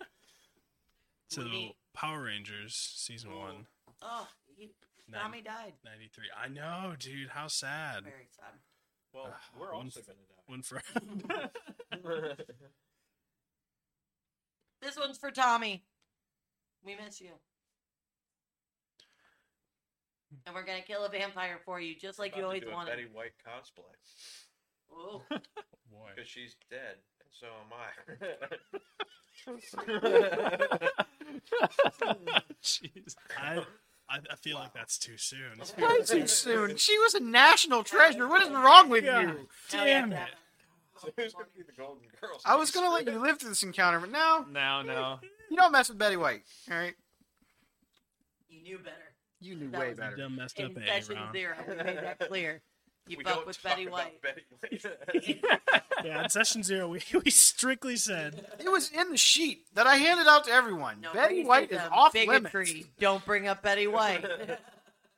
S6: So,
S3: movie.
S6: Power Rangers season
S3: Ooh.
S6: one,
S3: oh, he, Tommy
S6: nine-
S3: died.
S6: 93. I know, dude. How sad.
S3: Very sad.
S4: well,
S6: Ah,
S4: we're
S6: one
S4: also
S6: f-
S4: going
S6: One for
S4: to die.
S3: This one's for Tommy. We miss you. And we're gonna kill a vampire for you, just like you
S4: About to
S3: always
S4: do a
S3: wanted.
S4: Betty White cosplay
S3: Oh,
S6: boy.
S4: because she's dead, and so am I.
S6: Jeez. I, I, I feel like that's too soon.
S2: Way too soon. She was a national treasure. What is wrong with
S6: Yeah.
S2: you?
S3: now we have
S6: Damn
S3: to
S6: it.
S3: have
S4: so who's gonna be the Golden Girls?
S2: I was gonna let you live through this encounter, but now
S5: Now, now.
S2: you don't mess with Betty White. All right,
S3: You knew better.
S2: you knew
S3: That
S2: way
S3: was
S2: better.
S6: Dumb messed
S3: In
S6: up A,
S3: session
S6: Ron.
S3: zero, we made that clear. You
S4: We
S3: fuck
S4: don't
S3: with
S4: talk
S3: Betty
S4: about
S3: White.
S4: Betty
S6: Yeah, in session zero, we, we strictly said
S2: It was in the sheet that I handed out to everyone.
S3: No,
S2: Betty
S3: racism,
S2: White is off limits.
S3: bigotry. Don't bring up Betty White.
S4: it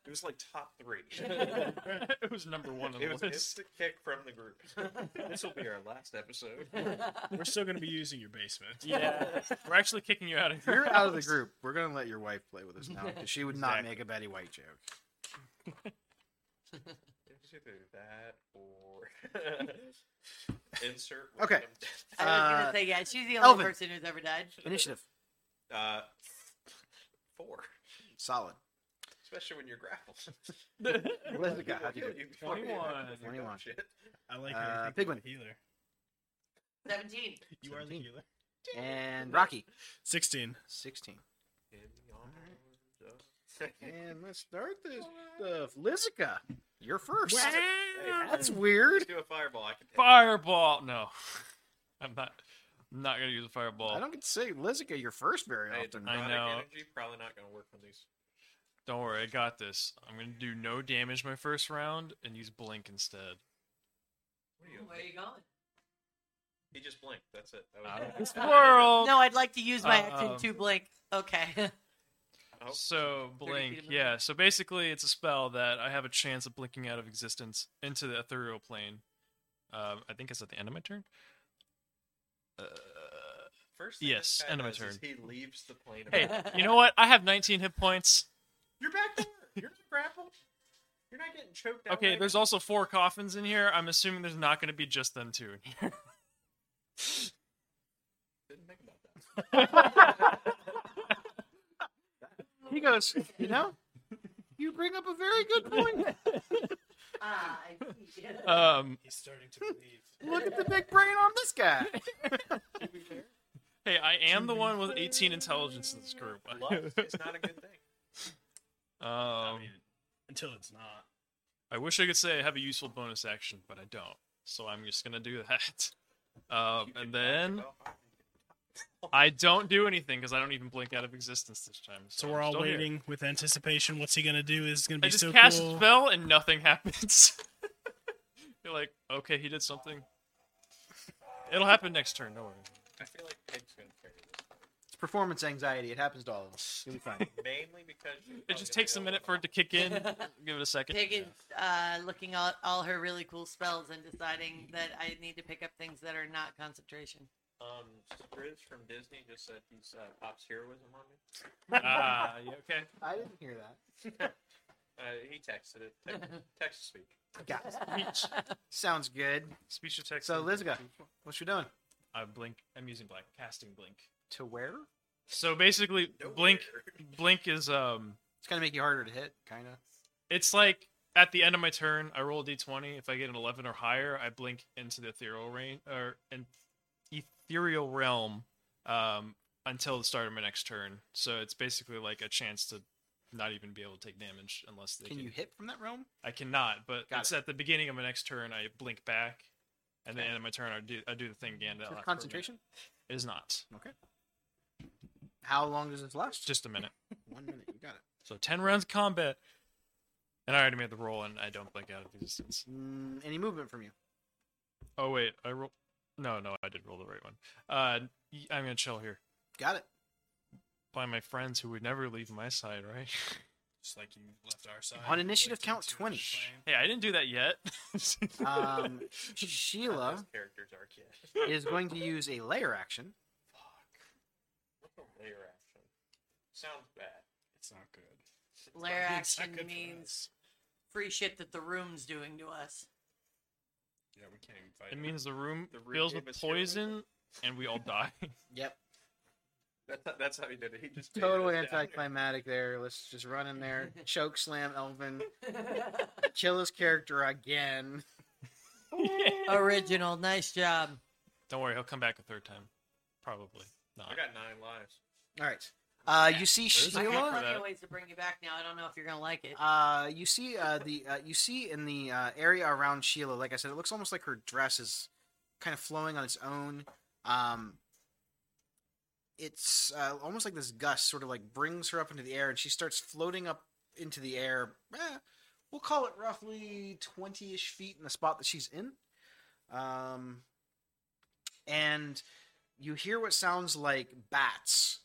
S4: was like top three.
S5: it was number one on the
S4: It was
S5: list.
S4: instant kick from the group. This will be our last episode.
S6: we're still going to be using your basement.
S5: Yeah. We're actually kicking you out of here.
S2: You're out of the group. We're gonna let your wife play with us now because she would not
S6: Exactly.
S2: make a Betty White joke.
S4: It's either that or insert.
S2: Okay.
S4: random-
S3: I was
S2: Uh,
S3: gonna say yeah, she's the only
S2: Elvin.
S3: person who's ever died.
S2: Initiative,
S4: Uh, four,
S2: solid.
S4: especially when you're grappled.
S2: What has it got? How'd you
S4: You'll
S2: do?
S4: kill you before you-
S5: 21.
S4: before you've done
S2: 21.
S4: shit.
S6: I like
S2: Uh,
S6: how you
S2: big
S6: think you're
S2: one.
S6: the healer.
S3: Seventeen.
S6: You are
S2: 17.
S6: the healer.
S2: And Rocky,
S6: 16.
S2: sixteen.
S4: In the arms of-
S2: And let's start this stuff. Lizica, you're first.
S4: Hey,
S2: That's weird.
S4: do a fireball. I can take it.
S5: Fireball. No. I'm not. I'm not gonna use a fireball.
S2: I don't get to say Lizica, you're first very
S4: Hey,
S2: often.
S5: I
S4: necrotic
S5: know.
S4: Energy probably not going to work on these.
S5: Don't worry, I got this. I'm gonna do no damage my first round and use blink instead.
S4: What are you?
S3: Where are you going?
S4: He just blinked. That's it. That was
S5: Out
S4: it.
S5: of this world.
S3: No, I'd like to use my
S5: Uh,
S3: action
S5: um,
S3: to blink. Okay.
S4: Oh,
S5: So
S3: feet
S5: blink,
S3: of
S5: yeah. So basically, it's a spell that I have a chance of blinking out of existence into the ethereal plane. Um, I think it's at the end of my turn. Uh,
S4: first thing
S5: yes,
S4: this guy
S5: end of my
S4: does is
S5: turn.
S4: He leaves the plane. of
S5: hey,
S4: battle.
S5: you know what? I have 19 hit points.
S4: you're back there. You're not grappled. You're not getting choked out.
S5: Okay,
S4: like-
S5: there's also four coffins in here. I'm assuming there's not going to be just them two. in here.
S4: Didn't think about that.
S2: He goes, you know, you bring up a very good point.
S3: Ah, I see.
S5: um,
S6: He's starting to believe.
S2: Look at the big brain on this guy.
S5: hey, I am the one with 18 intelligence in this group.
S4: Lust is Oh, not a good thing.
S6: I
S5: um,
S6: mean, until it's not.
S5: I wish I could say I have a useful bonus action, but I don't. So I'm just gonna do that. Um,
S4: You can
S5: and
S4: knock
S5: then
S4: yourself out.
S5: I don't do anything because I don't even blink out of existence this time. So,
S6: So we're
S5: I'm
S6: all
S5: still here.
S6: waiting with anticipation. What's he going to do? Is going to
S5: I
S6: be
S5: just
S6: so
S5: cast a
S6: cool.
S5: spell and nothing happens. You're like, okay, he did something. It'll happen next turn. Don't worry.
S4: I feel like Pig's going to carry this.
S2: It's performance anxiety. It happens to all of us. You'll be fine.
S4: Mainly because you're
S5: It
S4: probably
S5: just
S4: gonna
S5: takes a
S4: be
S5: minute
S4: able
S5: for it to kick in. Give it a second.
S3: Pig is uh, looking at all her really cool spells and deciding that I need to pick up things that are not concentration.
S4: Um, Scrizz from Disney just said he's uh, pops heroism on me.
S5: Ah, yeah, okay.
S2: I didn't hear that.
S4: Uh, he texted it. Text, text speak.
S2: Guys, sounds good.
S5: Speech to text.
S2: So, Lizga, what you doing?
S5: I blink. I'm using black casting blink.
S2: To where?
S5: So basically, blink blink is um
S2: It's gonna make you harder to hit, kind of.
S5: it's like at the end of my turn i roll a d20 if i get an 11 or higher i blink into the ethereal rain or an ethereal realm um until the start of my next turn. So it's basically like a chance to not even be able to take damage unless they
S2: Can
S5: can.
S2: you hit from that realm?
S5: I cannot, but
S2: Got
S5: it's
S2: it.
S5: at the beginning of my next turn. I blink back, and then at the end of my turn, I do I do the thing again. that
S2: For
S5: lasts for a minute.
S2: concentration?
S5: It is not.
S2: How long does this last?
S5: Just a minute.
S2: one minute. You got it.
S5: So ten rounds of combat, and I already made the roll, and I don't blink out of existence.
S2: Mm, any movement from you?
S5: Oh wait, I roll. No, no, I did roll the right one. Uh, y- I'm gonna chill here
S2: Got it.
S5: by my friends who would never leave my side, right?
S6: Just like you left our side.
S2: On initiative
S6: Wait
S2: count
S6: until
S2: 20.
S6: it's playing.
S5: Hey, I didn't do that yet.
S2: Um, Sheila
S4: characters are kid.
S2: is going to use a layer action.
S4: Layer action. Sounds bad.
S6: It's not good.
S3: Lair
S6: It's not
S3: action
S6: good for
S3: means
S6: us.
S3: free shit that the room's doing to us.
S6: Yeah, we can't even fight.
S5: it means the room
S4: The room
S5: fills
S4: gave
S5: with
S4: us heroin.
S5: poison, and we all die.
S2: Yep.
S4: That's how, that's how he did it. He just
S2: Total
S4: baited us down there.
S2: anticlimactic there. Let's just run in there, choke slam Elvin, kill his character again.
S3: Original, nice job.
S5: Don't worry, he'll come back a third time, probably. Not.
S4: I got nine lives.
S2: All right. Uh, you see
S5: There's a
S3: I got
S5: lot for
S2: Sheila.
S3: plenty
S5: that.
S3: of ways to bring you back now. I don't know if you're gonna like it.
S2: Uh, you see uh, the uh, you see in the uh, area around Sheila. Like I said, it looks almost like her dress is kind of flowing on its own. Um, it's uh, almost like this gust sort of like brings her up into the air, and she starts floating up into the air. eh, we'll call it roughly twenty-ish feet in the spot that she's in. Um, and you hear what sounds like bats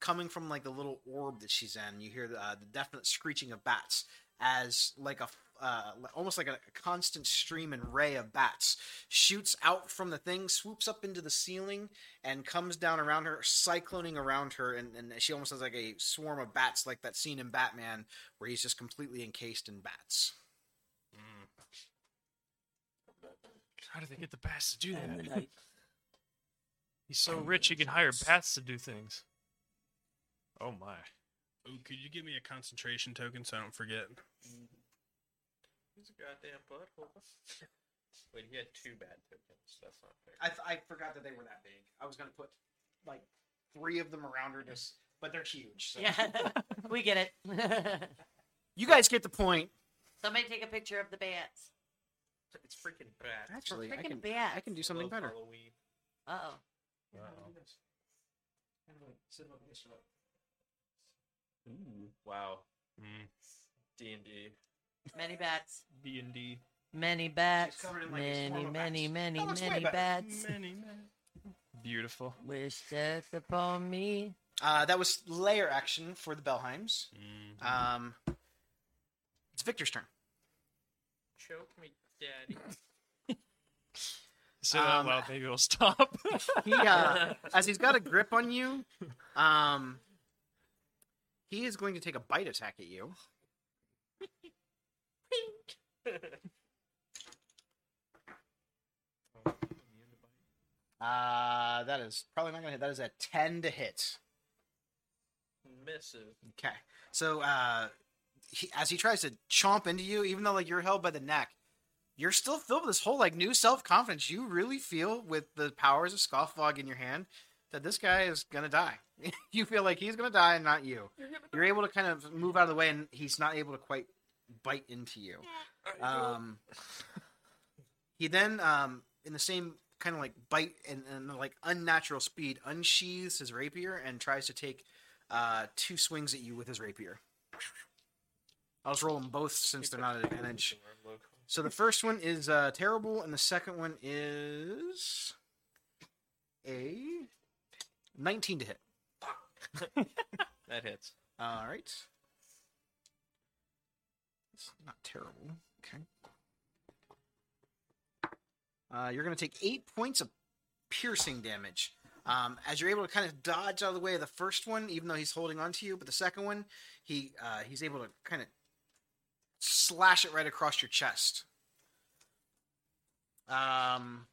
S2: coming from like the little orb that she's in. You hear the, uh, the definite screeching of bats as like a uh, li- almost like a, a constant stream and ray of bats shoots out from the thing, swoops up into the ceiling, and comes down around her, cycloning around her, and, and she almost has like a swarm of bats, like that scene in Batman where he's just completely encased in bats.
S5: How did they get the bats to do that? He's so rich he can hire bats to do things. Oh my.
S6: Ooh, could you give me a concentration token so I don't forget?
S4: He's a goddamn butthole. Wait, he had two bad tokens. That's not fair.
S2: I, th- I forgot that they were that big. I was gonna put like three of them around her, just but they're huge. So.
S3: yeah, we get it.
S2: You guys get the point.
S3: Somebody take a picture of the bats.
S4: It's freaking bad.
S2: Actually, I
S3: freaking
S2: can
S3: bats.
S2: I can do something
S4: Love
S2: better.
S4: Halloween.
S3: Uh oh.
S4: Oh. Hmm. Wow. Hmm. D and D.
S3: Many bats.
S5: D and D.
S3: Many bats.
S2: She's covered in, like, a
S3: many,
S2: swarm of
S3: many,
S2: bats.
S3: many,
S2: That looks way
S3: many
S2: better.
S3: bats.
S6: Many, many.
S5: Beautiful.
S3: Wish death upon me.
S2: Uh, that was layer action for the Bellheims. Um, it's Victor's turn.
S4: Choke me, daddy.
S5: Say that out
S2: Um,
S5: loud, maybe it'll stop.
S2: He, uh, as he's got a grip on you, um, he is going to take a bite attack at you. Uh, that is probably not going to hit. That is a 10 to hit.
S4: Misses.
S2: Okay. So uh, he, as he tries to chomp into you, even though like you're held by the neck, you're still filled with this whole like new self confidence. You really feel with the powers of Scofflog in your hand that this guy is gonna die. you feel like he's gonna die and not you. You're able to kind of move out of the way, and he's not able to quite bite into you. Um, he then, um, in the same kind of like bite and, and like unnatural speed, unsheathes his rapier and tries to take uh, two swings at you with his rapier. I was rolling both since they're not at advantage. So the first one is uh, terrible, and the second one is a 19 to hit.
S4: That hits.
S2: All right. It's not terrible. Okay. Uh, you're going to take eight points of piercing damage. Um, as you're able to kind of dodge out of the way of the first one, even though he's holding on to you, but the second one, he uh, he's able to kind of slash it right across your chest. Um,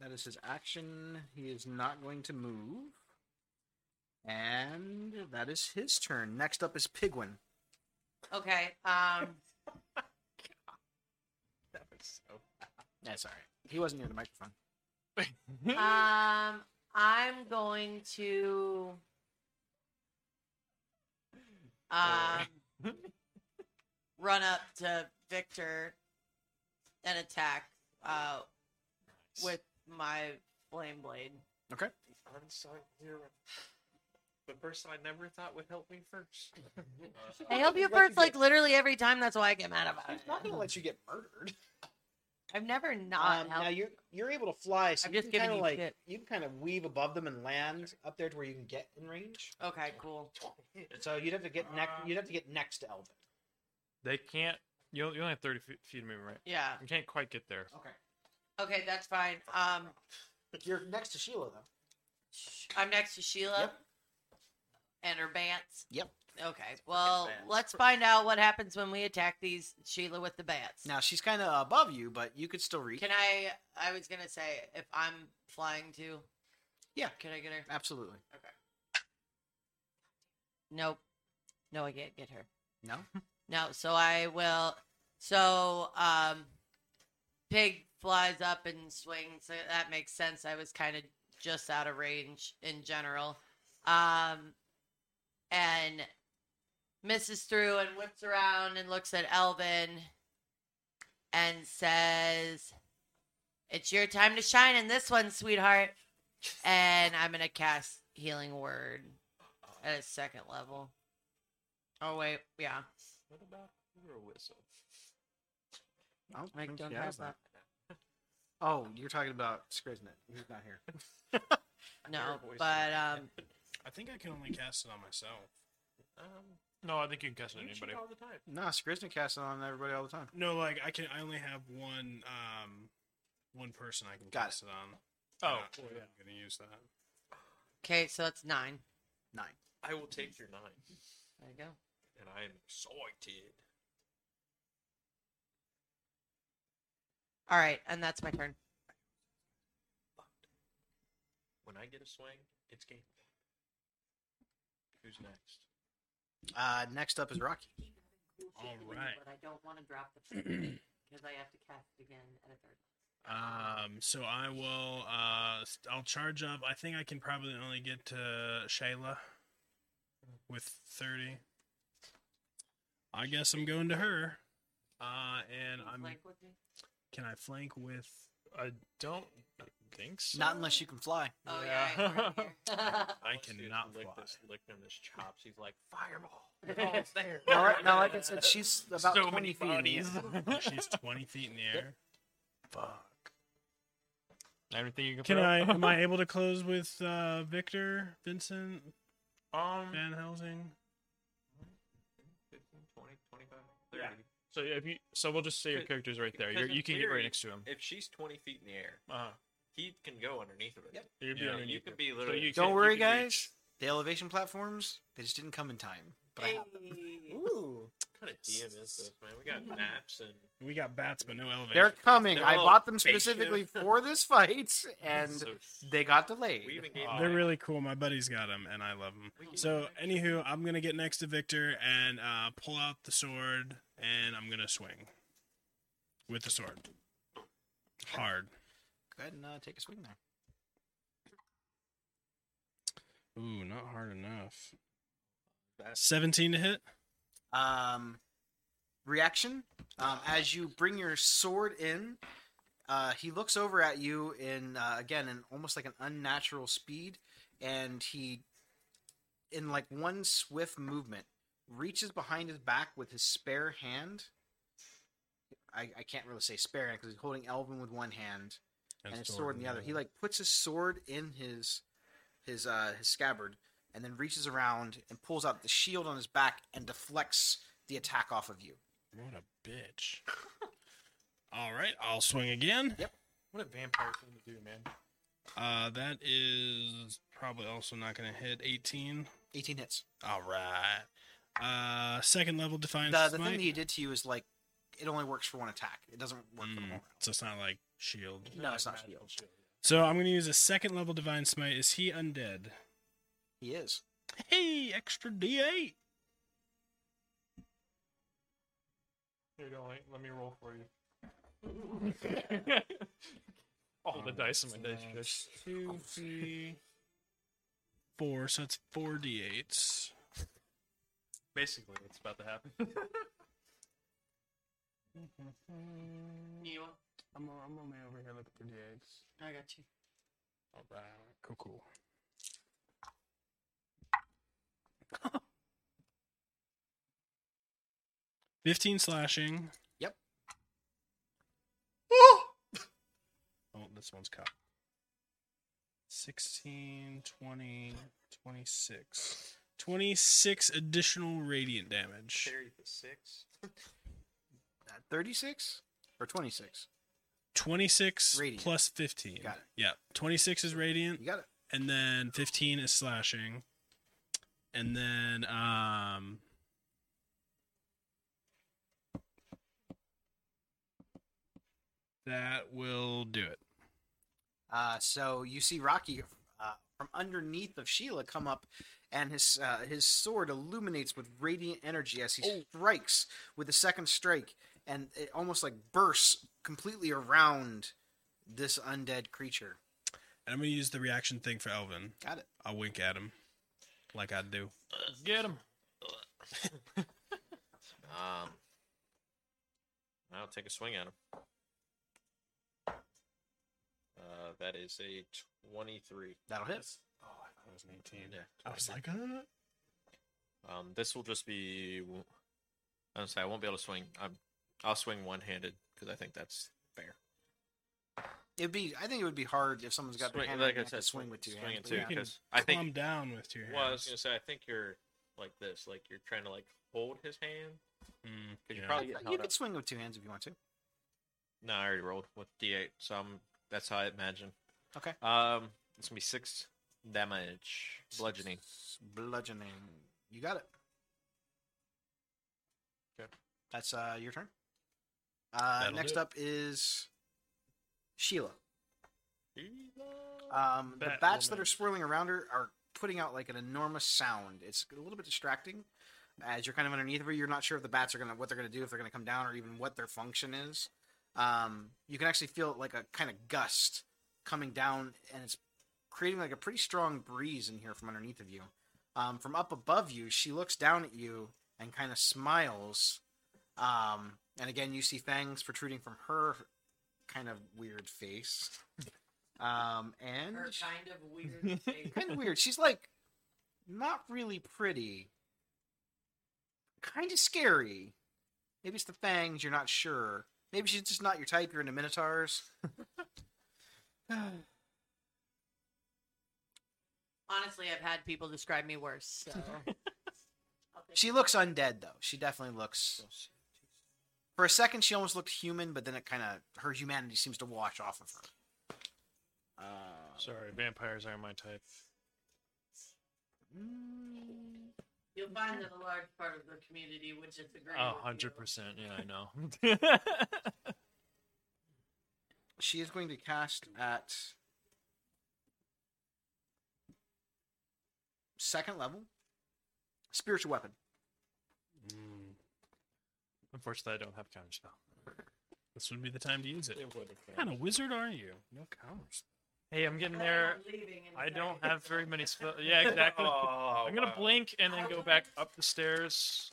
S2: that is his action. He is not going to move. And that is his turn. Next up is Pigwin.
S3: Okay. Um.
S2: That's all right. He wasn't near the microphone.
S3: Um, I'm going to. Um, run up to Victor and attack uh, with my flame blade.
S4: The person I never thought would help me first.
S3: I help you first, like literally every time. That's why I get mad about it.
S8: It's not gonna let you get murdered.
S3: I've never not
S8: Um, now
S3: helped.
S8: you're you're able to fly, so
S3: I'm
S8: you
S3: just
S8: can
S3: giving
S8: kind of
S3: you
S8: like
S3: shit.
S8: you can kind of weave above them and land up there to where you can get in range.
S3: Okay, cool.
S8: So you'd have to get next. You'd have to get next to Elvin.
S5: They can't. You only you only have 30 feet, feet of movement, right?
S3: Yeah.
S5: You can't quite get there.
S8: Okay.
S3: Okay, that's fine. Um,
S8: You're next to Sheila though.
S3: sh- I'm next to Sheila
S8: Yep.
S3: and her bants.
S8: Yep.
S3: Okay. Well,
S8: bants.
S3: let's find out what happens when we attack these Sheila with the bats.
S2: Now she's kind of above you, but you could still reach.
S3: Can I? I was gonna say if I'm flying too.
S2: Yeah.
S3: Can I get her?
S2: Absolutely.
S3: Nope. No, I can't get her.
S2: No. Oh,
S3: No, so I will. So, um, pig flies up and swings. So that makes sense. I was kind of just out of range in general. Um, and misses through and whips around and looks at Elvin and says, It's your time to shine in this one, sweetheart. And I'm going to cast Healing Word at a second level. Oh, wait. Yeah.
S4: What about your whistle?
S2: I don't
S3: I
S2: think
S3: don't
S2: she
S3: have
S2: has
S3: that.
S2: Oh, you're talking about Skriznet. He's not here.
S3: No,
S4: voice
S3: but um,
S6: I think I can only cast it on myself.
S4: Um,
S5: No, I think you can cast it on
S4: you cheat
S5: anybody.
S4: all the time.
S2: Nah, Skriznet casts it on everybody all the time.
S6: No, like I can. I only have one. Um, one person I can
S2: Got
S6: cast it, on.
S5: Oh,
S6: I'm not- I'm gonna use that.
S3: okay, so that's nine.
S2: Nine.
S4: I will take your nine,
S3: There you go.
S4: and I am excited.
S3: All right, and that's my turn.
S4: When I get a swing, it's game. Who's next?
S2: Uh, next up is Rocky.
S6: All right.
S3: But I don't want to drop the because I have to cast it again at a third.
S6: Um, so I will. Uh, s- I'll charge up. I think I can probably only get to Shayla with thirty. I guess I'm going to her. Uh, and I'm.
S3: Like with me?
S6: Can I flank with?
S5: I don't think so.
S2: Not unless you can fly.
S3: Oh yeah.
S5: Yeah.
S3: you're right here.
S6: I
S4: Oh, Let's do it.
S6: cannot
S4: lick
S6: fly.
S4: this, lick him his chops. He's like fireball.
S2: Now, like- now like I said, she's about
S5: So
S2: 20
S5: many
S2: feet. in the
S5: bodies.
S2: air.
S6: She's twenty feet in the air. Fuck.
S5: Anything you can.
S6: Can
S5: throw?
S6: I? Am I able to close with uh, Victor Vincent
S5: Um.
S6: Van Helsing?
S4: 15, 20, 25,
S6: Yeah.
S4: 30.
S5: So if you, so we'll just say your
S4: Could-
S5: character's right there.
S4: because
S5: You're,
S4: in
S5: you can get
S4: theory-
S5: right next to him.
S4: If she's 20 feet in the air,
S5: Uh,
S4: he can go underneath of it.
S8: Yep.
S5: you'd be
S6: Yeah.
S5: underneath
S4: You
S5: him.
S4: could be
S5: So
S4: literally-
S5: you
S2: Don't
S5: can- you
S2: worry,
S5: can reach.
S2: guys. The elevation platforms, they just didn't come in time. But I have them.
S8: Ooh.
S4: What kind of DM is this, man? We got maps and
S6: We got bats, but no elevation.
S2: They're coming.
S4: They're
S2: I
S4: all
S2: bought them
S4: spaceship.
S2: specifically for this fight, and
S4: so
S2: they got delayed.
S4: we even gave.
S6: They're
S4: him-
S6: really cool. My buddy's got them, and I love them.
S4: we gave
S6: So,
S4: him-
S6: anywho, I'm gonna get next to Victor and uh, pull out the sword, and I'm gonna swing with the sword hard.
S2: Go ahead and uh, take a swing there.
S6: Ooh, not hard enough. Seventeen to hit.
S2: um, reaction. Um, as you bring your sword in, uh, he looks over at you in uh, again in almost like an unnatural speed, and he, in like one swift movement, reaches behind his back with his spare hand. I, I can't really say spare hand because he's holding Elvin with one hand and his sword in the other. He like puts his sword in his his uh his scabbard and then reaches around and pulls out the shield on his back and deflects the attack off of you.
S6: What a bitch. All right, I'll swing again.
S5: What a vampire thing to do, man.
S6: Uh, that is probably also not gonna hit. Eighteen.
S2: 18 hits.
S6: All right. Uh, second level
S2: The,
S6: defiance.
S2: the
S6: smite.
S2: thing that he did to you is like it only works for one attack. It doesn't work for the
S6: Mm,
S2: whole round.
S6: so it's not like shield.
S2: No, it's not shield.
S6: So I'm going to use a second level divine smite. Is he undead?
S2: He is.
S6: Hey, extra D8.
S5: Here, don't wait. Let me roll for you. All the dice in my dice dish.
S6: Two, three, four. So that's four d8s.
S5: Basically, what's about to happen.
S3: You want-
S6: I'm, I'm only over here looking for d8s.
S3: I got you.
S6: All right, cool, cool. Fifteen slashing.
S2: Yep.
S6: oh, this one's caught. 16, 20, 26. 26 additional radiant damage.
S4: Carry the six.
S2: Thirty-six or twenty-six?
S6: 26
S2: Radiant.
S6: plus 15.
S2: Got it.
S6: Yeah. 26 is radiant.
S2: You got it.
S6: and then 15 is slashing and then um that will do it
S2: Uh, so you see Rocky uh, from underneath of Sheila come up, and his uh, his sword illuminates with radiant energy as he strikes with the second strike, and it almost like bursts completely around this undead creature.
S6: and i'm gonna use the reaction thing for elvin
S2: Got it.
S6: i'll wink at him like i do
S5: Get him.
S4: Um, I'll take a swing at him. Uh, that is a twenty-three.
S2: That'll hit.
S6: oh i thought it was an 18
S4: Yeah,
S6: i was like uh,
S4: Um, this will just be. I don't say I won't be able to swing. I'm. I'll swing one-handed because I think that's fair.
S2: It'd be. I think it would be hard if someone's got their
S4: Swing-
S2: hand
S4: like
S2: on
S4: I
S2: it to
S4: said,
S2: swing
S4: swing-
S2: with two
S4: swing
S2: hands.
S4: it too.
S2: Yeah.
S6: you can
S4: because I think-
S6: calm down with your hands
S4: Well, I was gonna say I think you're like this. Like you're trying to like hold his hand.
S6: Mm,
S4: Could you
S6: yeah.
S4: probably-
S2: You could swing with two hands if you want to.
S4: No, I already rolled with D8, so I'm. That's how I imagine.
S2: Okay.
S4: Um, it's gonna be six damage, bludgeoning.
S2: Bludgeoning. You got it.
S4: Okay.
S2: That's uh your turn. Uh
S6: That'll
S2: next
S6: do it.
S2: up is Sheila.
S4: Uh,
S2: Um the
S5: Bat
S2: bats that
S5: woman.
S2: are swirling around her are putting out like an enormous sound. It's a little bit distracting. As you're kind of underneath of her, you're not sure if the bats are gonna what they're gonna do, if they're gonna come down or even what their function is. Um you can actually feel like a kind of gust coming down and it's creating like a pretty strong breeze in here from underneath of you. Um, from up above you, she looks down at you and kind of smiles. Um, and again, you see fangs protruding from her kind of weird face. Um, and
S3: Her kind of weird face.
S2: kind of weird. She's like not really pretty, kind of scary. Maybe it's the fangs. You're not sure. Maybe she's just not your type. You're into minotaurs.
S3: Honestly, I've had people describe me worse. So. I'll take
S2: She looks undead though. She definitely looks.
S3: Oh,
S2: For a second, she almost looked human, but then it kind of her humanity seems to wash off of her. Uh,
S5: Sorry, vampires aren't my type.
S3: You'll find that a large part of the community would disagree.
S5: A
S3: with
S5: hundred
S3: you.
S5: percent. Yeah, I know.
S2: she is going to cast at second level spiritual weapon.
S6: mm,
S5: Unfortunately, I don't have counter spell.
S6: this would be the time to use it
S5: would
S6: what kind of wizard are you no counters
S5: Hey, I'm getting
S3: I'm
S5: there.
S3: leaving in a
S5: I don't
S3: second.
S5: have very many spells. Yeah, exactly.
S4: Oh,
S5: I'm gonna
S4: wow.
S5: blink and then go back up the stairs.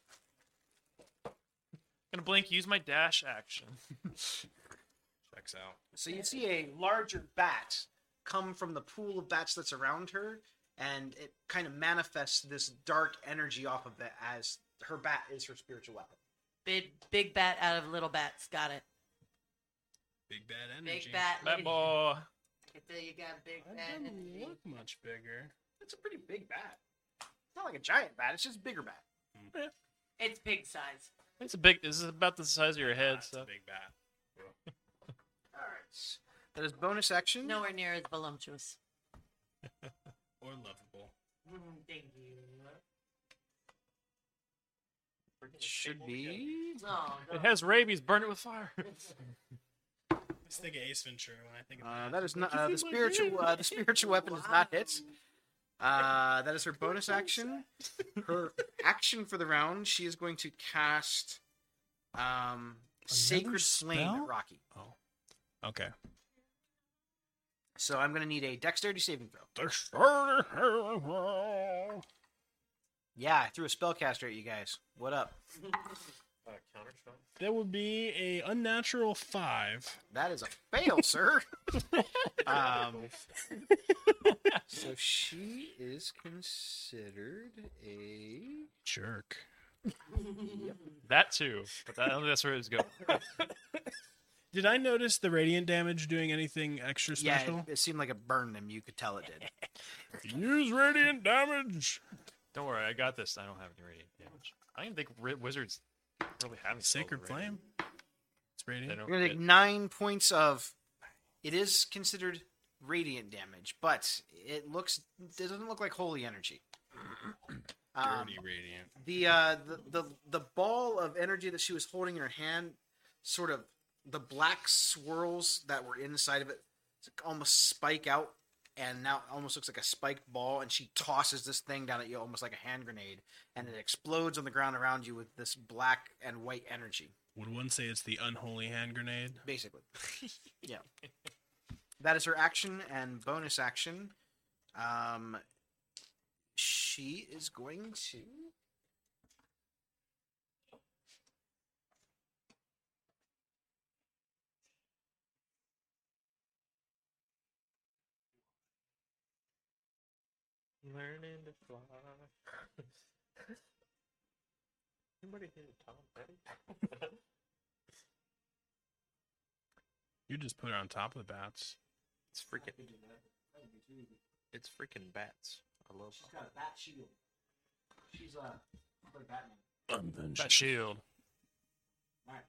S5: gonna blink, use my dash action.
S6: checks out
S2: So you see a larger bat come from the pool of bats that's around her, and it kind of manifests this dark energy off of it as her bat is her spiritual weapon.
S3: Big, big bat out of little bats. Got it.
S6: big bad energy
S3: Big bat.
S5: Bat
S3: lady.
S5: ball.
S3: I tell you got big
S6: That
S3: bat.
S6: doesn't
S3: energy.
S6: look much bigger.
S2: It's a pretty big bat. It's not like a giant bat. It's just a bigger bat.
S3: It's pig size.
S5: It's a big. This is about the size of your head.
S6: That's
S5: So
S6: a big bat.
S2: All right. That is bonus
S5: Hmm.
S2: action.
S3: Nowhere near as voluptuous.
S6: Or lovable.
S3: Mm, Thank you.
S2: it should be.
S3: No, Oh, no.
S5: it has rabies. Burn it with fire.
S6: I was thinking Ace Ventura when I think of
S2: Uh,
S6: that.
S2: that is not uh, the spiritual. Uh, the spiritual weapon is not hit. Uh, that is her bonus action. Her action for the round, she is going to cast um, Sacred Flame
S6: spell? Uh,
S2: at Rocky.
S6: Okay.
S2: So I'm going to need a dexterity saving throw. Yeah, I threw a spellcaster at you guys. What up?
S9: Uh, counter spell?
S6: That would be a unnatural five.
S2: That is a fail, sir. um, so she is considered a.
S6: Jerk.
S5: That too. But that, I don't think that's where it was going.
S6: Did I notice the radiant damage doing anything extra
S2: Yeah,
S6: special?
S2: it, it seemed like it burned them. You could tell it did.
S6: Use radiant damage.
S5: Don't worry, I got this. I don't have any radiant damage. I don't even think ri- wizards really have any spells
S6: Sacred
S5: with
S6: flame.
S5: radiant.
S6: It's radiant.
S5: They don't
S2: You're gonna take
S5: get-
S2: nine points of. It is considered radiant damage, but it looks it doesn't look like holy energy. Um,
S9: Dirty radiant.
S2: the, uh, the the the ball of energy that she was holding in her hand, sort of the black swirls that were inside of it, almost spike out, and now it almost looks like a spiked ball. And she tosses this thing down at you, almost like a hand grenade, and it explodes on the ground around you with this black and white energy.
S6: Would one say it's the unholy hand grenade?
S2: Basically. yeah. That is her action and bonus action. Um she is going to
S9: Learning to fly. Anybody hear Tom Petty?
S6: You just put her on top of the bats.
S9: it's freaking. It's freaking bats. I love.
S4: She's got a bat shield. She's uh, like Batman.
S5: That shield.
S4: Alright.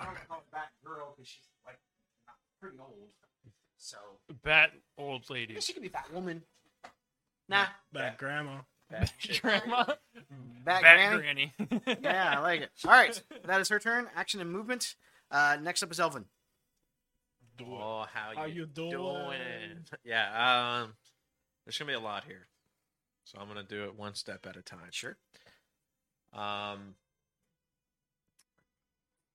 S4: I don't call her Bat Girl because she's like not- pretty old. So
S5: Bat old
S4: I
S5: lady.
S4: guess she could be Bat Woman. Nah,
S6: Back grandma.
S5: Grandma.
S2: back
S5: Bat
S2: Granny.
S5: granny.
S2: Yeah, I like it. All right. That is her turn. Action and movement. Uh next up is Elvin.
S9: Oh, how you,
S6: How you
S9: doing?
S6: doing?
S9: Yeah. Um, there's gonna be a lot here, so I'm gonna do it one step at a time. Sure. Um,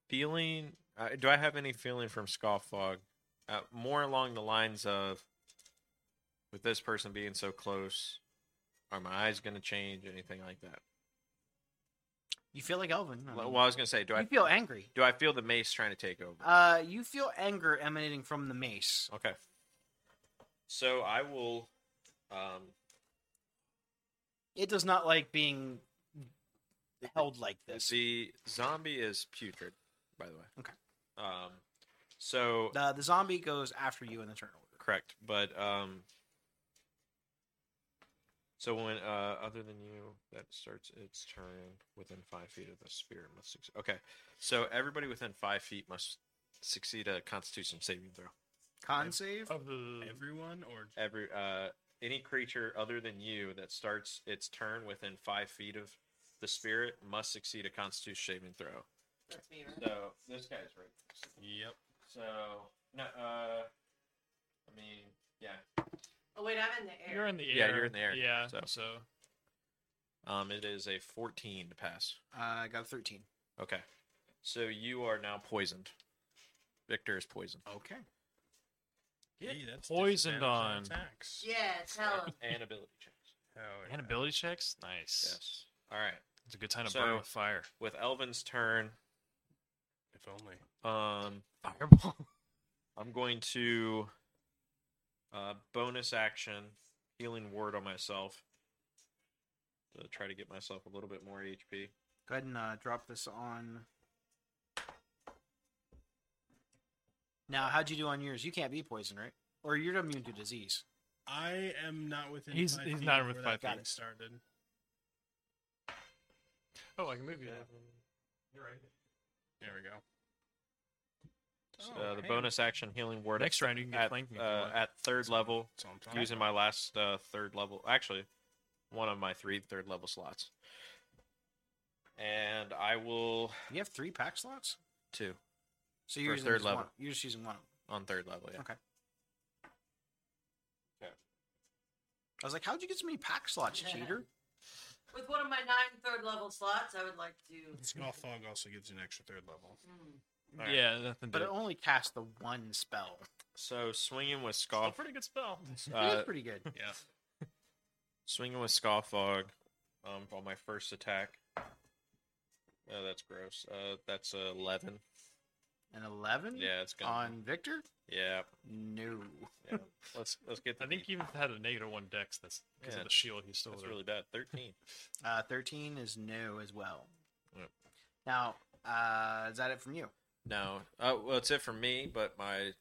S9: feeling. Uh, do I have any feeling from Scoffog? Uh, more along the lines of, with this person being so close, are my eyes gonna change? Anything like that?
S2: You feel like Elvin. I
S4: Mm-hmm.
S9: Well,
S2: mean,
S9: I was gonna say, do I
S2: you feel angry.
S9: do I feel the mace trying to take over?
S2: Uh you feel anger emanating from the mace.
S9: Okay. So I will. Um,
S2: It does not like being held like this.
S9: The zombie is putrid, by the way.
S2: Okay.
S9: Um, so
S2: The, the zombie goes after you in the turn order.
S9: correct, but um, so when uh, other than you, that starts its turn within five feet of the spear must succeed. Okay, so everybody within five feet must succeed a Constitution saving throw.
S2: Con save?
S5: of the
S6: Everyone or
S9: Every uh, any creature other than you that starts its turn within five feet of the spirit must succeed a Constitution saving throw.
S3: That's me, right?
S9: So this guy's right. Yep. So no, uh, I mean, yeah.
S3: Oh wait, I'm in the
S5: You're
S3: air.
S5: in the air.
S9: Yeah, you're in the air,
S5: Yeah.
S9: so.
S5: So,
S9: Um, it is a 14 to pass.
S2: Uh, I got a 13.
S9: Okay. So you are now poisoned. Victor is poisoned,
S2: Okay.
S6: Hey, that's
S5: poisoned
S6: disadvantage
S5: on.
S6: attacks.
S3: Yeah, tell him.
S9: and ability checks.
S6: Hell yeah.
S5: and ability checks. Nice.
S9: Oh, Yes. All right.
S5: It's a good time to
S9: So-
S5: burn with fire.
S9: With Elvin's turn,
S6: If only.
S9: um,
S5: Fireball.
S9: I'm going to uh, bonus action healing word on myself to try to get myself a little bit more HP.
S2: Go ahead and uh, drop this on. Now, how'd you do on yours? You can't be poisoned, right? Or you're immune to disease.
S6: I am not within.
S5: He's-
S6: five
S5: he's
S6: feet
S5: not
S6: of
S5: with
S6: where
S5: five
S6: that thing
S5: feet.
S6: Started.
S5: Oh, I can move you. now.
S6: There we go.
S9: So,
S6: Oh,
S9: uh, the
S6: hey,
S9: bonus action healing word
S5: Next
S9: at,
S5: round you can get
S9: at,
S5: flanking if you
S9: uh,
S5: want.
S9: at third level
S6: that's what I'm talking
S9: using my last uh, third level. Actually, one of my three third level slots. And I will
S2: You have three pack slots?
S9: two
S2: So you're
S9: For
S2: using
S9: third
S2: just
S9: level.
S2: One. You're just using one.
S9: on third level. Yeah.
S2: Okay. I was like, how'd you get so many pack slots, cheater?
S3: With one of my nine third level slots, I would like to.
S6: about. Skull Fog also gives you an extra third level.
S3: Mm.
S9: Alright.
S5: Yeah, nothing.
S2: But
S5: But
S2: it only cast the one spell.
S9: So swinging with
S5: Still a
S9: scoff,
S5: pretty good spell.
S9: uh,
S2: That's pretty good.
S6: Yeah.
S9: swinging with scoffog, um, on my first attack. Oh, that's gross. Uh, that's uh, eleven.
S2: An eleven.
S9: Yeah, it's gonna.
S2: On Victor?
S9: Yeah,
S2: No.
S9: yeah. Let's let's get. The
S5: I think
S9: beat.
S5: you've had a negative one dex. That's because
S9: Yeah.
S5: of the shield. He's still
S9: that's
S5: there.
S9: really bad. Thirteen.
S2: Uh, Thirteen is no as well.
S9: Yep.
S2: Now, uh, is that it from you?
S9: No. Uh, well, it's it for me, but my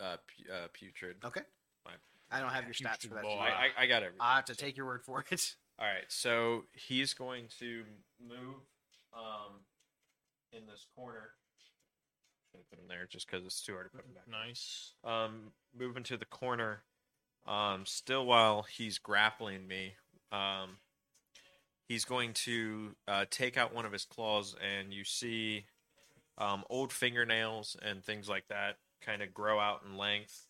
S9: uh, pu- uh putrid.
S2: Okay.
S9: Fine.
S2: I don't have your
S5: Huge
S2: stats for that.
S5: ball.
S9: I, I, I got everything.
S2: I have to take your word for it.
S9: All right, so he's going to move um in this corner. Should have put him there just because it's too hard to put him back.
S5: Nice.
S9: Um, move into the corner. Um, still while he's grappling me, um, he's going to uh, take out one of his claws, and you see um, old fingernails and things like that kind of grow out in length.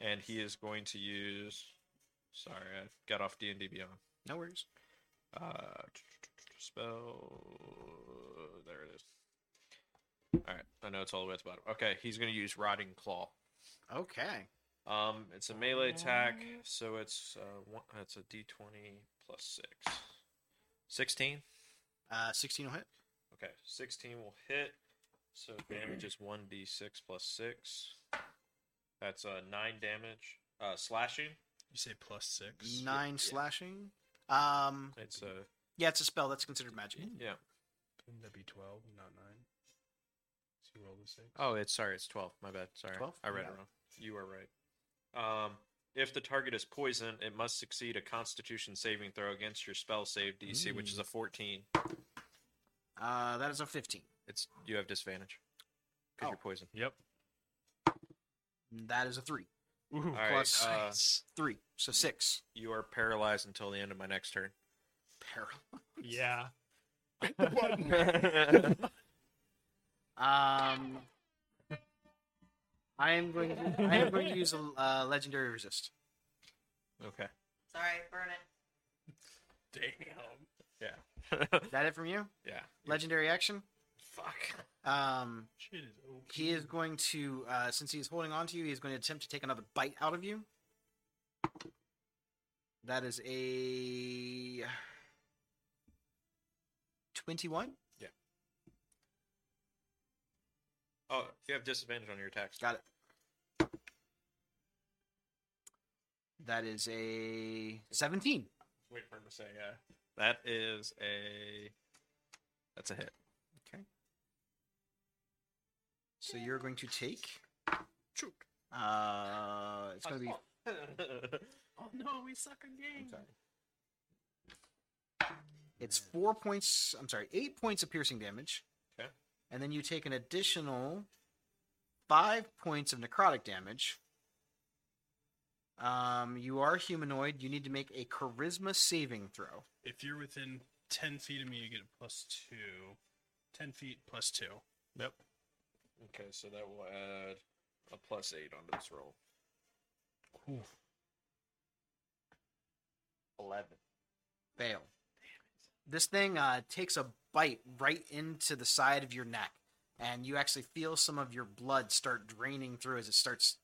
S9: And he is going to use. Sorry, I got off D and D Beyond.
S2: No worries.
S9: Uh, spell. There it is. All right, I know it's all the way at the bottom. Okay, he's gonna use Rotting Claw.
S2: Okay.
S9: Um, it's a melee attack, so it's uh, one, it's a D twenty plus six. Sixteen.
S2: Uh, Sixteen will hit.
S9: Okay, sixteen will hit. So damage is one D six plus six. That's uh nine damage. Uh, slashing.
S6: You say plus six.
S2: Nine slashing. Um,
S9: It's uh
S2: yeah, it's a spell that's considered magic.
S9: yeah.
S6: That'd be twelve, not nine. So you roll the six.
S9: Oh, it's sorry, it's twelve. My bad. Sorry,
S2: 12?
S9: I read
S2: Yeah.
S9: it wrong. You are right. Um, if the target is poisoned, it must succeed a Constitution saving throw against your spell save DC, which is a fourteen.
S2: Uh, that is a fifteen.
S9: It's you have disadvantage because
S2: Oh.
S9: you're poisoned.
S5: Yep.
S2: That is a three.
S5: Ooh,
S9: All right,
S2: plus
S9: uh,
S2: Three. So six.
S9: you are paralyzed until the end of my next turn.
S2: Peril.
S5: Yeah.
S2: Um, I am going. To, I am going to use a uh, legendary resist.
S9: Okay.
S3: Sorry, burn it.
S9: Yeah.
S2: Is that it from you?
S9: yeah.
S2: Legendary action.
S9: Fuck.
S2: Um,
S6: Shit is OP.
S2: he is going to. Uh, since he is holding on to you, he is going to attempt to take another bite out of you. That is a twenty-one.
S9: Oh, you have disadvantage on your attacks.
S2: Got it. That is a seventeen.
S9: Wait for him to say yeah. That is a. That's a hit.
S2: So you're going to take. Uh, it's going to be
S10: Oh no, we suck again.
S2: I'm sorry. It's four points. I'm sorry, eight points of piercing damage.
S9: Okay.
S2: And then you take an additional five points of necrotic damage. Um, you are humanoid. You need to make a charisma saving throw.
S6: If you're within ten feet of me, you get a plus two. Ten feet plus two.
S5: Yep.
S9: Okay, so that will add a plus eight onto this roll. Eleven.
S2: Fail. This thing uh, takes a bite right into the side of your neck, and you actually feel some of your blood start draining through as it starts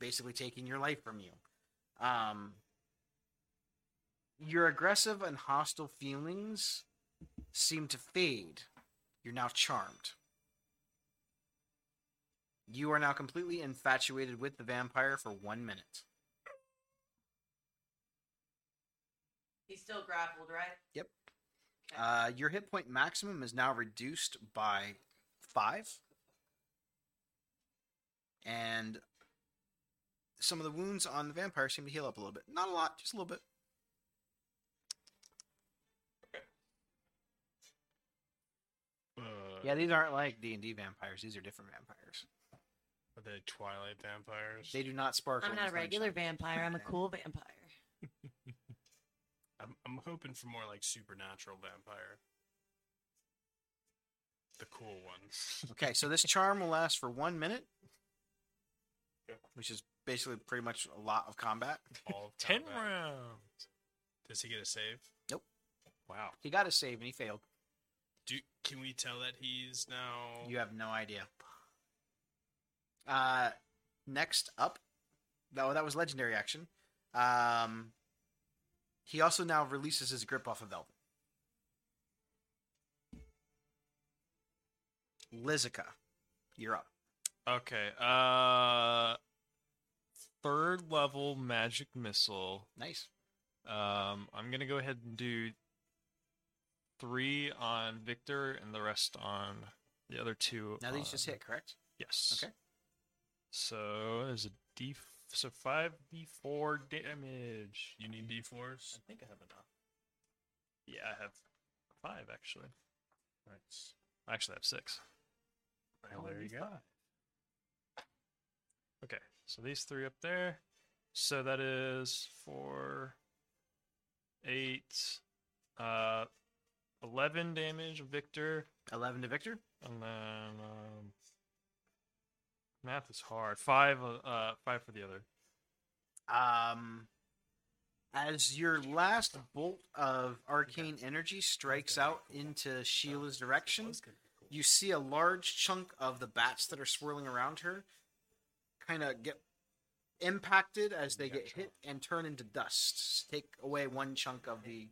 S2: basically taking your life from you. Um, your aggressive and hostile feelings seem to fade. You're now charmed. You are now completely infatuated with the vampire for one minute.
S3: He's still grappled, right?
S2: Uh, your hit point maximum is now reduced by five. And some of the wounds on the vampire seem to heal up a little bit. Not a lot, just a little bit.
S6: Uh,
S2: Yeah, these aren't like D and D vampires. These are different vampires.
S6: Are they Twilight vampires?
S2: They do not sparkle.
S3: I'm
S2: in
S3: not a
S2: the sunshine.
S3: regular vampire. I'm a cool vampire.
S6: I'm, I'm hoping for more like supernatural vampire. The cool ones.
S2: Okay, so this charm will last for one minute,
S9: Yeah.
S2: which is basically pretty much a lot of combat.
S6: All of
S5: Ten
S6: combat.
S5: rounds.
S6: Does he get a save?
S2: Nope.
S5: Wow.
S2: He got a save and he failed.
S6: Do can we tell that he's now?
S2: You have no idea. Uh, next up, no, that was legendary action. Um, he also now releases his grip off of Velvet. Lizica, you're up.
S5: Okay. Uh, third level magic missile.
S2: Nice.
S5: Um, I'm gonna go ahead and do three on Victor and the rest on the other two.
S2: Now
S5: on...
S2: these just hit, correct?
S5: Yes.
S2: Okay.
S5: So there's a D. So five D4 damage.
S6: You need d4s.
S5: I think I have enough. Yeah, I have five actually.
S6: Nice.
S5: I actually have six.
S6: Well, there you go.
S5: Okay, so these three up there. So that is four, eight, uh, eleven damage, Victor,
S2: Eleven to Victor.
S5: and then um, math is hard. Five, uh, uh, five for the other.
S2: Um, as your last bolt of arcane energy strikes out into Sheila's direction, you see a large chunk of the bats that are swirling around her kind of get impacted as they get hit and turn into dust. Take away one chunk of the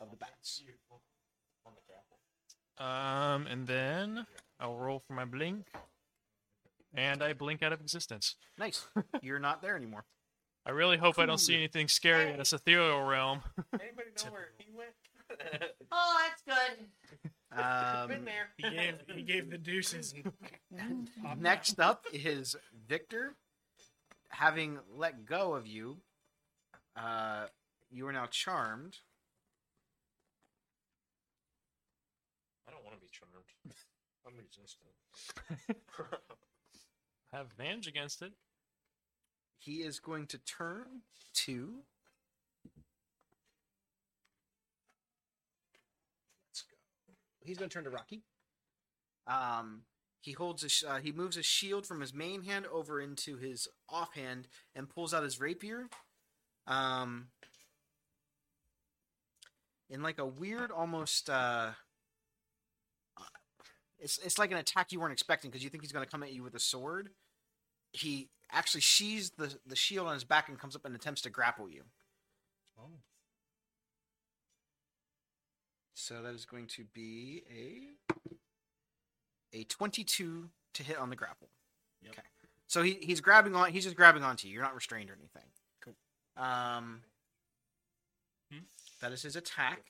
S2: of the bats.
S5: Um, and then I'll roll for my blink, and I blink out of existence.
S2: Nice. You're not there anymore.
S5: I really hope I don't see anything scary in this ethereal realm.
S7: Anybody know where he went?
S3: Oh, that's good.
S2: Um,
S7: Been there.
S6: He gave he gave the deuces. And
S2: Next up is Victor. Having let go of you, uh, you are now charmed.
S4: I don't want to be charmed. I'm resistant.
S5: Have advantage against it.
S2: He is going to turn to. Let's go. He's going to turn to Rocky. Um, he holds his, uh, he moves his shield from his main hand over into his offhand and pulls out his rapier. Um, in like a weird, almost uh, it's it's like an attack you weren't expecting because you think he's going to come at you with a sword. He actually sheathes the the shield on his back and comes up and attempts to grapple you.
S6: Oh.
S2: So that is going to be a a twenty-two to hit on the grapple. Okay. So he, he's grabbing on. He's just grabbing onto you. You're not restrained or anything. Cool. Um.
S5: Hmm?
S2: That is his attack.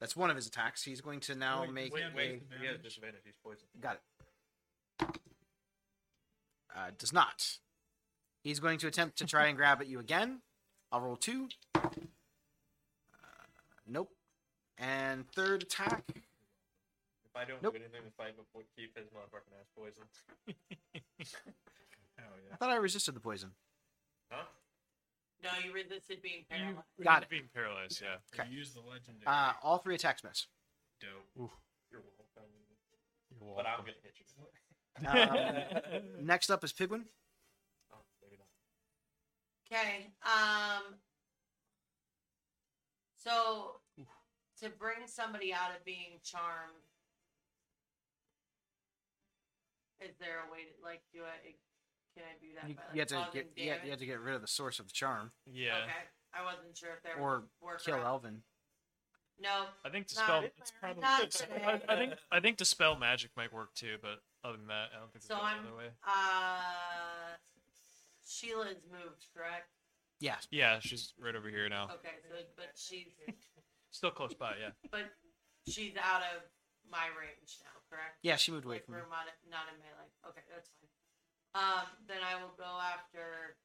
S2: That's one of his attacks. He's going to now
S6: Wait,
S2: make
S6: wait,
S2: a.
S6: wait.
S4: He has disadvantage. He's poisoned.
S2: Got it. Uh, does not. He's going to attempt to try and grab at you again. I'll roll two. Uh, nope. And third attack.
S4: If I don't
S2: Nope.
S4: do anything to fight before Keith his motherfucking ass poisoned. Hell
S2: I
S4: yeah.
S2: thought I resisted the poison.
S4: Huh?
S3: No, you resisted being
S5: Mm-hmm.
S3: paralyzed.
S2: Got it.
S5: Being paralyzed, yeah.
S2: Okay.
S6: You use the legendary.
S2: Uh, all three attacks miss.
S6: dope.
S4: You're welcome. But I'm gonna hit you.
S2: Um, next up is Pigwin.
S4: Oh, maybe not.
S3: Okay. Um. So to bring somebody out of being charmed, is there a way to like do I Can I do that?
S2: You,
S3: by,
S2: you
S3: like,
S2: have to
S3: causing
S2: get you have,
S3: damage?
S2: you have to get rid of the source of the charm
S5: Yeah.
S3: Okay. I wasn't sure if there was
S2: or
S3: a workaround.
S2: kill Elvin.
S3: No.
S5: I think dispel.
S3: Not,
S5: It's probably.
S3: not
S5: I,
S3: today.
S5: I think I think dispel magic might work too, but other than that, I don't think there's
S3: So
S5: so
S3: I'm-
S5: another way.
S3: Uh, Sheila's moved, correct?
S2: Yeah.
S5: Yeah, she's right over here now.
S3: Okay. So, but she's
S5: Still close by, yeah.
S3: but she's out of my range now, correct?
S2: Yeah, she moved away
S3: Like
S2: from
S3: we're
S2: you.
S3: not, not in melee. Okay, that's fine. Um, then I will go after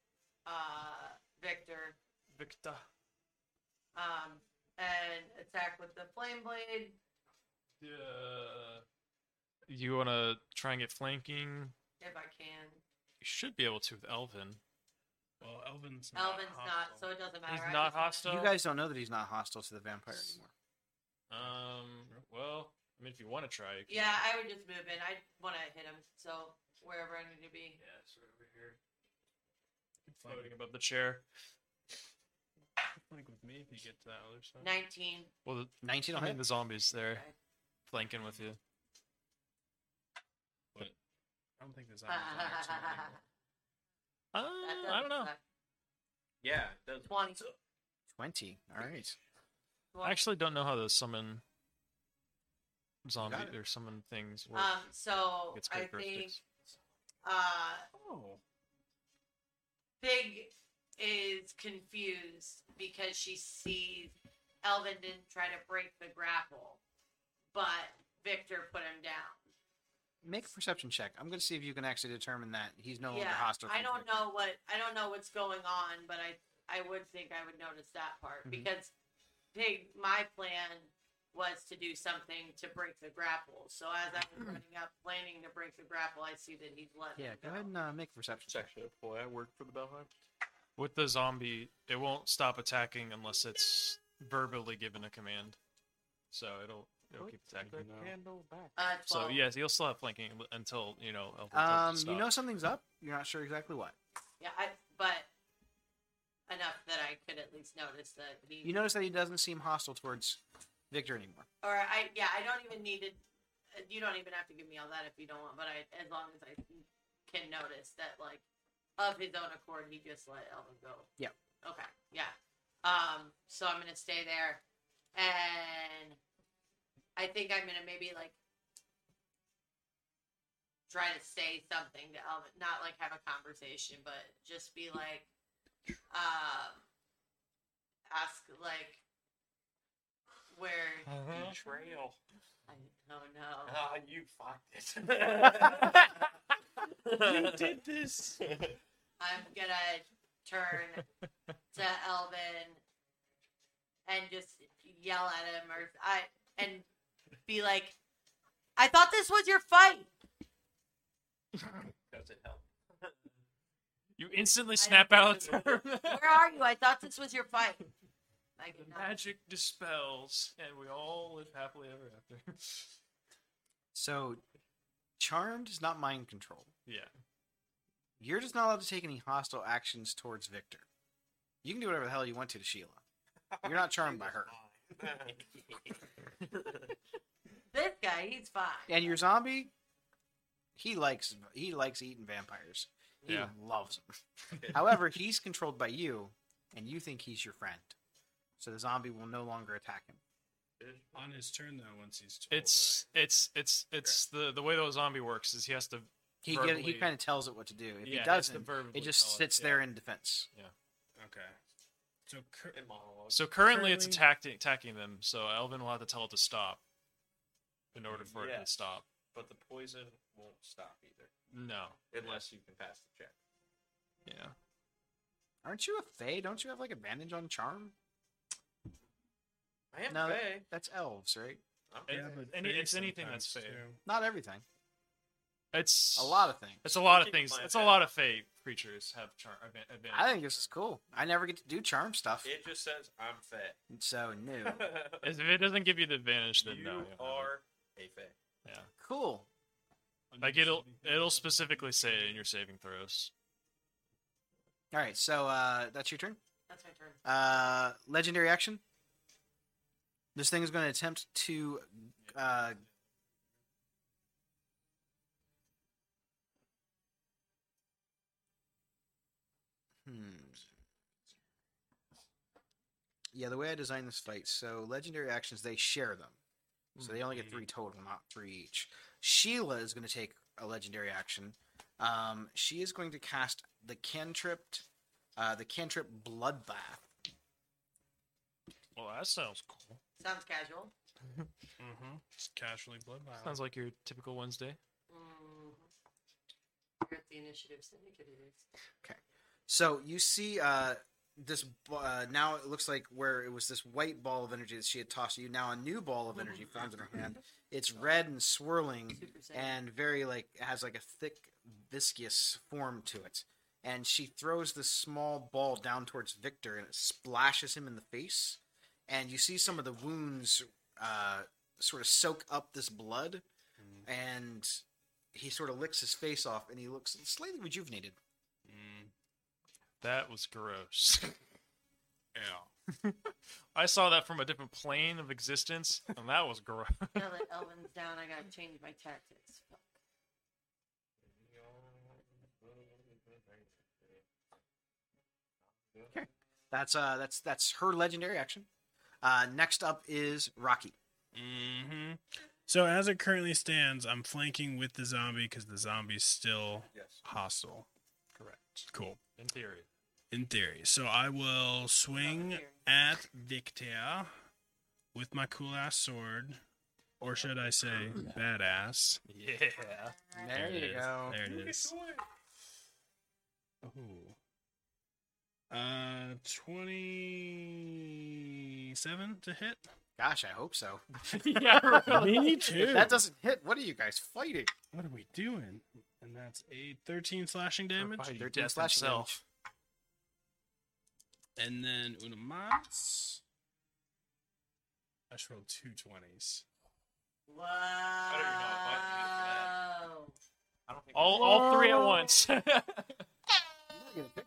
S3: uh, Victor
S5: Victor.
S3: um, and attack with the flame blade.
S5: uh, You want to try and get flanking?
S3: If I can,
S5: You should be able to with Elvin.
S6: Well, Elvin's not
S3: Elvin's not,
S6: hostile.
S3: so it doesn't matter.
S5: He's
S3: I
S5: not
S3: just wanna-
S5: hostile.
S2: You guys don't know that he's not hostile to the vampire anymore.
S5: Um. Well, I mean, if you want to try. you can.
S3: Yeah, I would just move in. I want to hit him, so wherever I need to be.
S5: Yeah, it's right over here. Floating above the chair. Like with me, if you get to that other side.
S3: Nineteen.
S5: Well, the,
S2: Nineteen.
S5: I
S2: on
S5: mean,
S2: hit.
S5: the zombies there.
S3: Okay.
S5: flanking with you. But I don't think there's that much action anymore.
S4: Uh,
S3: That
S4: I
S3: doesn't
S4: don't know.
S3: suck.
S4: Yeah, it does.
S3: 20.
S2: 20. All right.
S5: I actually don't know how the summon zombie
S2: got it.
S5: or summon things work.
S3: Um, so
S5: It's
S3: I think
S5: characteristics.
S3: uh,
S6: Oh.
S3: Big is confused because she sees Elvin didn't try to break the grapple, but Victor put him down.
S2: Make a perception check. I'm going to see if you can actually determine that he's no longer
S3: yeah,
S2: hostile.
S3: I
S2: from
S3: don't
S2: Victor.
S3: know what I don't know what's going on, but I I would think I would notice that part
S2: Mhm.
S3: because Big my plan was to do something to break the grapple. So as I'm running up, planning to break the grapple, I see that he's letting.
S2: Yeah,
S3: him
S2: go ahead and uh, make a perception check.
S4: actually a ploy. I work for the Belheim.
S5: With the zombie, it won't stop attacking unless it's verbally given a command. So it'll it'll keep attacking.
S3: Uh,
S5: So
S3: 12.
S5: yes, you'll still have flanking l- until you know. Elvin tells
S2: Um,
S5: to
S2: you
S5: stop.
S2: know something's up. You're not sure exactly what.
S3: Yeah, I, but enough that I could at least notice that he.
S2: You notice that he doesn't seem hostile towards Victor anymore.
S3: or I yeah, I don't even need to. You don't even have to give me all that if you don't want, but I as long as I can notice that like of his own accord he just let Elvin go.
S2: Yeah.
S3: Okay. Yeah. Um. So I'm gonna stay there, and I think I'm gonna maybe like try to say something to Elvin, not like have a conversation, but just be like, um, ask like where
S4: Betrayal.
S3: I don't know.
S4: Ah, you fucked it. you did this.
S3: I'm gonna turn to Elvin and just yell at him or I and be like, I thought this was your fight.
S4: Doesn't help.
S5: you instantly
S3: don't
S5: snap out of
S3: remember.
S5: term.
S3: Where are you? I thought this was your fight. I could not-
S5: Magic dispels, and we all live happily ever after.
S2: So, charmed is not mind control.
S5: yeah.
S2: You're just not allowed to take any hostile actions towards Victor. You can do whatever the hell you want to to Sheila. You're not charmed by her.
S3: This guy, he's fine.
S2: And your zombie, he likes he likes eating vampires. He
S5: Yeah.
S2: loves them. However, he's controlled by you, and you think he's your friend. So the zombie will no longer attack him.
S6: On his turn, though, once he's told,
S5: It's it's it's it's the the way the zombie works is he has to
S2: He get, he
S5: Verbally-
S2: kind of tells it what to do. If he
S5: Yeah, it has to
S2: doesn't,
S5: verbally
S2: it just
S5: tell it,
S2: sits
S5: yeah.
S2: there in defense.
S6: right? Okay. So cur-
S5: So currently, it's
S6: Currently-
S5: attacking attacking them. So Elvin will have to tell it to stop in order for it
S4: Yeah.
S5: to stop.
S4: But the poison won't stop either,
S5: No.
S4: unless you can pass the check.
S5: Yeah.
S2: Aren't you a fae? Don't you have like advantage on charm?
S4: I am
S2: No.
S4: Faye.
S2: That's elves, right?
S4: I'm
S5: It-
S4: Faye.
S5: it's any, it's anything that's fake.
S2: Not everything.
S5: It's
S2: A lot of things.
S5: It's a lot of
S4: Keep in
S5: things.
S4: mind
S5: It's a
S4: that-
S5: lot of fey creatures have charm advantage.
S2: I think this is cool. I never get to do charm stuff.
S4: It just says I'm fat.
S2: It's so new.
S5: if it doesn't give you the advantage, then
S4: you
S5: no. don't have it.
S4: are a fat.
S2: cool.
S5: like it'll it'll specifically say it in your saving throws.
S2: All right, so uh, that's your turn.
S3: That's my turn.
S2: Uh, legendary action. This thing is going to attempt to. Uh, hmm. Yeah, the way I designed this fight, so legendary actions, they share them. So they only get three total, not three each. Sheila is going to take a legendary action. Um, she is going to cast the cantrip, uh, the cantrip bloodbath.
S5: Well, that sounds cool.
S3: Sounds casual.
S6: Mm-hmm. Casually bloodbath.
S5: Sounds like your typical Wednesday.
S3: Mm. You're at the initiative syndicate. It is.
S2: So you see, uh, this b- uh, now it looks like where it was this white ball of energy that she had tossed at you. Now a new ball of energy forms in her hand. It's red and swirling,
S3: Super Saiyan.
S2: and very like has like a thick, viscous form to it. And she throws this small ball down towards Victor, and it splashes him in the face. And you see some of the wounds uh, sort of soak up this blood, and he sort of licks his face off, and he looks slightly rejuvenated.
S5: That was gross.
S6: Yeah.
S5: I saw that from a different plane of existence, and that was gross.
S3: Now that Elvin's down, I gotta change my tactics. Fuck.
S2: That's uh, that's that's her legendary action. Uh, next up is Rocky.
S6: Mm-hmm. So as it currently stands, I'm flanking with the zombie because the zombie's still
S5: Yes.
S6: hostile.
S5: Correct.
S6: Cool.
S5: In theory.
S6: In theory. So I will swing at Victor with my cool ass sword. Or should I say badass?
S5: Yeah.
S2: There
S6: it
S2: you
S6: is.
S2: go.
S6: There it is. Oh. Uh, 27 to hit?
S2: Gosh, I hope so.
S5: yeah, really.
S6: Me too.
S2: If that doesn't hit, what are you guys fighting?
S6: What are we doing? And that's a 13 slashing damage.
S5: Probably
S2: Thirteen
S5: death
S2: slashing
S5: himself.
S6: And then Una Mas. I just rolled two 20s.
S3: Wow.
S5: All, all three at once.
S2: I'm gonna get a picture of that.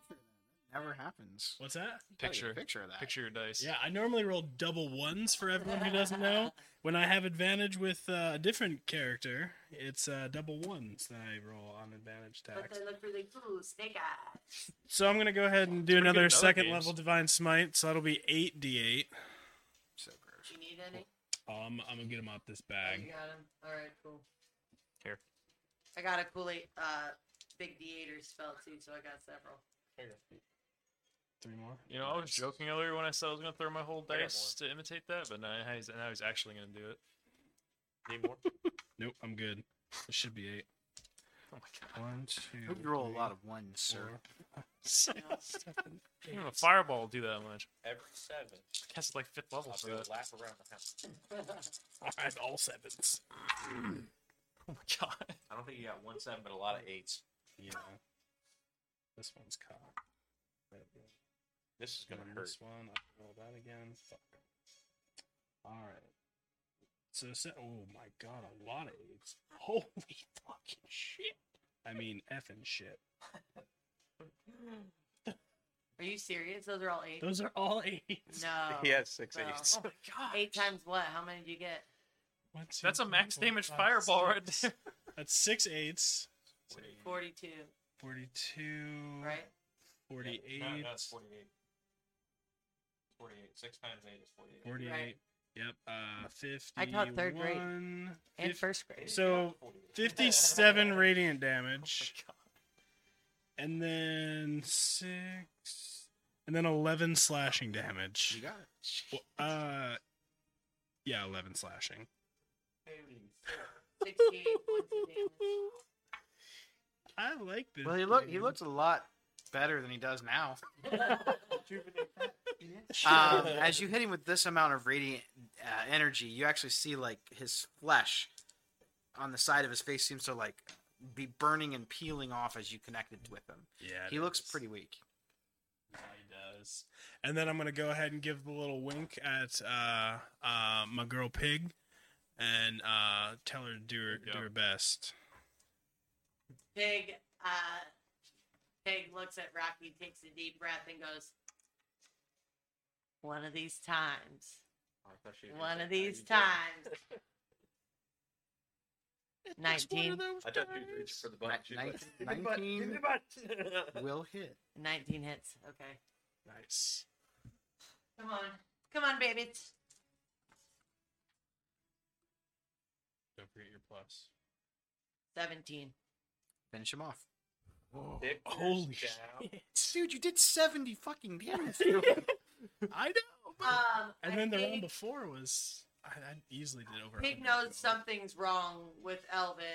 S2: That never happens.
S6: What's that?
S2: I gotta get
S5: Picture.
S2: a picture of that.
S5: Picture your dice.
S6: Yeah, I normally roll double ones for everyone who doesn't know. When I have advantage with uh, a different character, it's uh, double ones that I roll on advantage
S3: But
S6: tax.
S3: they look really cool. Snake eyes.
S6: So I'm going to go ahead and do
S5: Pretty good
S6: another
S5: in other
S6: second
S5: games.
S6: level Divine Smite. So that'll be 8d8.
S2: So gross.
S3: You need any?
S6: Um, I'm going to get them out this
S3: Oh, You
S6: bag.
S3: got 'em? All right, cool.
S4: Here.
S3: I got a cool eight, uh, big D8er spell too, so I got several.
S6: Three more.
S5: You know, I was joking earlier when I said I was gonna throw my whole dice to imitate that, but now he's now he's actually gonna do it.
S4: Need more?
S6: Nope, I'm good. It should be eight.
S5: Oh my
S6: One, two.
S2: Hope you roll a lot of ones, sir.
S5: god! Even a fireball will do that much.
S4: Every seven.
S5: I guess it's like fifth level for that.
S4: lap around the house.
S6: At all sevens.
S5: Oh my god!
S4: I don't think you got one seven, but a lot of eights.
S6: Yeah. This one's caught. That one.
S4: This is gonna
S6: And
S4: hurt.
S6: This one, I roll that again. Fuck. All right. So, se- oh my god, a lot of eights. Holy fucking shit! I mean, effing shit.
S3: Are you serious? Those are all eight?
S6: Those are all eights.
S3: No.
S4: He has six
S3: no.
S4: eights.
S5: Oh my god!
S3: Eight times what? How many did you get?
S6: One, two,
S5: That's a
S6: three,
S5: max
S6: four,
S5: damage
S6: five,
S5: fireball right
S6: six.
S5: there.
S6: That's six eights.
S3: 42,
S6: 42.
S3: right?
S6: 48.
S4: forty-eight. Forty-eight. Six times eight is forty-eight.
S6: 48.
S3: Right.
S6: Yep. Uh, 50.
S3: I taught third grade. In first grade.
S6: So 57 radiant damage. And then 6. And then 11 slashing
S2: You
S6: damage.
S2: got it.
S6: Well, Uh, yeah, 11 slashing.
S3: 68 points of damage.
S6: I like this.
S2: Well, he look he
S6: game.
S2: looks a lot better than he does now. um, as you hit him with this amount of radiant uh, energy, you actually see like his flesh on the side of his face seems to like be burning and peeling off as you connected with him.
S6: Yeah, it
S2: he looks
S6: is.
S2: pretty weak.
S6: Yeah, He does. And then I'm gonna go ahead and give the little wink at uh, uh, my girl Pig, and uh, tell her to do her, do
S5: Yeah.
S6: her best.
S3: Pig, uh, Pig looks at Rocky, takes a deep breath, and goes, One of these times.
S4: Oh,
S3: One of these times. 19,
S4: I thought you reached for the button.
S2: Ni- nine- 19 will hit.
S3: 19 hits. Okay.
S6: Nice.
S3: Come on. Come on, babies.
S6: Don't forget your plus.
S3: 17.
S2: Finish him off.
S6: Holy
S4: Oh, shit.
S6: shit!
S2: Dude, you did 70 fucking damage.
S6: I know.
S3: Um,
S6: and
S3: I
S6: then the round
S3: think
S6: before was I, I easily did over.
S3: Pig
S6: 100
S3: knows
S6: though.
S3: something's wrong with Elvin.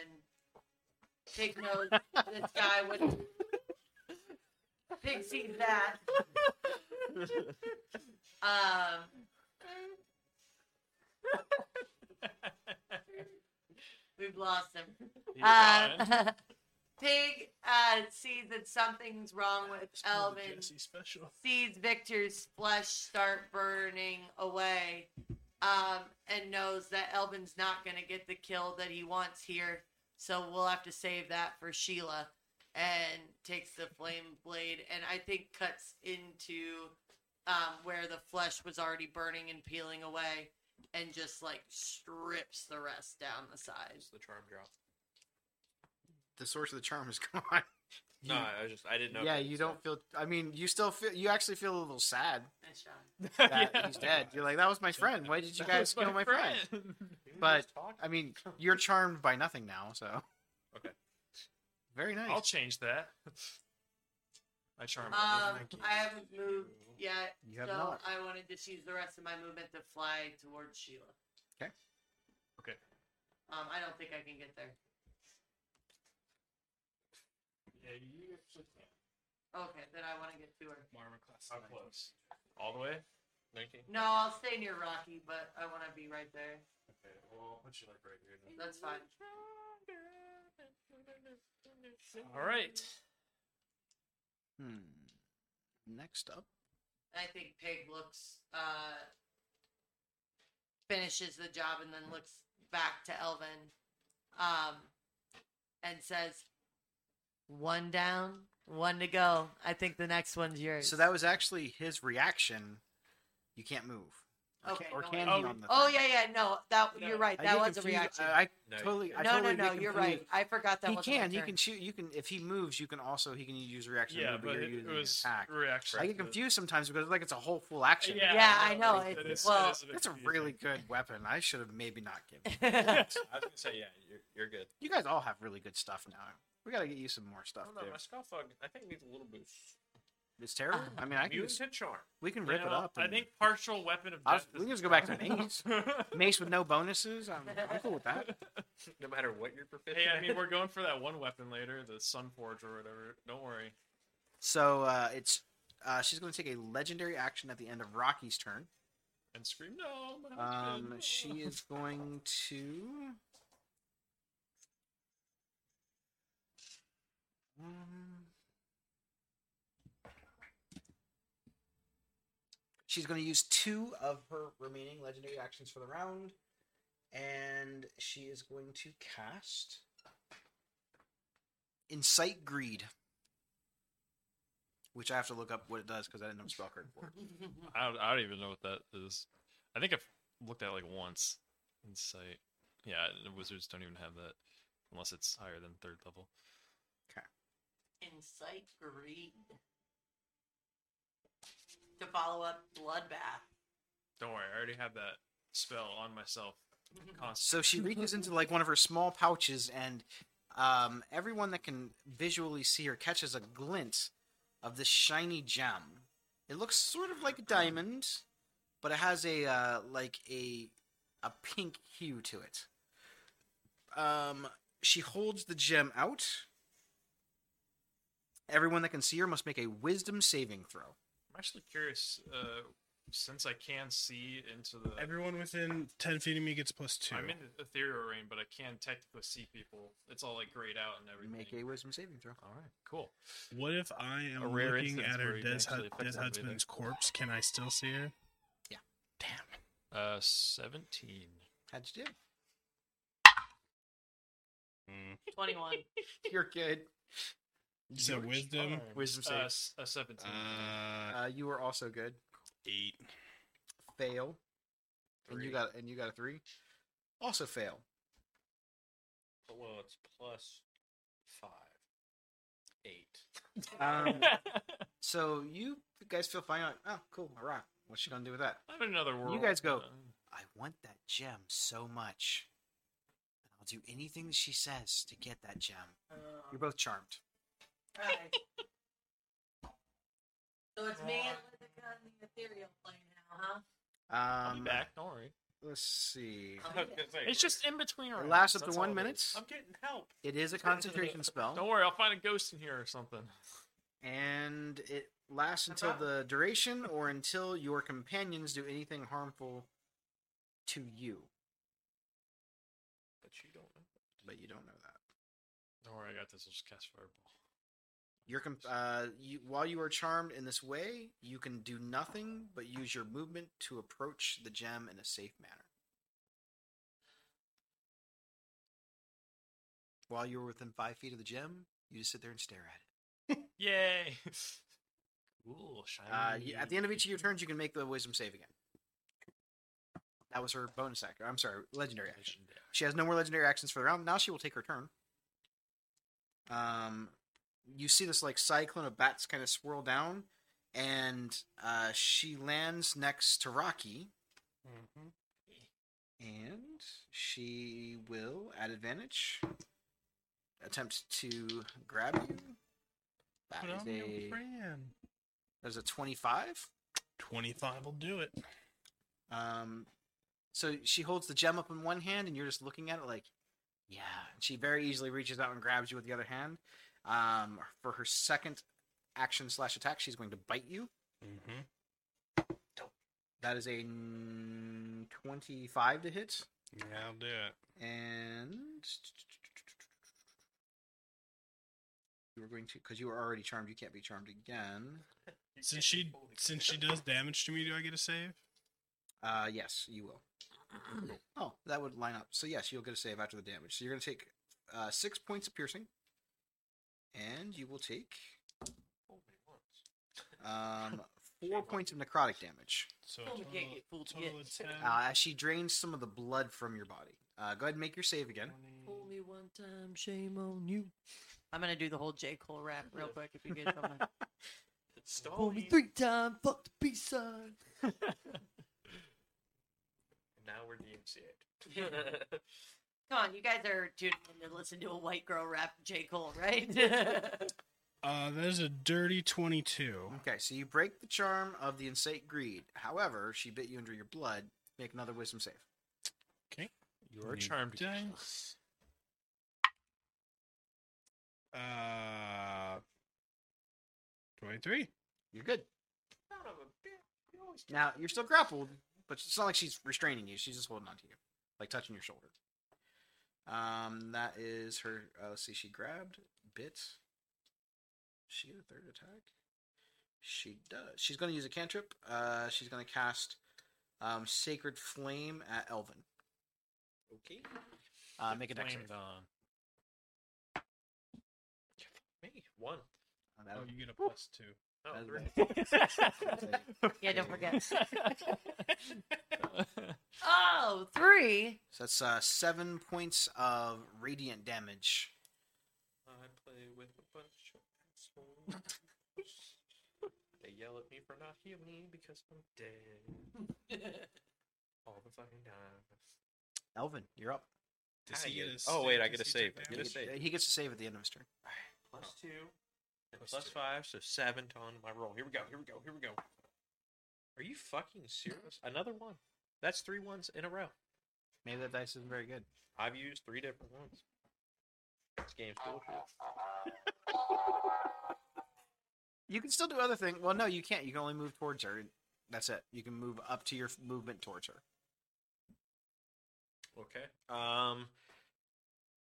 S3: Pig knows this guy would. Pig sees that. Um, we've lost him.
S5: He's gone.
S3: Uh, Pig uh, sees that something's wrong with
S6: It's probably
S3: Elvin.
S6: Jesse special.
S3: Sees Victor's flesh start burning away, um, and knows that Elvin's not going to get the kill that he wants here. So we'll have to save that for Sheila, and takes the flame blade and I think cuts into um, where the flesh was already burning and peeling away, and just like strips the rest down the sides.
S4: It's the charm drop.
S2: The source of the charm is gone.
S4: No, I was just I didn't know. if
S2: yeah,
S4: it
S2: you
S4: was
S2: don't feel. I mean, you still feel. You actually feel a little sad
S3: Nice job.
S5: Yeah.
S2: that he's dead. You're like, that was my friend. Why did you guys kill my friend?
S4: that. You
S2: but,
S4: just talked.
S2: I mean, you're charmed by nothing now, so.
S4: Okay.
S2: Very nice.
S5: I'll change that. I charm.
S3: Um, I haven't moved yet,
S2: You have
S3: so
S2: not.
S3: I want to just use the rest of my movement to fly towards Sheila.
S2: 'Kay.
S5: Okay.
S3: Um, I don't think I can get there. Okay, then I want to get to her.
S5: How close? All the way?
S4: 19.
S3: No, I'll stay near Rocky, but I want to be right there.
S5: Okay, well, I'll put you like right here. then.
S3: That's fine.
S5: All right.
S2: Hmm. Next up.
S3: I think Pig looks, uh, finishes the job and then looks back to Elvin, um, and says, "One down, one to go. I think the next one's yours."
S2: So that was actually his reaction. You can't move. Or ca-
S3: Okay,
S2: Or
S3: no
S2: can
S5: worries.
S2: he
S5: Oh,
S2: on the
S3: Oh
S2: thing?
S3: yeah, yeah. No, that you're right.
S2: I
S3: That
S2: get
S3: was a
S2: confused.
S3: reaction.
S2: I, I
S4: No,
S2: totally. I
S3: no,
S2: totally
S3: no, no.
S2: get
S3: You're
S2: confused.
S3: right. I forgot that
S2: He
S3: wasn't my
S2: can. He
S3: turn.
S2: can shoot. You can. If he moves, you can also. He can use reaction.
S5: Yeah,
S2: move,
S5: but
S2: you're
S5: it,
S2: using
S5: it was
S2: attack.
S5: reaction.
S2: I get
S5: to-
S2: confused sometimes because like it's a whole full action.
S5: Yeah,
S3: Yeah, I know,
S5: that
S3: it-
S5: is- that
S3: well-
S5: is bit
S2: That's a
S5: confusing.
S2: really good weapon. I should have maybe not given. it.
S4: I was gonna say yeah, you're, you're good.
S2: You guys all have really good stuff now. We gotta get you some more
S4: I
S2: stuff
S4: don't know,
S2: too.
S4: Oh, my scoffbug I think needs a little boost.
S2: It's terrible.
S3: Ah,
S2: I mean, I can.
S4: Mutant
S2: Just,
S4: to charm.
S2: we can
S5: You
S2: rip it
S5: know,
S2: up.
S5: I
S2: and-
S5: think partial weapon of
S2: I was-
S5: death.
S2: we
S5: is
S2: can just go back to
S5: possible.
S2: mace. Mace with no bonuses. I'm, I'm cool with that.
S4: No matter what your proficiency.
S5: hey, I mean, we're going for that one weapon later, the Sun Forge or whatever. Don't worry.
S2: So uh, it's uh, she's going to take a legendary action at the end of Rocky's turn.
S5: And scream no. my husband,
S2: Um,
S5: no."
S2: she is going to. Um, she's going to use two of her remaining legendary actions for the round, and she is going to cast Incite Greed, which I have to look up what it does because I didn't know spell card for. it.
S5: I don't, I don't even know what that is. I think I've looked at it like once. Insight. Yeah, the wizards don't even have that unless it's higher than third level.
S3: Insight greed. To follow up bloodbath.
S5: Don't worry, I already have that spell on myself. Constant.
S2: Mhm. So she reaches into like one of her small pouches, and um, everyone that can visually see her catches a glint of this shiny gem. It looks sort of like a diamond, but it has a uh, like a a pink hue to it. Um, she holds the gem out. Everyone that can see her must make a wisdom saving throw.
S5: I'm actually curious, uh, since I can see into the.
S6: Everyone within 10 feet of me gets plus two.
S5: I'm in the ethereal realm, but I can technically see people. It's all like grayed out and everything.
S2: Make a wisdom saving throw.
S5: All right, cool.
S6: What if I am
S5: A rare
S6: looking
S5: instance
S6: at her
S5: where you can
S6: dead,
S5: actually
S6: hu-
S5: affect
S6: dead
S5: somebody there.
S6: husband's corpse? Can I still see her?
S2: Yeah.
S6: Damn.
S5: Uh, seventeen.
S2: How'd you do?
S6: Hmm.
S3: 21.
S2: You're good.
S6: So wisdom,
S2: Oh, Wisdom
S5: Uh,
S2: save.
S5: s- a seventeen.
S6: uh,
S2: Uh, you were also good.
S6: eight.
S2: fail, and you got and you got a three. Also fail.
S4: well, it's plus five, eight.
S2: Um,
S5: I
S2: so you guys feel fine. Like, oh, cool, a rock. What's she gonna do with that?
S5: have another world.
S2: guys go.
S5: Uh,
S2: I want that gem so much. I'll do anything that she says to get that gem.
S5: Uh,
S2: You're both charmed.
S3: Alright. So it's me and Lizica on the ethereal plane now, huh?
S2: Um,
S5: I'll be back. Don't worry.
S2: Let's see.
S3: Oh, yeah.
S5: It's just in between
S2: It
S5: rounds.
S2: lasts up to
S5: that's
S2: one
S5: all it
S2: minute.
S5: is. I'm getting help.
S2: It is a concentration spell,
S5: Don't worry, I'll find a ghost in here or something.
S2: and it lasts until the duration or until your companions do anything harmful to you.
S4: But you don't know.
S2: But you don't know that.
S5: Don't worry, I got this. I'll just cast fireball.
S2: Your comp- uh, you, while you are charmed in this way, you can do nothing but use your movement to approach the gem in a safe manner. While you're within five feet of the gem, you just sit there and stare at
S5: Yay! Ooh, shiny.
S2: Uh, you- at the end of each of your turns, you can make the wisdom save again. That was her bonus action. I'm sorry, legendary action. She has no more legendary actions for the round. Now she will take her turn. Um, you see this like cyclone of bats kind of swirl down, and uh, she lands next to Rocky, and she will, at advantage, attempt to grab you. That is a
S6: friend.
S2: that is a twenty-five.
S6: 25 will do it.
S2: Um, so she holds the gem up in one hand, and you're just looking at it like, yeah. And she very easily reaches out and grabs you with the other hand. Um, for her second action slash attack, she's going to bite you.
S6: Mm-hmm.
S2: That is a n- twenty-five to hit,
S6: Yeah, I'll do it.
S2: and you were going to because you were already charmed. You can't be charmed again.
S6: Since she since she does damage to me, do I get a save?
S2: Uh, yes, you will. Oh, that would line up. So yes, you'll get a save after the damage. So you're going to take uh, six points of piercing, and you will take um, four points of necrotic damage.
S6: So
S3: Oh, we can't get fooled
S6: total
S3: yet.
S6: of 10.
S2: Uh, as she drains some of the blood from your body. Uh, go ahead and make your save again.
S3: Only one time, shame on you. I'm gonna do the whole J. Cole rap real quick if you get something. Only three time, fuck the peace sign.
S4: Now we're DMCA.
S3: Come on, you guys are tuning in to listen to a white girl rap J. Cole, right?
S6: Uh, that is a dirty 22.
S2: Okay, so you break the charm of the insate greed. However, she bit you and drew your blood. Make another wisdom save.
S5: you are charmed.
S6: Dice. Uh, 23.
S2: You're good. Now you're still grappled, but it's not like she's restraining you. She's just holding on to you, like touching your shoulder. Um, that is her. Uh, let's see. She grabbed, bit. She get a third attack. She does. She's going to use a cantrip. Uh, she's going to cast um, Sacred Flame at Elvin. Okay. Uh, make a dex save.
S4: Me one.
S2: Uh,
S9: Oh,
S2: that'll-
S6: Oh, you get a plus two. Oh,
S4: No,
S2: That's
S4: three.
S3: yeah, don't forget. oh, three.
S2: So that's uh, seven points of radiant damage.
S4: I play with a bunch of assholes. they yell at me for not healing because I'm dead. All the fucking time.
S2: Elvin, you're up.
S6: Does he
S4: I
S6: get a
S4: get- oh, wait, I
S6: does
S4: get a
S6: he
S4: save.
S6: take
S4: I get a
S6: damage?
S4: save.
S2: He gets to save at the end of his turn.
S4: Plus two. and plus five, so seven on my roll. Here we go, here we go, here we go. Are you fucking serious? Another one. That's three ones in a row.
S2: Maybe that dice isn't very good.
S4: I've used three different ones. This game's bullshit.
S2: You can still do other things. Well, no, you can't. You can only move towards her. That's it. You can move up to your f- movement towards her.
S4: Okay. Um.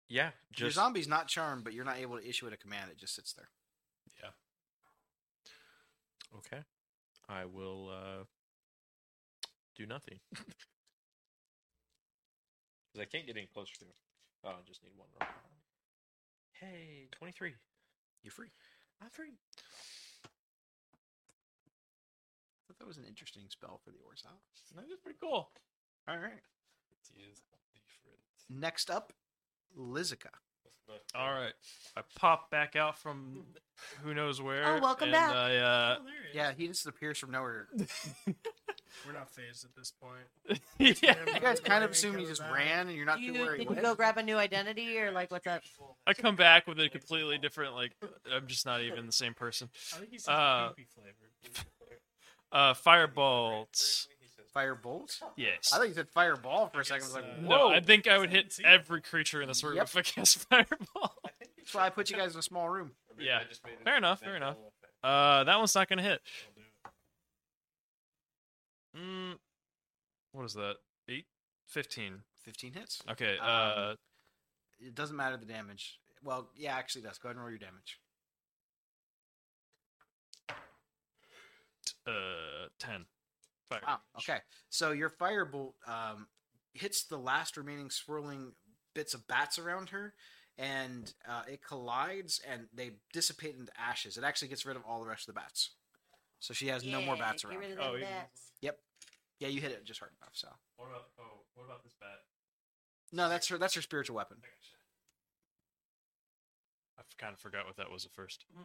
S4: Yeah.
S2: your
S4: Just
S2: zombie's not charmed, but you're not able to issue it a command. It just sits there.
S4: okay. I will uh do nothing because I can't get any closer to. Him. Oh, I just need one roll. Hey, twenty-three.
S2: You're free.
S4: I'm free.
S2: I thought that was an interesting spell for the Orzhov.
S4: That is pretty cool.
S2: All right.
S5: Is different.
S4: Mm.
S2: Next up, Lizica.
S5: All right, I pop back out from who knows where.
S3: Oh, welcome
S5: and
S3: back.
S5: I, uh,
S6: Oh, there he is.
S2: Yeah, he just appears from nowhere.
S6: We're not phased at this point.
S5: yeah,
S2: You guys kind of
S6: Everybody
S2: assume he
S6: goes
S2: just
S6: back.
S2: ran, and you're not
S3: Do
S2: too
S3: you
S2: worried.
S3: think you go grab a new identity or like what's up?
S5: I come back with a completely different. Like I'm just not even the same person.
S6: I think he's
S5: Uh,
S6: poopy flavored.
S5: Uh, firebolts.
S2: Firebolt?
S5: Yes.
S2: I thought you said fireball for a second. I was
S6: guess,
S2: like,
S6: uh,
S2: whoa.
S5: No, I think I would hit
S6: See?
S5: every creature in this room
S2: Yep.
S5: if I cast fireball.
S2: That's why I put you guys in a small room.
S5: Yeah. Fair enough. Fair enough. Uh, that one's not gonna hit. Mm, what is that? Eight, fifteen.
S2: 15 hits. Um,
S5: Okay. Uh,
S2: It doesn't matter the damage. Well, yeah, actually, it does. Go ahead and roll your damage.
S5: uh, ten. Fire.
S2: Wow. Okay. So your firebolt um, hits the last remaining swirling bits of bats around her, and uh, it collides, and they dissipate into ashes. It actually gets rid of all the rest of the bats. So she has no more
S3: Yeah,
S2: bats
S3: get
S2: around.
S3: rid
S2: Her.
S3: of them
S5: Oh, yeah.
S3: bats.
S2: Yeah, you hit it just hard enough. So
S5: What about oh, what about this bat?
S2: no, that's her. That's her spiritual weapon.
S5: I gotcha. I kind of forgot what that was at first. I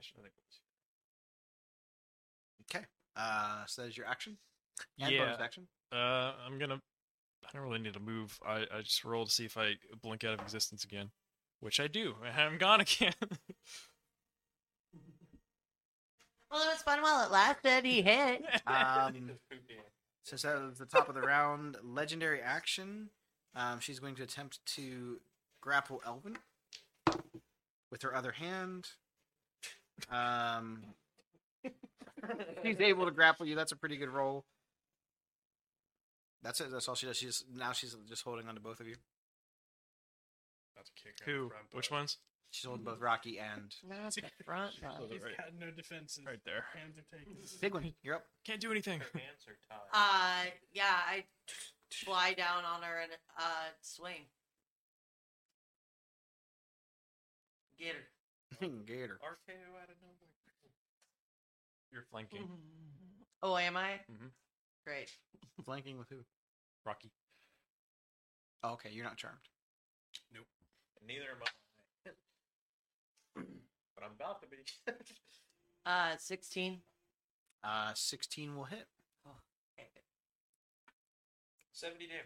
S5: should, I think
S2: Uh, so that is your action and
S5: Yeah.
S2: bonus action.
S5: Uh, I'm gonna. I don't really need to move. I, I just roll to see if I blink out of existence again, which I do. I'm gone again.
S3: Well, it was fun while it lasted. He hit.
S2: Um, since that was the top of the round, legendary action. Um, she's going to attempt to grapple Elvin with her other hand. Um, she's able to grapple you. That's a pretty good roll. That's it. That's all she does. She's now she's just holding on to both of you.
S9: About to kick her in the
S5: Who?
S9: front
S5: Which
S9: butt.
S5: ones?
S2: She's holding both Rocky and
S3: Not the front button.
S6: He's got no defenses.
S5: Right there.
S6: Hands are taken.
S2: Big One. You're up.
S5: Can't do anything.
S4: Her hands are tied.
S3: Uh, yeah, I fly down on her and uh swing. Get her.
S2: Gator.
S4: RKO out of nowhere.
S5: You're flanking.
S3: Oh, am I?
S5: Mhm.
S3: Great.
S2: Flanking with who?
S5: Rocky.
S2: Oh, okay, you're not charmed.
S4: Neither am I. but I'm about to be.
S3: Uh, sixteen.
S2: Uh, 16 will hit.
S4: 70 damage.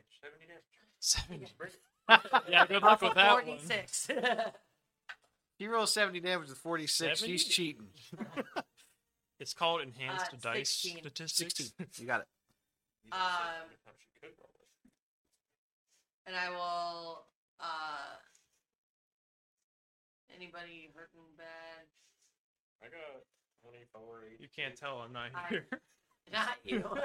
S4: 70 damage.
S5: Seven.
S4: Bring it.
S5: Yeah, good luck with that one.
S3: Forty-six.
S2: He rolls 70 damage with 46. He's
S5: 70?
S2: cheating.
S5: It's called enhanced
S3: Uh,
S5: dice
S3: 16.
S5: statistics.
S2: 16. You got it.
S4: You just said how
S3: Um,
S4: many times you could roll it.
S3: and I will. Uh, anybody hurting bad?
S4: I got 24, 80.
S5: You can't tell I'm not
S3: I-
S5: here.
S3: Not you.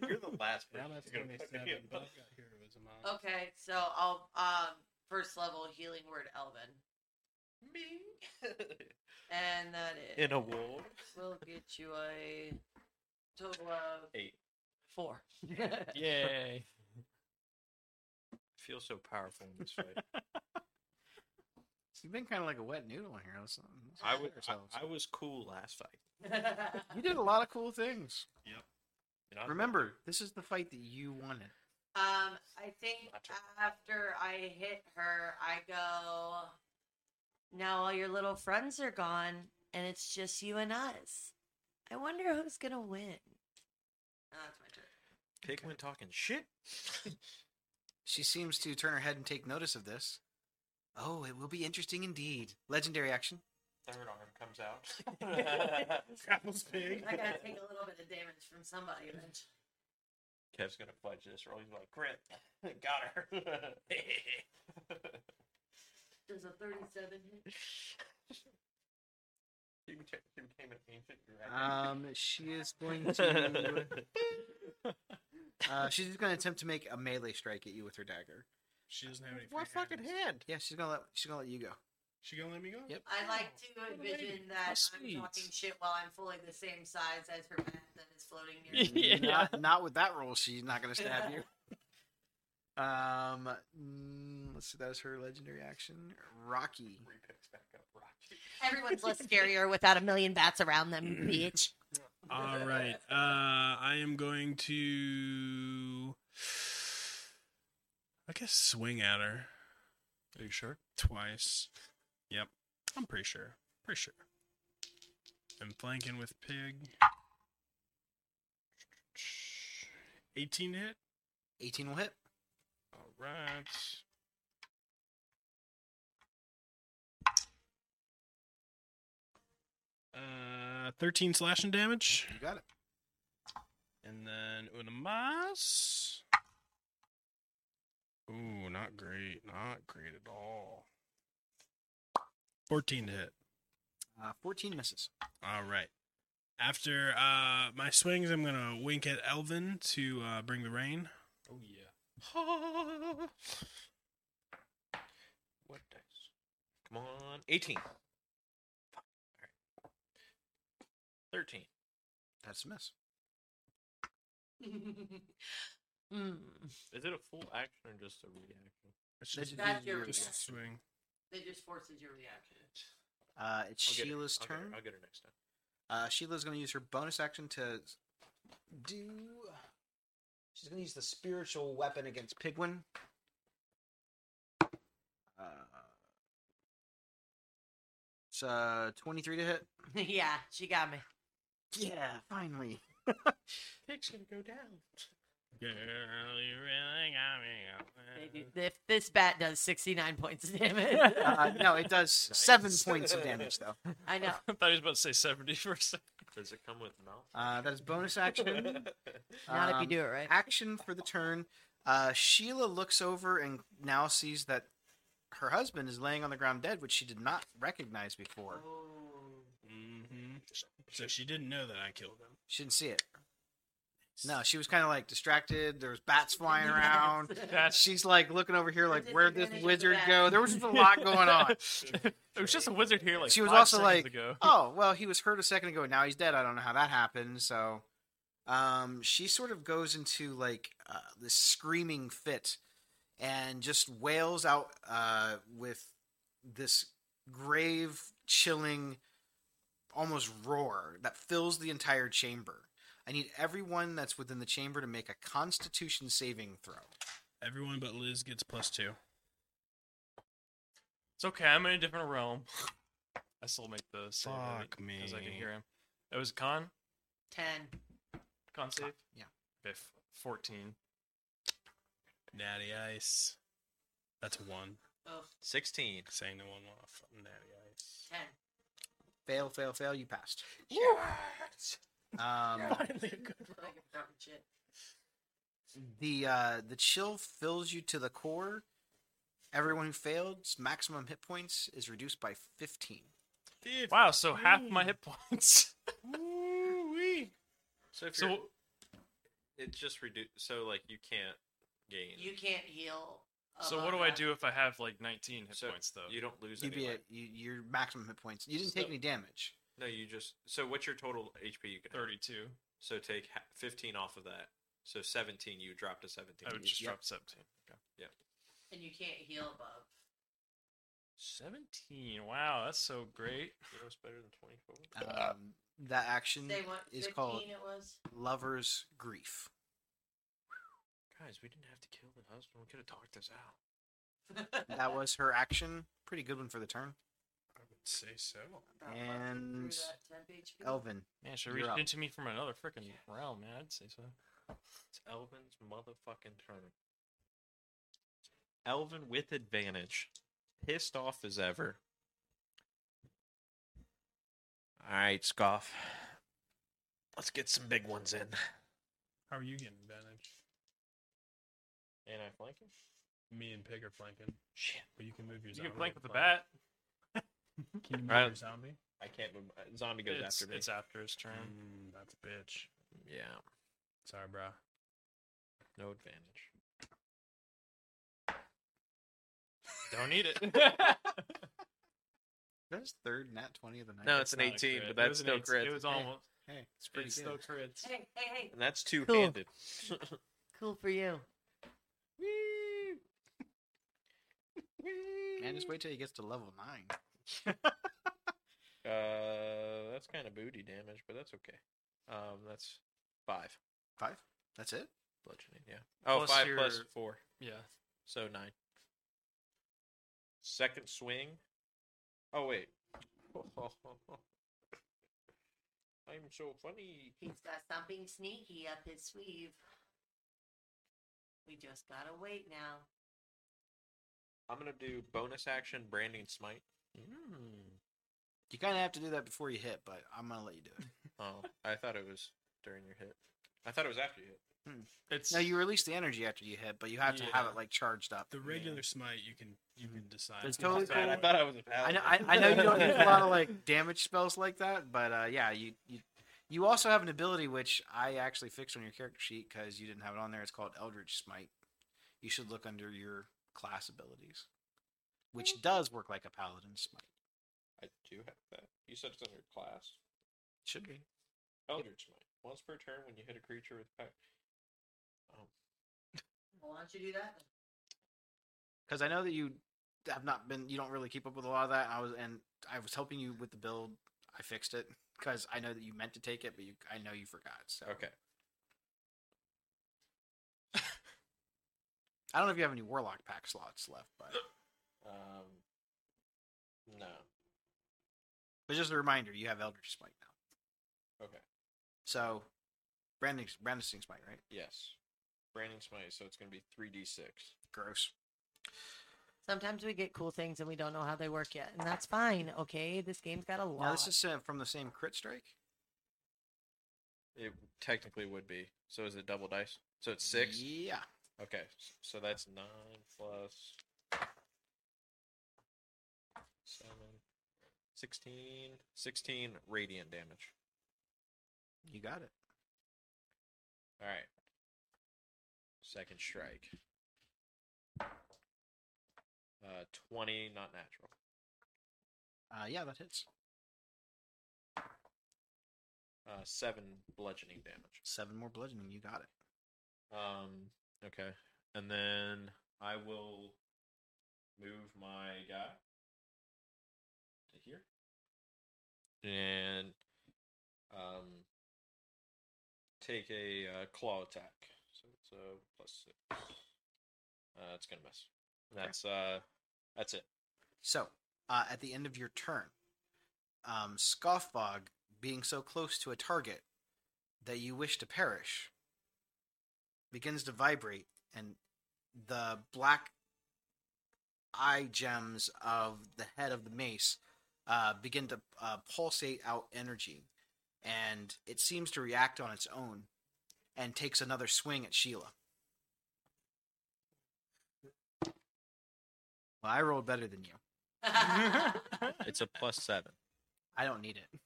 S4: You're the last
S9: Now
S4: person.
S9: that's
S4: gonna
S9: twenty
S4: fucking
S9: seven.
S4: hit.
S9: Bob got heroism on.
S4: Oh,
S3: okay, so I'll um first level healing word Elven, and that is.
S4: In a world.
S3: We'll get you a total of
S4: Eight.
S3: four.
S5: Yay.
S4: I feel so powerful in this fight.
S2: You've been kind of like a wet noodle in here. Let's, let's
S4: I,
S2: not
S4: was,
S2: kid
S4: I,
S2: ourselves.
S4: I was cool last fight.
S2: You did a lot of cool things.
S4: And I'm-
S2: Remember, this is the fight that you wanted.
S3: um, I think
S4: Gotcha.
S3: after I hit her, I go. Now all your little friends are gone, and it's just you and us. I wonder who's gonna win. Oh, that's my turn.
S4: Pig went talking shit.
S2: She seems to turn her head and take notice of this. Oh, it will be interesting indeed. Legendary action.
S4: Third arm comes out.
S9: Grapples pig.
S3: I gotta take a little bit of damage from somebody eventually.
S4: Kev's gonna fudge this roll. He's like, crit. Got her.
S3: There's a 37 hit.
S4: she, became, she became an ancient dragon.
S2: Um, she is going to. Uh, she's just going to attempt to make a melee strike at you with her dagger.
S6: She doesn't have any.
S4: what
S6: free
S4: fucking
S6: hands.
S4: hand?
S2: Yeah, she's gonna let she's gonna let you go.
S6: She gonna let me go?
S2: Yep.
S3: I like to envision
S6: How
S3: that I'm
S6: sweet.
S3: talking shit while I'm fully the same size as her bat that is floating near me.
S5: Yeah.
S2: Not, not with that roll. She's not going to stab you. Um, mm, let's see. That was her legendary action. Rocky.
S4: Three picks back up, Rocky.
S3: Everyone's less scarier without a million bats around them, bitch.
S6: All right. Uh, I am going to. I guess swing at her
S5: Are you sure?
S6: twice. Yep. I'm pretty sure. Pretty sure. I'm flanking with pig. 18 hit.
S2: 18 will hit.
S6: All right. Uh, 13 slashing damage.
S2: You got it.
S6: And then una más. Ooh, not great. Not great at all. 14 to hit.
S2: Uh, 14 misses.
S6: All right. After uh, my swings, I'm going to wink at Elvin to uh, bring the rain.
S5: Oh yeah.
S4: What dice? Come on. 18. Fuck. All right. 13.
S2: That's a miss.
S3: mm.
S4: Is it a full action or just a reaction?
S6: It's just,
S3: That's your
S6: just a
S3: reaction.
S6: swing.
S3: It just forces your reaction.
S2: Uh, it's
S4: I'll get it.
S2: Sheila's
S4: I'll get her-
S2: turn.
S4: I'll get her next time.
S2: Uh, Sheila's going to use her bonus action to do. She's going to use the spiritual weapon against Pigwin. Uh, it's uh, 23 to hit.
S3: yeah, she got me.
S2: Yeah, finally.
S11: Pig's gonna go down.
S6: Girl, you really got me.
S5: Uh-huh.
S3: They do- If this bat does 69 points of damage,
S2: Uh, no, it does seven points of damage, though.
S3: I know.
S5: I thought he was about to say 70 for a second.
S9: Does it come with mouth?
S2: Uh, that is bonus action.
S3: Not if
S2: Um,
S3: you do it right.
S2: Action for the turn. Uh, Sheila looks over and now sees that her husband is laying on the ground dead, which she did not recognize before.
S6: Mm-hmm. So she didn't know that I killed him.
S2: She didn't see it. No, she was kind of like distracted. There was bats flying around.
S5: That's
S2: She's like looking over here, like
S3: Disadvantage
S2: where'd this
S3: of the
S2: wizard
S3: bat.
S2: go? There was just a lot going on.
S5: it was just a wizard here. Like
S2: She was
S5: five
S2: also
S5: seconds
S2: like,
S5: ago.
S2: oh, well, he was hurt a second ago, and now he's dead. I don't know how that happened. So, um, she sort of goes into like uh, this screaming fit, and just wails out uh, with this grave, chilling, almost roar that fills the entire chamber. I need everyone that's within the chamber to make a Constitution saving throw.
S6: Everyone but Liz gets plus two.
S5: It's okay. I'm in a different realm. I still make the save. every-
S6: Fuck
S5: As I can
S6: me.
S5: hear him. It was con.
S3: 10.
S5: Con save.
S2: yeah.
S5: Okay. f- 14.
S6: Natty Ice. That's a one.
S3: Oh,
S9: 16.
S6: Saying the one off. Natty Ice.
S3: 10.
S2: Fail, fail, fail. You passed. Um,
S11: Finally, a good
S3: I give a fucking shit.
S2: the uh, the chill fills you to the core. Everyone who fails maximum hit points is reduced by fifteen.
S5: Wow. So half my hit points.
S9: So if you're,
S5: so
S9: it's just reduced. So like you can't gain.
S3: You can't heal.
S5: so
S3: above
S5: what do I
S3: that.
S5: do if I have like 19 hit
S9: So
S5: points though?
S9: you don't lose
S2: You'd
S9: any.
S2: be at
S9: life.
S2: you, your maximum hit points. You didn't take
S5: So-
S2: any damage.
S9: No, you just. So what's your total HP? You can have?
S5: 32.
S9: So take ha- 15 off of that. So 17. You drop to 17.
S5: I would just
S2: Yep.
S5: drop 17. Okay.
S3: And you can't heal above.
S5: 17. Wow. That's so great.
S9: Zero's better than 24.
S5: Uh,
S2: Um, that action
S3: They want 15
S2: is called
S3: it was.
S2: lover's grief.
S9: Guys, we didn't have to kill the husband. We could have talked this out.
S2: That was her action. Pretty good one for the turn.
S6: I would say so.
S3: About busting through
S2: And
S3: that 10 page field.
S2: Elvin,
S5: Man, she
S2: You're
S5: reached
S2: up.
S5: into me from another freaking realm, man. I'd say so.
S9: It's Elvin's motherfucking turn. Elvin with advantage. Pissed off as ever. Alright, Scoff. Let's get some big ones in.
S6: How are you getting advantage?
S9: And I flanking?
S6: Me and Pig are flanking.
S9: Shit.
S6: But you can move your
S5: You
S6: zombie.
S5: can flank with the bat.
S6: Can you move
S9: Right.
S6: your zombie?
S9: I can't move. my- Zombie goes
S5: It's,
S9: after me.
S5: it's after his turn.
S6: Mm, that's a bitch.
S9: Yeah,
S6: Sorry, bro.
S9: no advantage.
S5: Don't need it.
S2: that's third nat twenty of the night.
S9: No, it's an
S5: Not a
S9: 18,
S5: crit.
S9: but
S5: It
S9: that's
S5: was an
S9: still
S5: 18.
S9: crit.
S5: It was almost.
S2: hey, it's pretty
S5: It's still
S2: good.
S5: crits.
S3: Hey, hey, hey.
S9: And that's two handed.
S3: Cool for you.
S2: Man, just wait till he gets to level nine.
S9: uh, that's kind of booty damage, but that's okay. Um, that's five
S2: Five. That's it.
S9: bludgeoning. Yeah. Oh,
S5: Plus
S9: five
S5: your-
S9: plus four,
S5: Yeah.
S9: so nine. Second swing. Oh wait. I'm so funny.
S3: He's got something sneaky up his sleeve. We just gotta wait now.
S9: I'm gonna do bonus action branding smite. Mm.
S2: You kind of have to do that before you hit, but I'm gonna let you do it.
S9: Oh, I thought it was during your hit. I thought it was after you hit.
S5: It's
S2: No, you release the energy after you hit, but you have to have
S5: Yeah.
S2: it like charged up.
S6: The regular smite, you can you can decide.
S2: It's totally
S9: Bad, I
S2: cool.
S9: thought I was a
S2: I know,
S9: paladin.
S2: I, I know you don't use a lot of like damage spells like that, but uh, yeah, you, you you also have an ability which I actually fixed on your character sheet because you didn't have it on there. It's called Eldritch Smite. You should look under your class abilities,
S6: Mm.
S2: which does work like a paladin smite.
S9: I do have that. You said it's in your class.
S2: Should be.
S9: Eldritch Smite. Once per turn, when you hit a creature with power. Oh,
S3: Well, why don't you do that?
S2: because I know that you have not been you don't really keep up with a lot of that. I was and I was helping you with the build. I fixed it because I know that you meant to take it, but you, I know you forgot. So
S4: Okay.
S2: I don't know if you have any warlock pack slots left, but
S4: Um, no.
S2: but just a reminder, you have Eldritch Spike now.
S4: Okay.
S2: So, branding, brandishing Spike, right?
S4: Yes. Branding smite, so it's gonna be three d six.
S2: Gross.
S3: Sometimes we get cool things and we don't know how they work yet, and that's fine. Okay, this game's got a lot.
S2: Now this is uh, from the same crit strike.
S4: It technically would be. So is it double dice? So it's six.
S2: Yeah.
S4: Okay, s- so that's nine plus seven. 16, 16 radiant damage.
S2: You got it.
S4: All right. Second strike. Uh, 20, not natural.
S2: Uh, yeah, that hits.
S4: Uh, seven bludgeoning damage.
S2: Seven more bludgeoning. You got it.
S4: Um, okay. And then I will move my guy to here. And um take a uh, claw attack. So it's a plus six. Uh, it's gonna miss. And That's uh that's it.
S2: So, uh, at the end of your turn, um, Scoffbog, being so close to a target that you wish to perish, begins to vibrate, and the black eye gems of the head of the mace uh, begin to uh, pulsate out energy, and it seems to react on its own and takes another swing at Sheila. Well, I rolled better than you.
S4: It's a plus seven.
S2: I don't need it.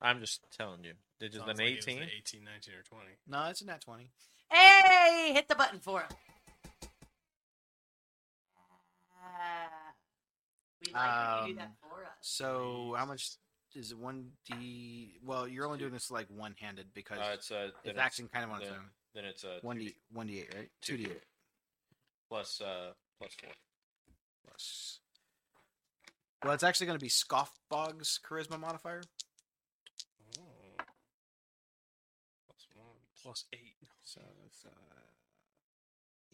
S4: I'm just telling you. It is
S6: Sounds
S4: an
S6: like it was
S4: eighteen.
S6: an 18, 19, or 20.
S2: No, it's a nat 20.
S3: hey, hit the button for him. Ah, we like when you do that
S2: Um,
S3: for us.
S2: So how much is it? One D. Well, you're only doing this like one handed because
S4: Uh, it's a
S2: it's acting kind of on its
S4: then,
S2: own.
S4: then it's a
S2: One D. One D eight, right? Two D eight
S4: 2d8. plus uh plus four.
S2: plus. Well, it's actually going to be Scoffbog's charisma modifier.
S4: Plus one.
S5: Plus eight.
S2: So that's uh,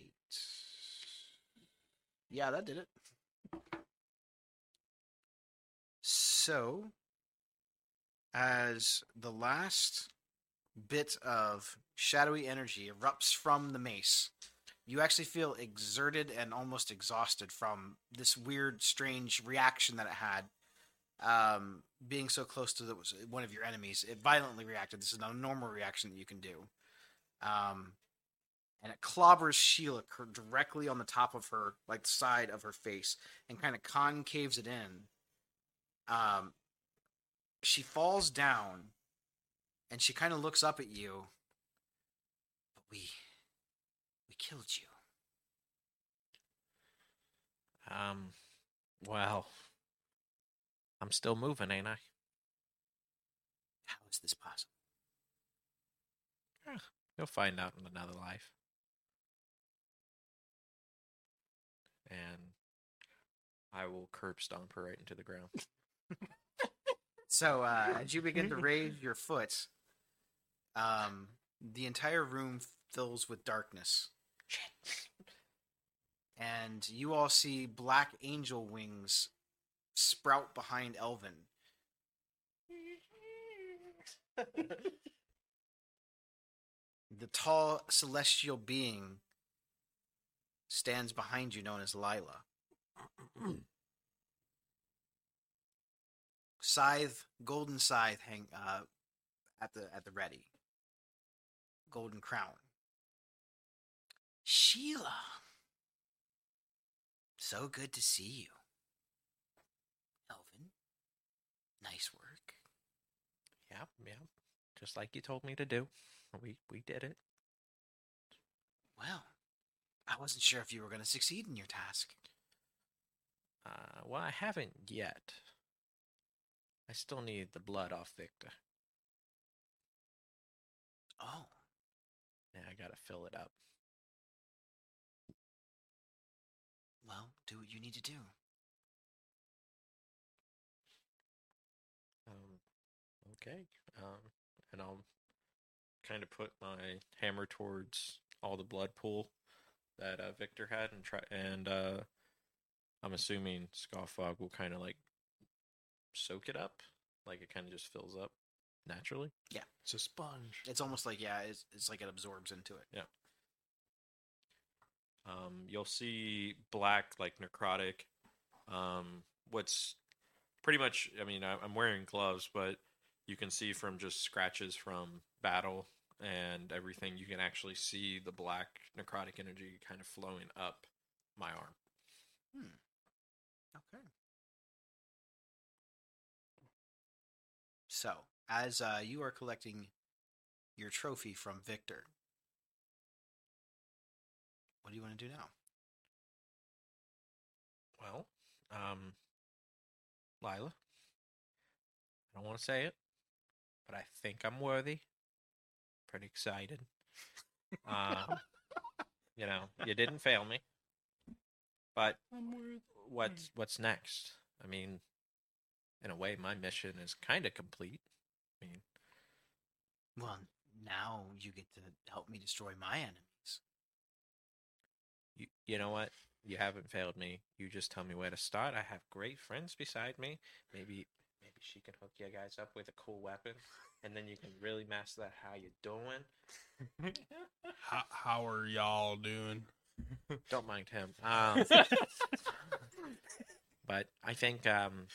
S2: eight. Yeah, that did it. So, as the last bit of shadowy energy erupts from the mace, you actually feel exerted and almost exhausted from this weird, strange reaction that it had. Um, being so close to the, one of your enemies, it violently reacted. This is not a normal reaction that you can do um, and it clobbers Sheila cor- directly on the top of her, like the side of her face, and kind of concaves it in. Um, she falls down, and she kind of looks up at you. But we, we killed you.
S4: Um, well, I'm still moving, ain't I?
S2: How is this possible?
S4: You'll find out in another life. And I will curb stomp her right into the ground.
S2: So uh, as you begin to raise your foot, um, the entire room fills with darkness. and you all see black angel wings sprout behind Elvin. the tall celestial being stands behind you, known as Lila. Scythe, golden scythe, hang uh, at the at the ready. Golden crown. Sheila. So good to see you. Elvin. Nice work.
S4: Yep, yep. Just like you told me to do. We we did it.
S2: Well, I wasn't sure if you were going to succeed in your task.
S4: Uh, well, I haven't yet. I still need the blood off Victor.
S2: Oh,
S4: Now I gotta fill it up.
S2: well, do what you need to do.
S4: Um, Okay. Um, and I'll kind of put my hammer towards all the blood pool that uh, Victor had, and try. And uh, I'm assuming Scoffog will kind of like soak it up, like it kind of just fills up naturally.
S2: Yeah.
S4: it's a sponge.
S2: It's almost like yeah, it's, it's like it absorbs into it.
S4: Um, you'll see black, like necrotic. Um, what's pretty much, I mean, I, I'm wearing gloves, but you can see from just scratches from battle and everything, you can actually see the black necrotic energy kind of flowing up my arm.
S2: Okay. So, as uh, you are collecting your trophy from Victor, what do you want to do now?
S4: Well, um, Lila, I don't want to say it, but I think I'm worthy. Pretty excited. Um, you know, you didn't fail me. But what's what's next? I mean, in a way, my mission is kind of complete. I mean,
S2: Well, now you get to help me destroy my enemies.
S4: you, you know what? You haven't failed me. You just tell me where to start. I have great friends beside me. Maybe maybe she can hook you guys up with a cool weapon, and then you can really master that how you doing.
S6: How, how are y'all doing?
S4: Don't mind him. Um, but I think um,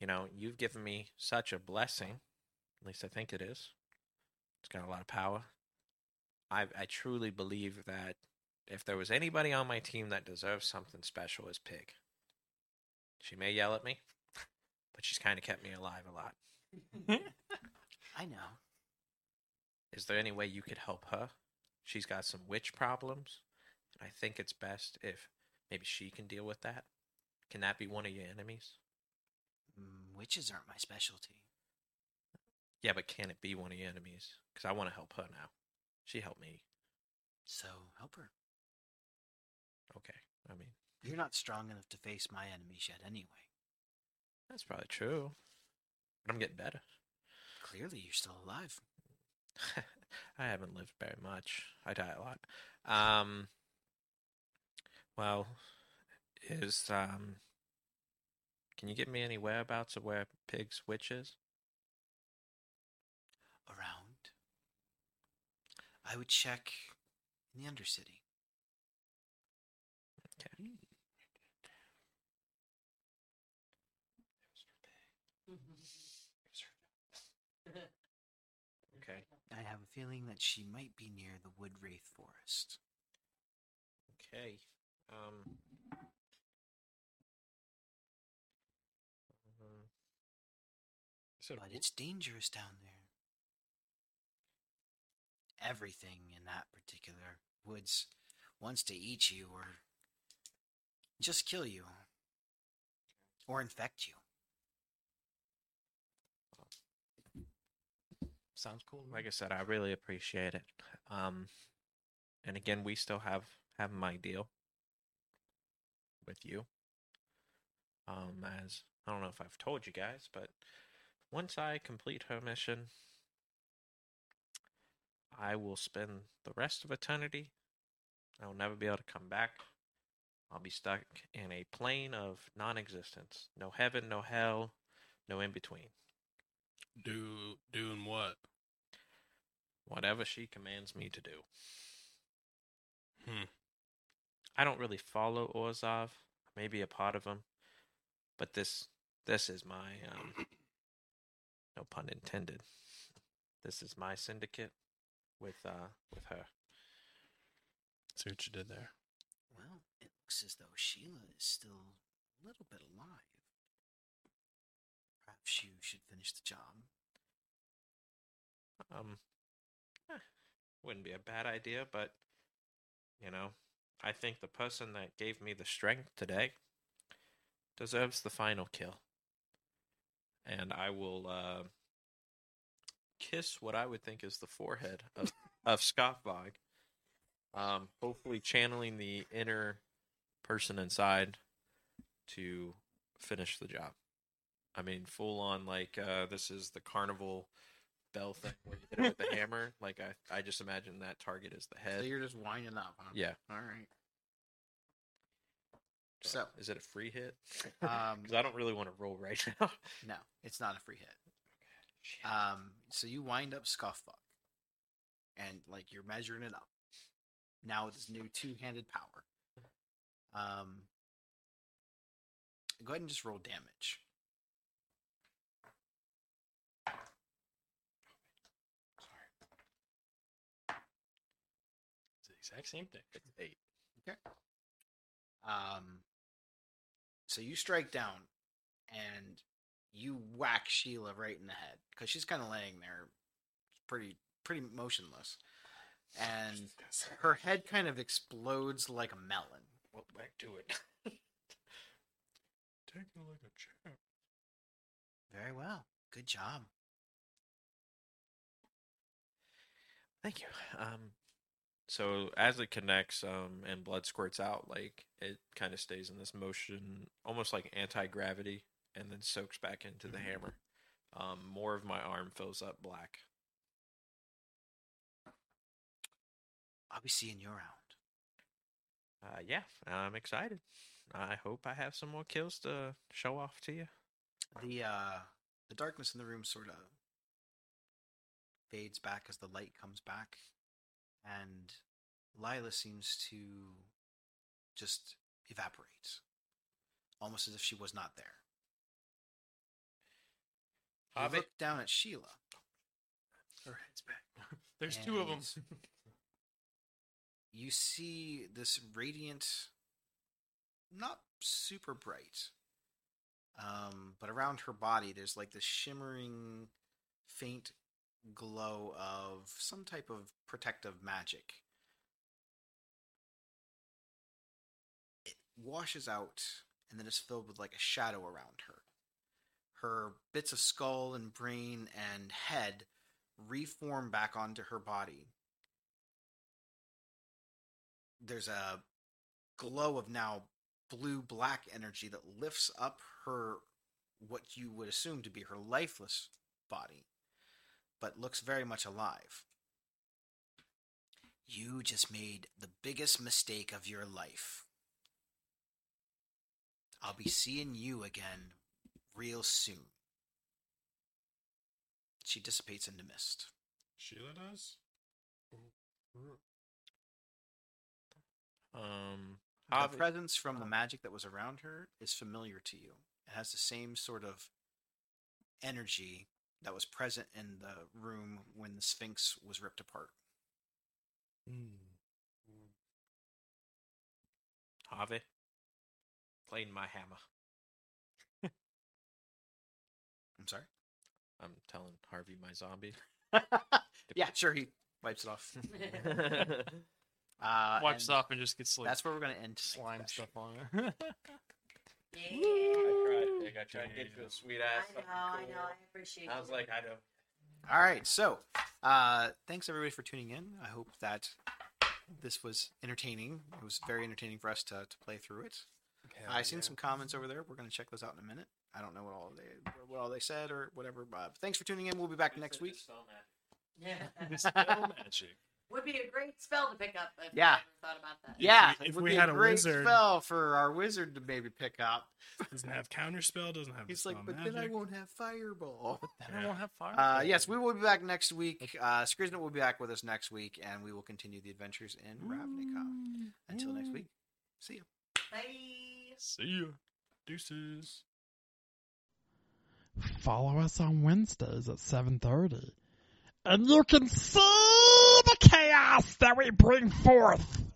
S4: you know you've given me such a blessing. At least I think it is. It's got a lot of power. I I truly believe that if there was anybody on my team that deserves something special, it's Pig. She may yell at me, but she's kind of kept me alive a lot.
S2: I know.
S4: Is there any way you could help her? She's got some witch problems. and I think it's best if maybe she can deal with that. Can that be one of your enemies?
S2: Mm, Witches aren't my specialty.
S4: Yeah, but can it be one of your enemies? Because I want to help her now. She helped me.
S2: So, help her.
S4: Okay. I mean,
S2: You're not strong enough to face my enemies yet, anyway.
S4: that's probably true. But I'm getting better.
S2: Clearly, you're still alive.
S4: I haven't lived very much. I die a lot. Um. Well, is um. Can you give me any whereabouts of where Pig's witch is?
S2: Around. I would check in the Undercity.
S4: Okay. Okay.
S2: I have a feeling that she might be near the Wood Wraith Forest.
S4: Okay. Um. Mm-hmm.
S2: But it's dangerous down there. Everything in that particular woods wants to eat you or just kill you or infect you.
S4: Sounds cool. Like I said, I really appreciate it. Um, and again, we still have have my deal with you. Um, as I don't know if I've told you guys, but once I complete her mission, I will spend the rest of eternity. I will never be able to come back. I'll be stuck in a plane of non-existence. No heaven, no hell, no in between.
S6: Do doing what?
S4: whatever she commands me to do.
S6: Hmm.
S4: I don't really follow Orzov, maybe a part of him, but this this is my um no pun intended. This is my syndicate with uh with her.
S6: See what you did there.
S2: Well, it looks as though Sheila is still a little bit alive. Perhaps you should finish the job.
S4: Um eh, wouldn't be a bad idea, but you know, I think the person that gave me the strength today deserves the final kill. And I will uh, kiss what I would think is the forehead of, of Scott Vog. Um, hopefully channeling the inner person inside to finish the job.
S9: I mean, full on like uh, this is the carnival bell thing where you hit it with the hammer. Like I, I just imagine that target is the
S2: So
S9: head.
S2: you're just winding up, huh?
S9: Yeah.
S2: All right.
S9: But
S2: So-
S9: is it a free hit?
S2: Um,
S9: Because I don't really want to roll right now. Uh,
S2: No, it's not a free hit. Um, so you wind up Scuffbuck, and like you're measuring it up. Now with this new two-handed power. Um, go ahead and just roll damage.
S5: It's the exact same thing.
S9: It's eight.
S2: Um, so you strike down, and you whack Sheila right in the head because she's kind of laying there, pretty pretty motionless, and her head kind of explodes like a melon.
S9: Well, back to it.
S5: Taking like a champ.
S2: Very well. Good job.
S9: Thank you. Um, so as it connects um, and blood squirts out, like it kind of stays in this motion, almost like anti gravity, and then soaks back into the hammer.
S2: Mm.
S9: Um, more of my arm fills up black.
S2: I'll be seeing you around.
S9: Uh, yeah, I'm excited. I hope I have some more kills to show off to you.
S2: The uh the darkness in the room sort of fades back as the light comes back and Lila seems to just evaporate. Almost as if she was not there. You
S9: Hobbit.
S2: look down at Sheila.
S5: Her head's back. There's two of them.
S2: and You see this radiant, not super bright, um, but around her body, there's like this shimmering, faint glow of some type of protective magic. It washes out and then is filled with like a shadow around her. Her bits of skull and brain and head reform back onto her body. There's a glow of now blue black energy that lifts up her, what you would assume to be her lifeless body, but looks very much alive. You just made the biggest mistake of your life. I'll be seeing you again real soon. She dissipates into mist.
S6: Sheila does.
S9: Um,
S2: The
S9: Hobbit.
S2: presence from the magic that was around her is familiar to you. It has the same sort of energy that was present in the room when the Sphinx was ripped apart.
S6: Mm.
S9: Harvey, playing my hammer.
S2: I'm sorry.
S9: I'm telling Harvey my zombie.
S2: yeah, sure. He wipes it off. Uh,
S5: Wipes
S2: and
S5: off and just gets like
S2: That's where we're gonna end. tonight's
S5: slime
S2: session.
S5: stuff on it.
S3: Yeah.
S9: tried. I tried
S5: to get to a
S9: sweet
S3: I know, I know, I appreciate it.
S9: like, I don't.
S2: All right. So, uh, thanks everybody for tuning in. I hope that this was entertaining. It was very entertaining for us to, to play through it. I seen some comments over there. We're gonna check those out in a minute. I don't know what all they what all they said or whatever. But thanks for tuning in. We'll be back next week.
S5: Dispel magic.
S3: Would be a great spell to pick up if
S2: Yeah.
S3: I ever thought about that.
S2: Yeah,
S6: we-
S2: it
S6: if
S2: would
S6: we
S2: be
S6: had a
S2: great
S6: wizard-
S2: spell for our wizard to maybe pick up.
S6: Doesn't have counterspell. Doesn't have.
S2: He's like,
S6: dispel
S2: but then I
S6: magic.
S2: won't have fireball.
S5: I won't have fire.
S2: Uh, yes, we will be back next week. Uh, Skriznet will be back with us next week, and we will continue the adventures in Ravnica. Until next week, see ya.
S3: Bye.
S5: See you. Deuces.
S1: Follow us on Wednesdays at 7:30. And you can see the chaos that we bring forth.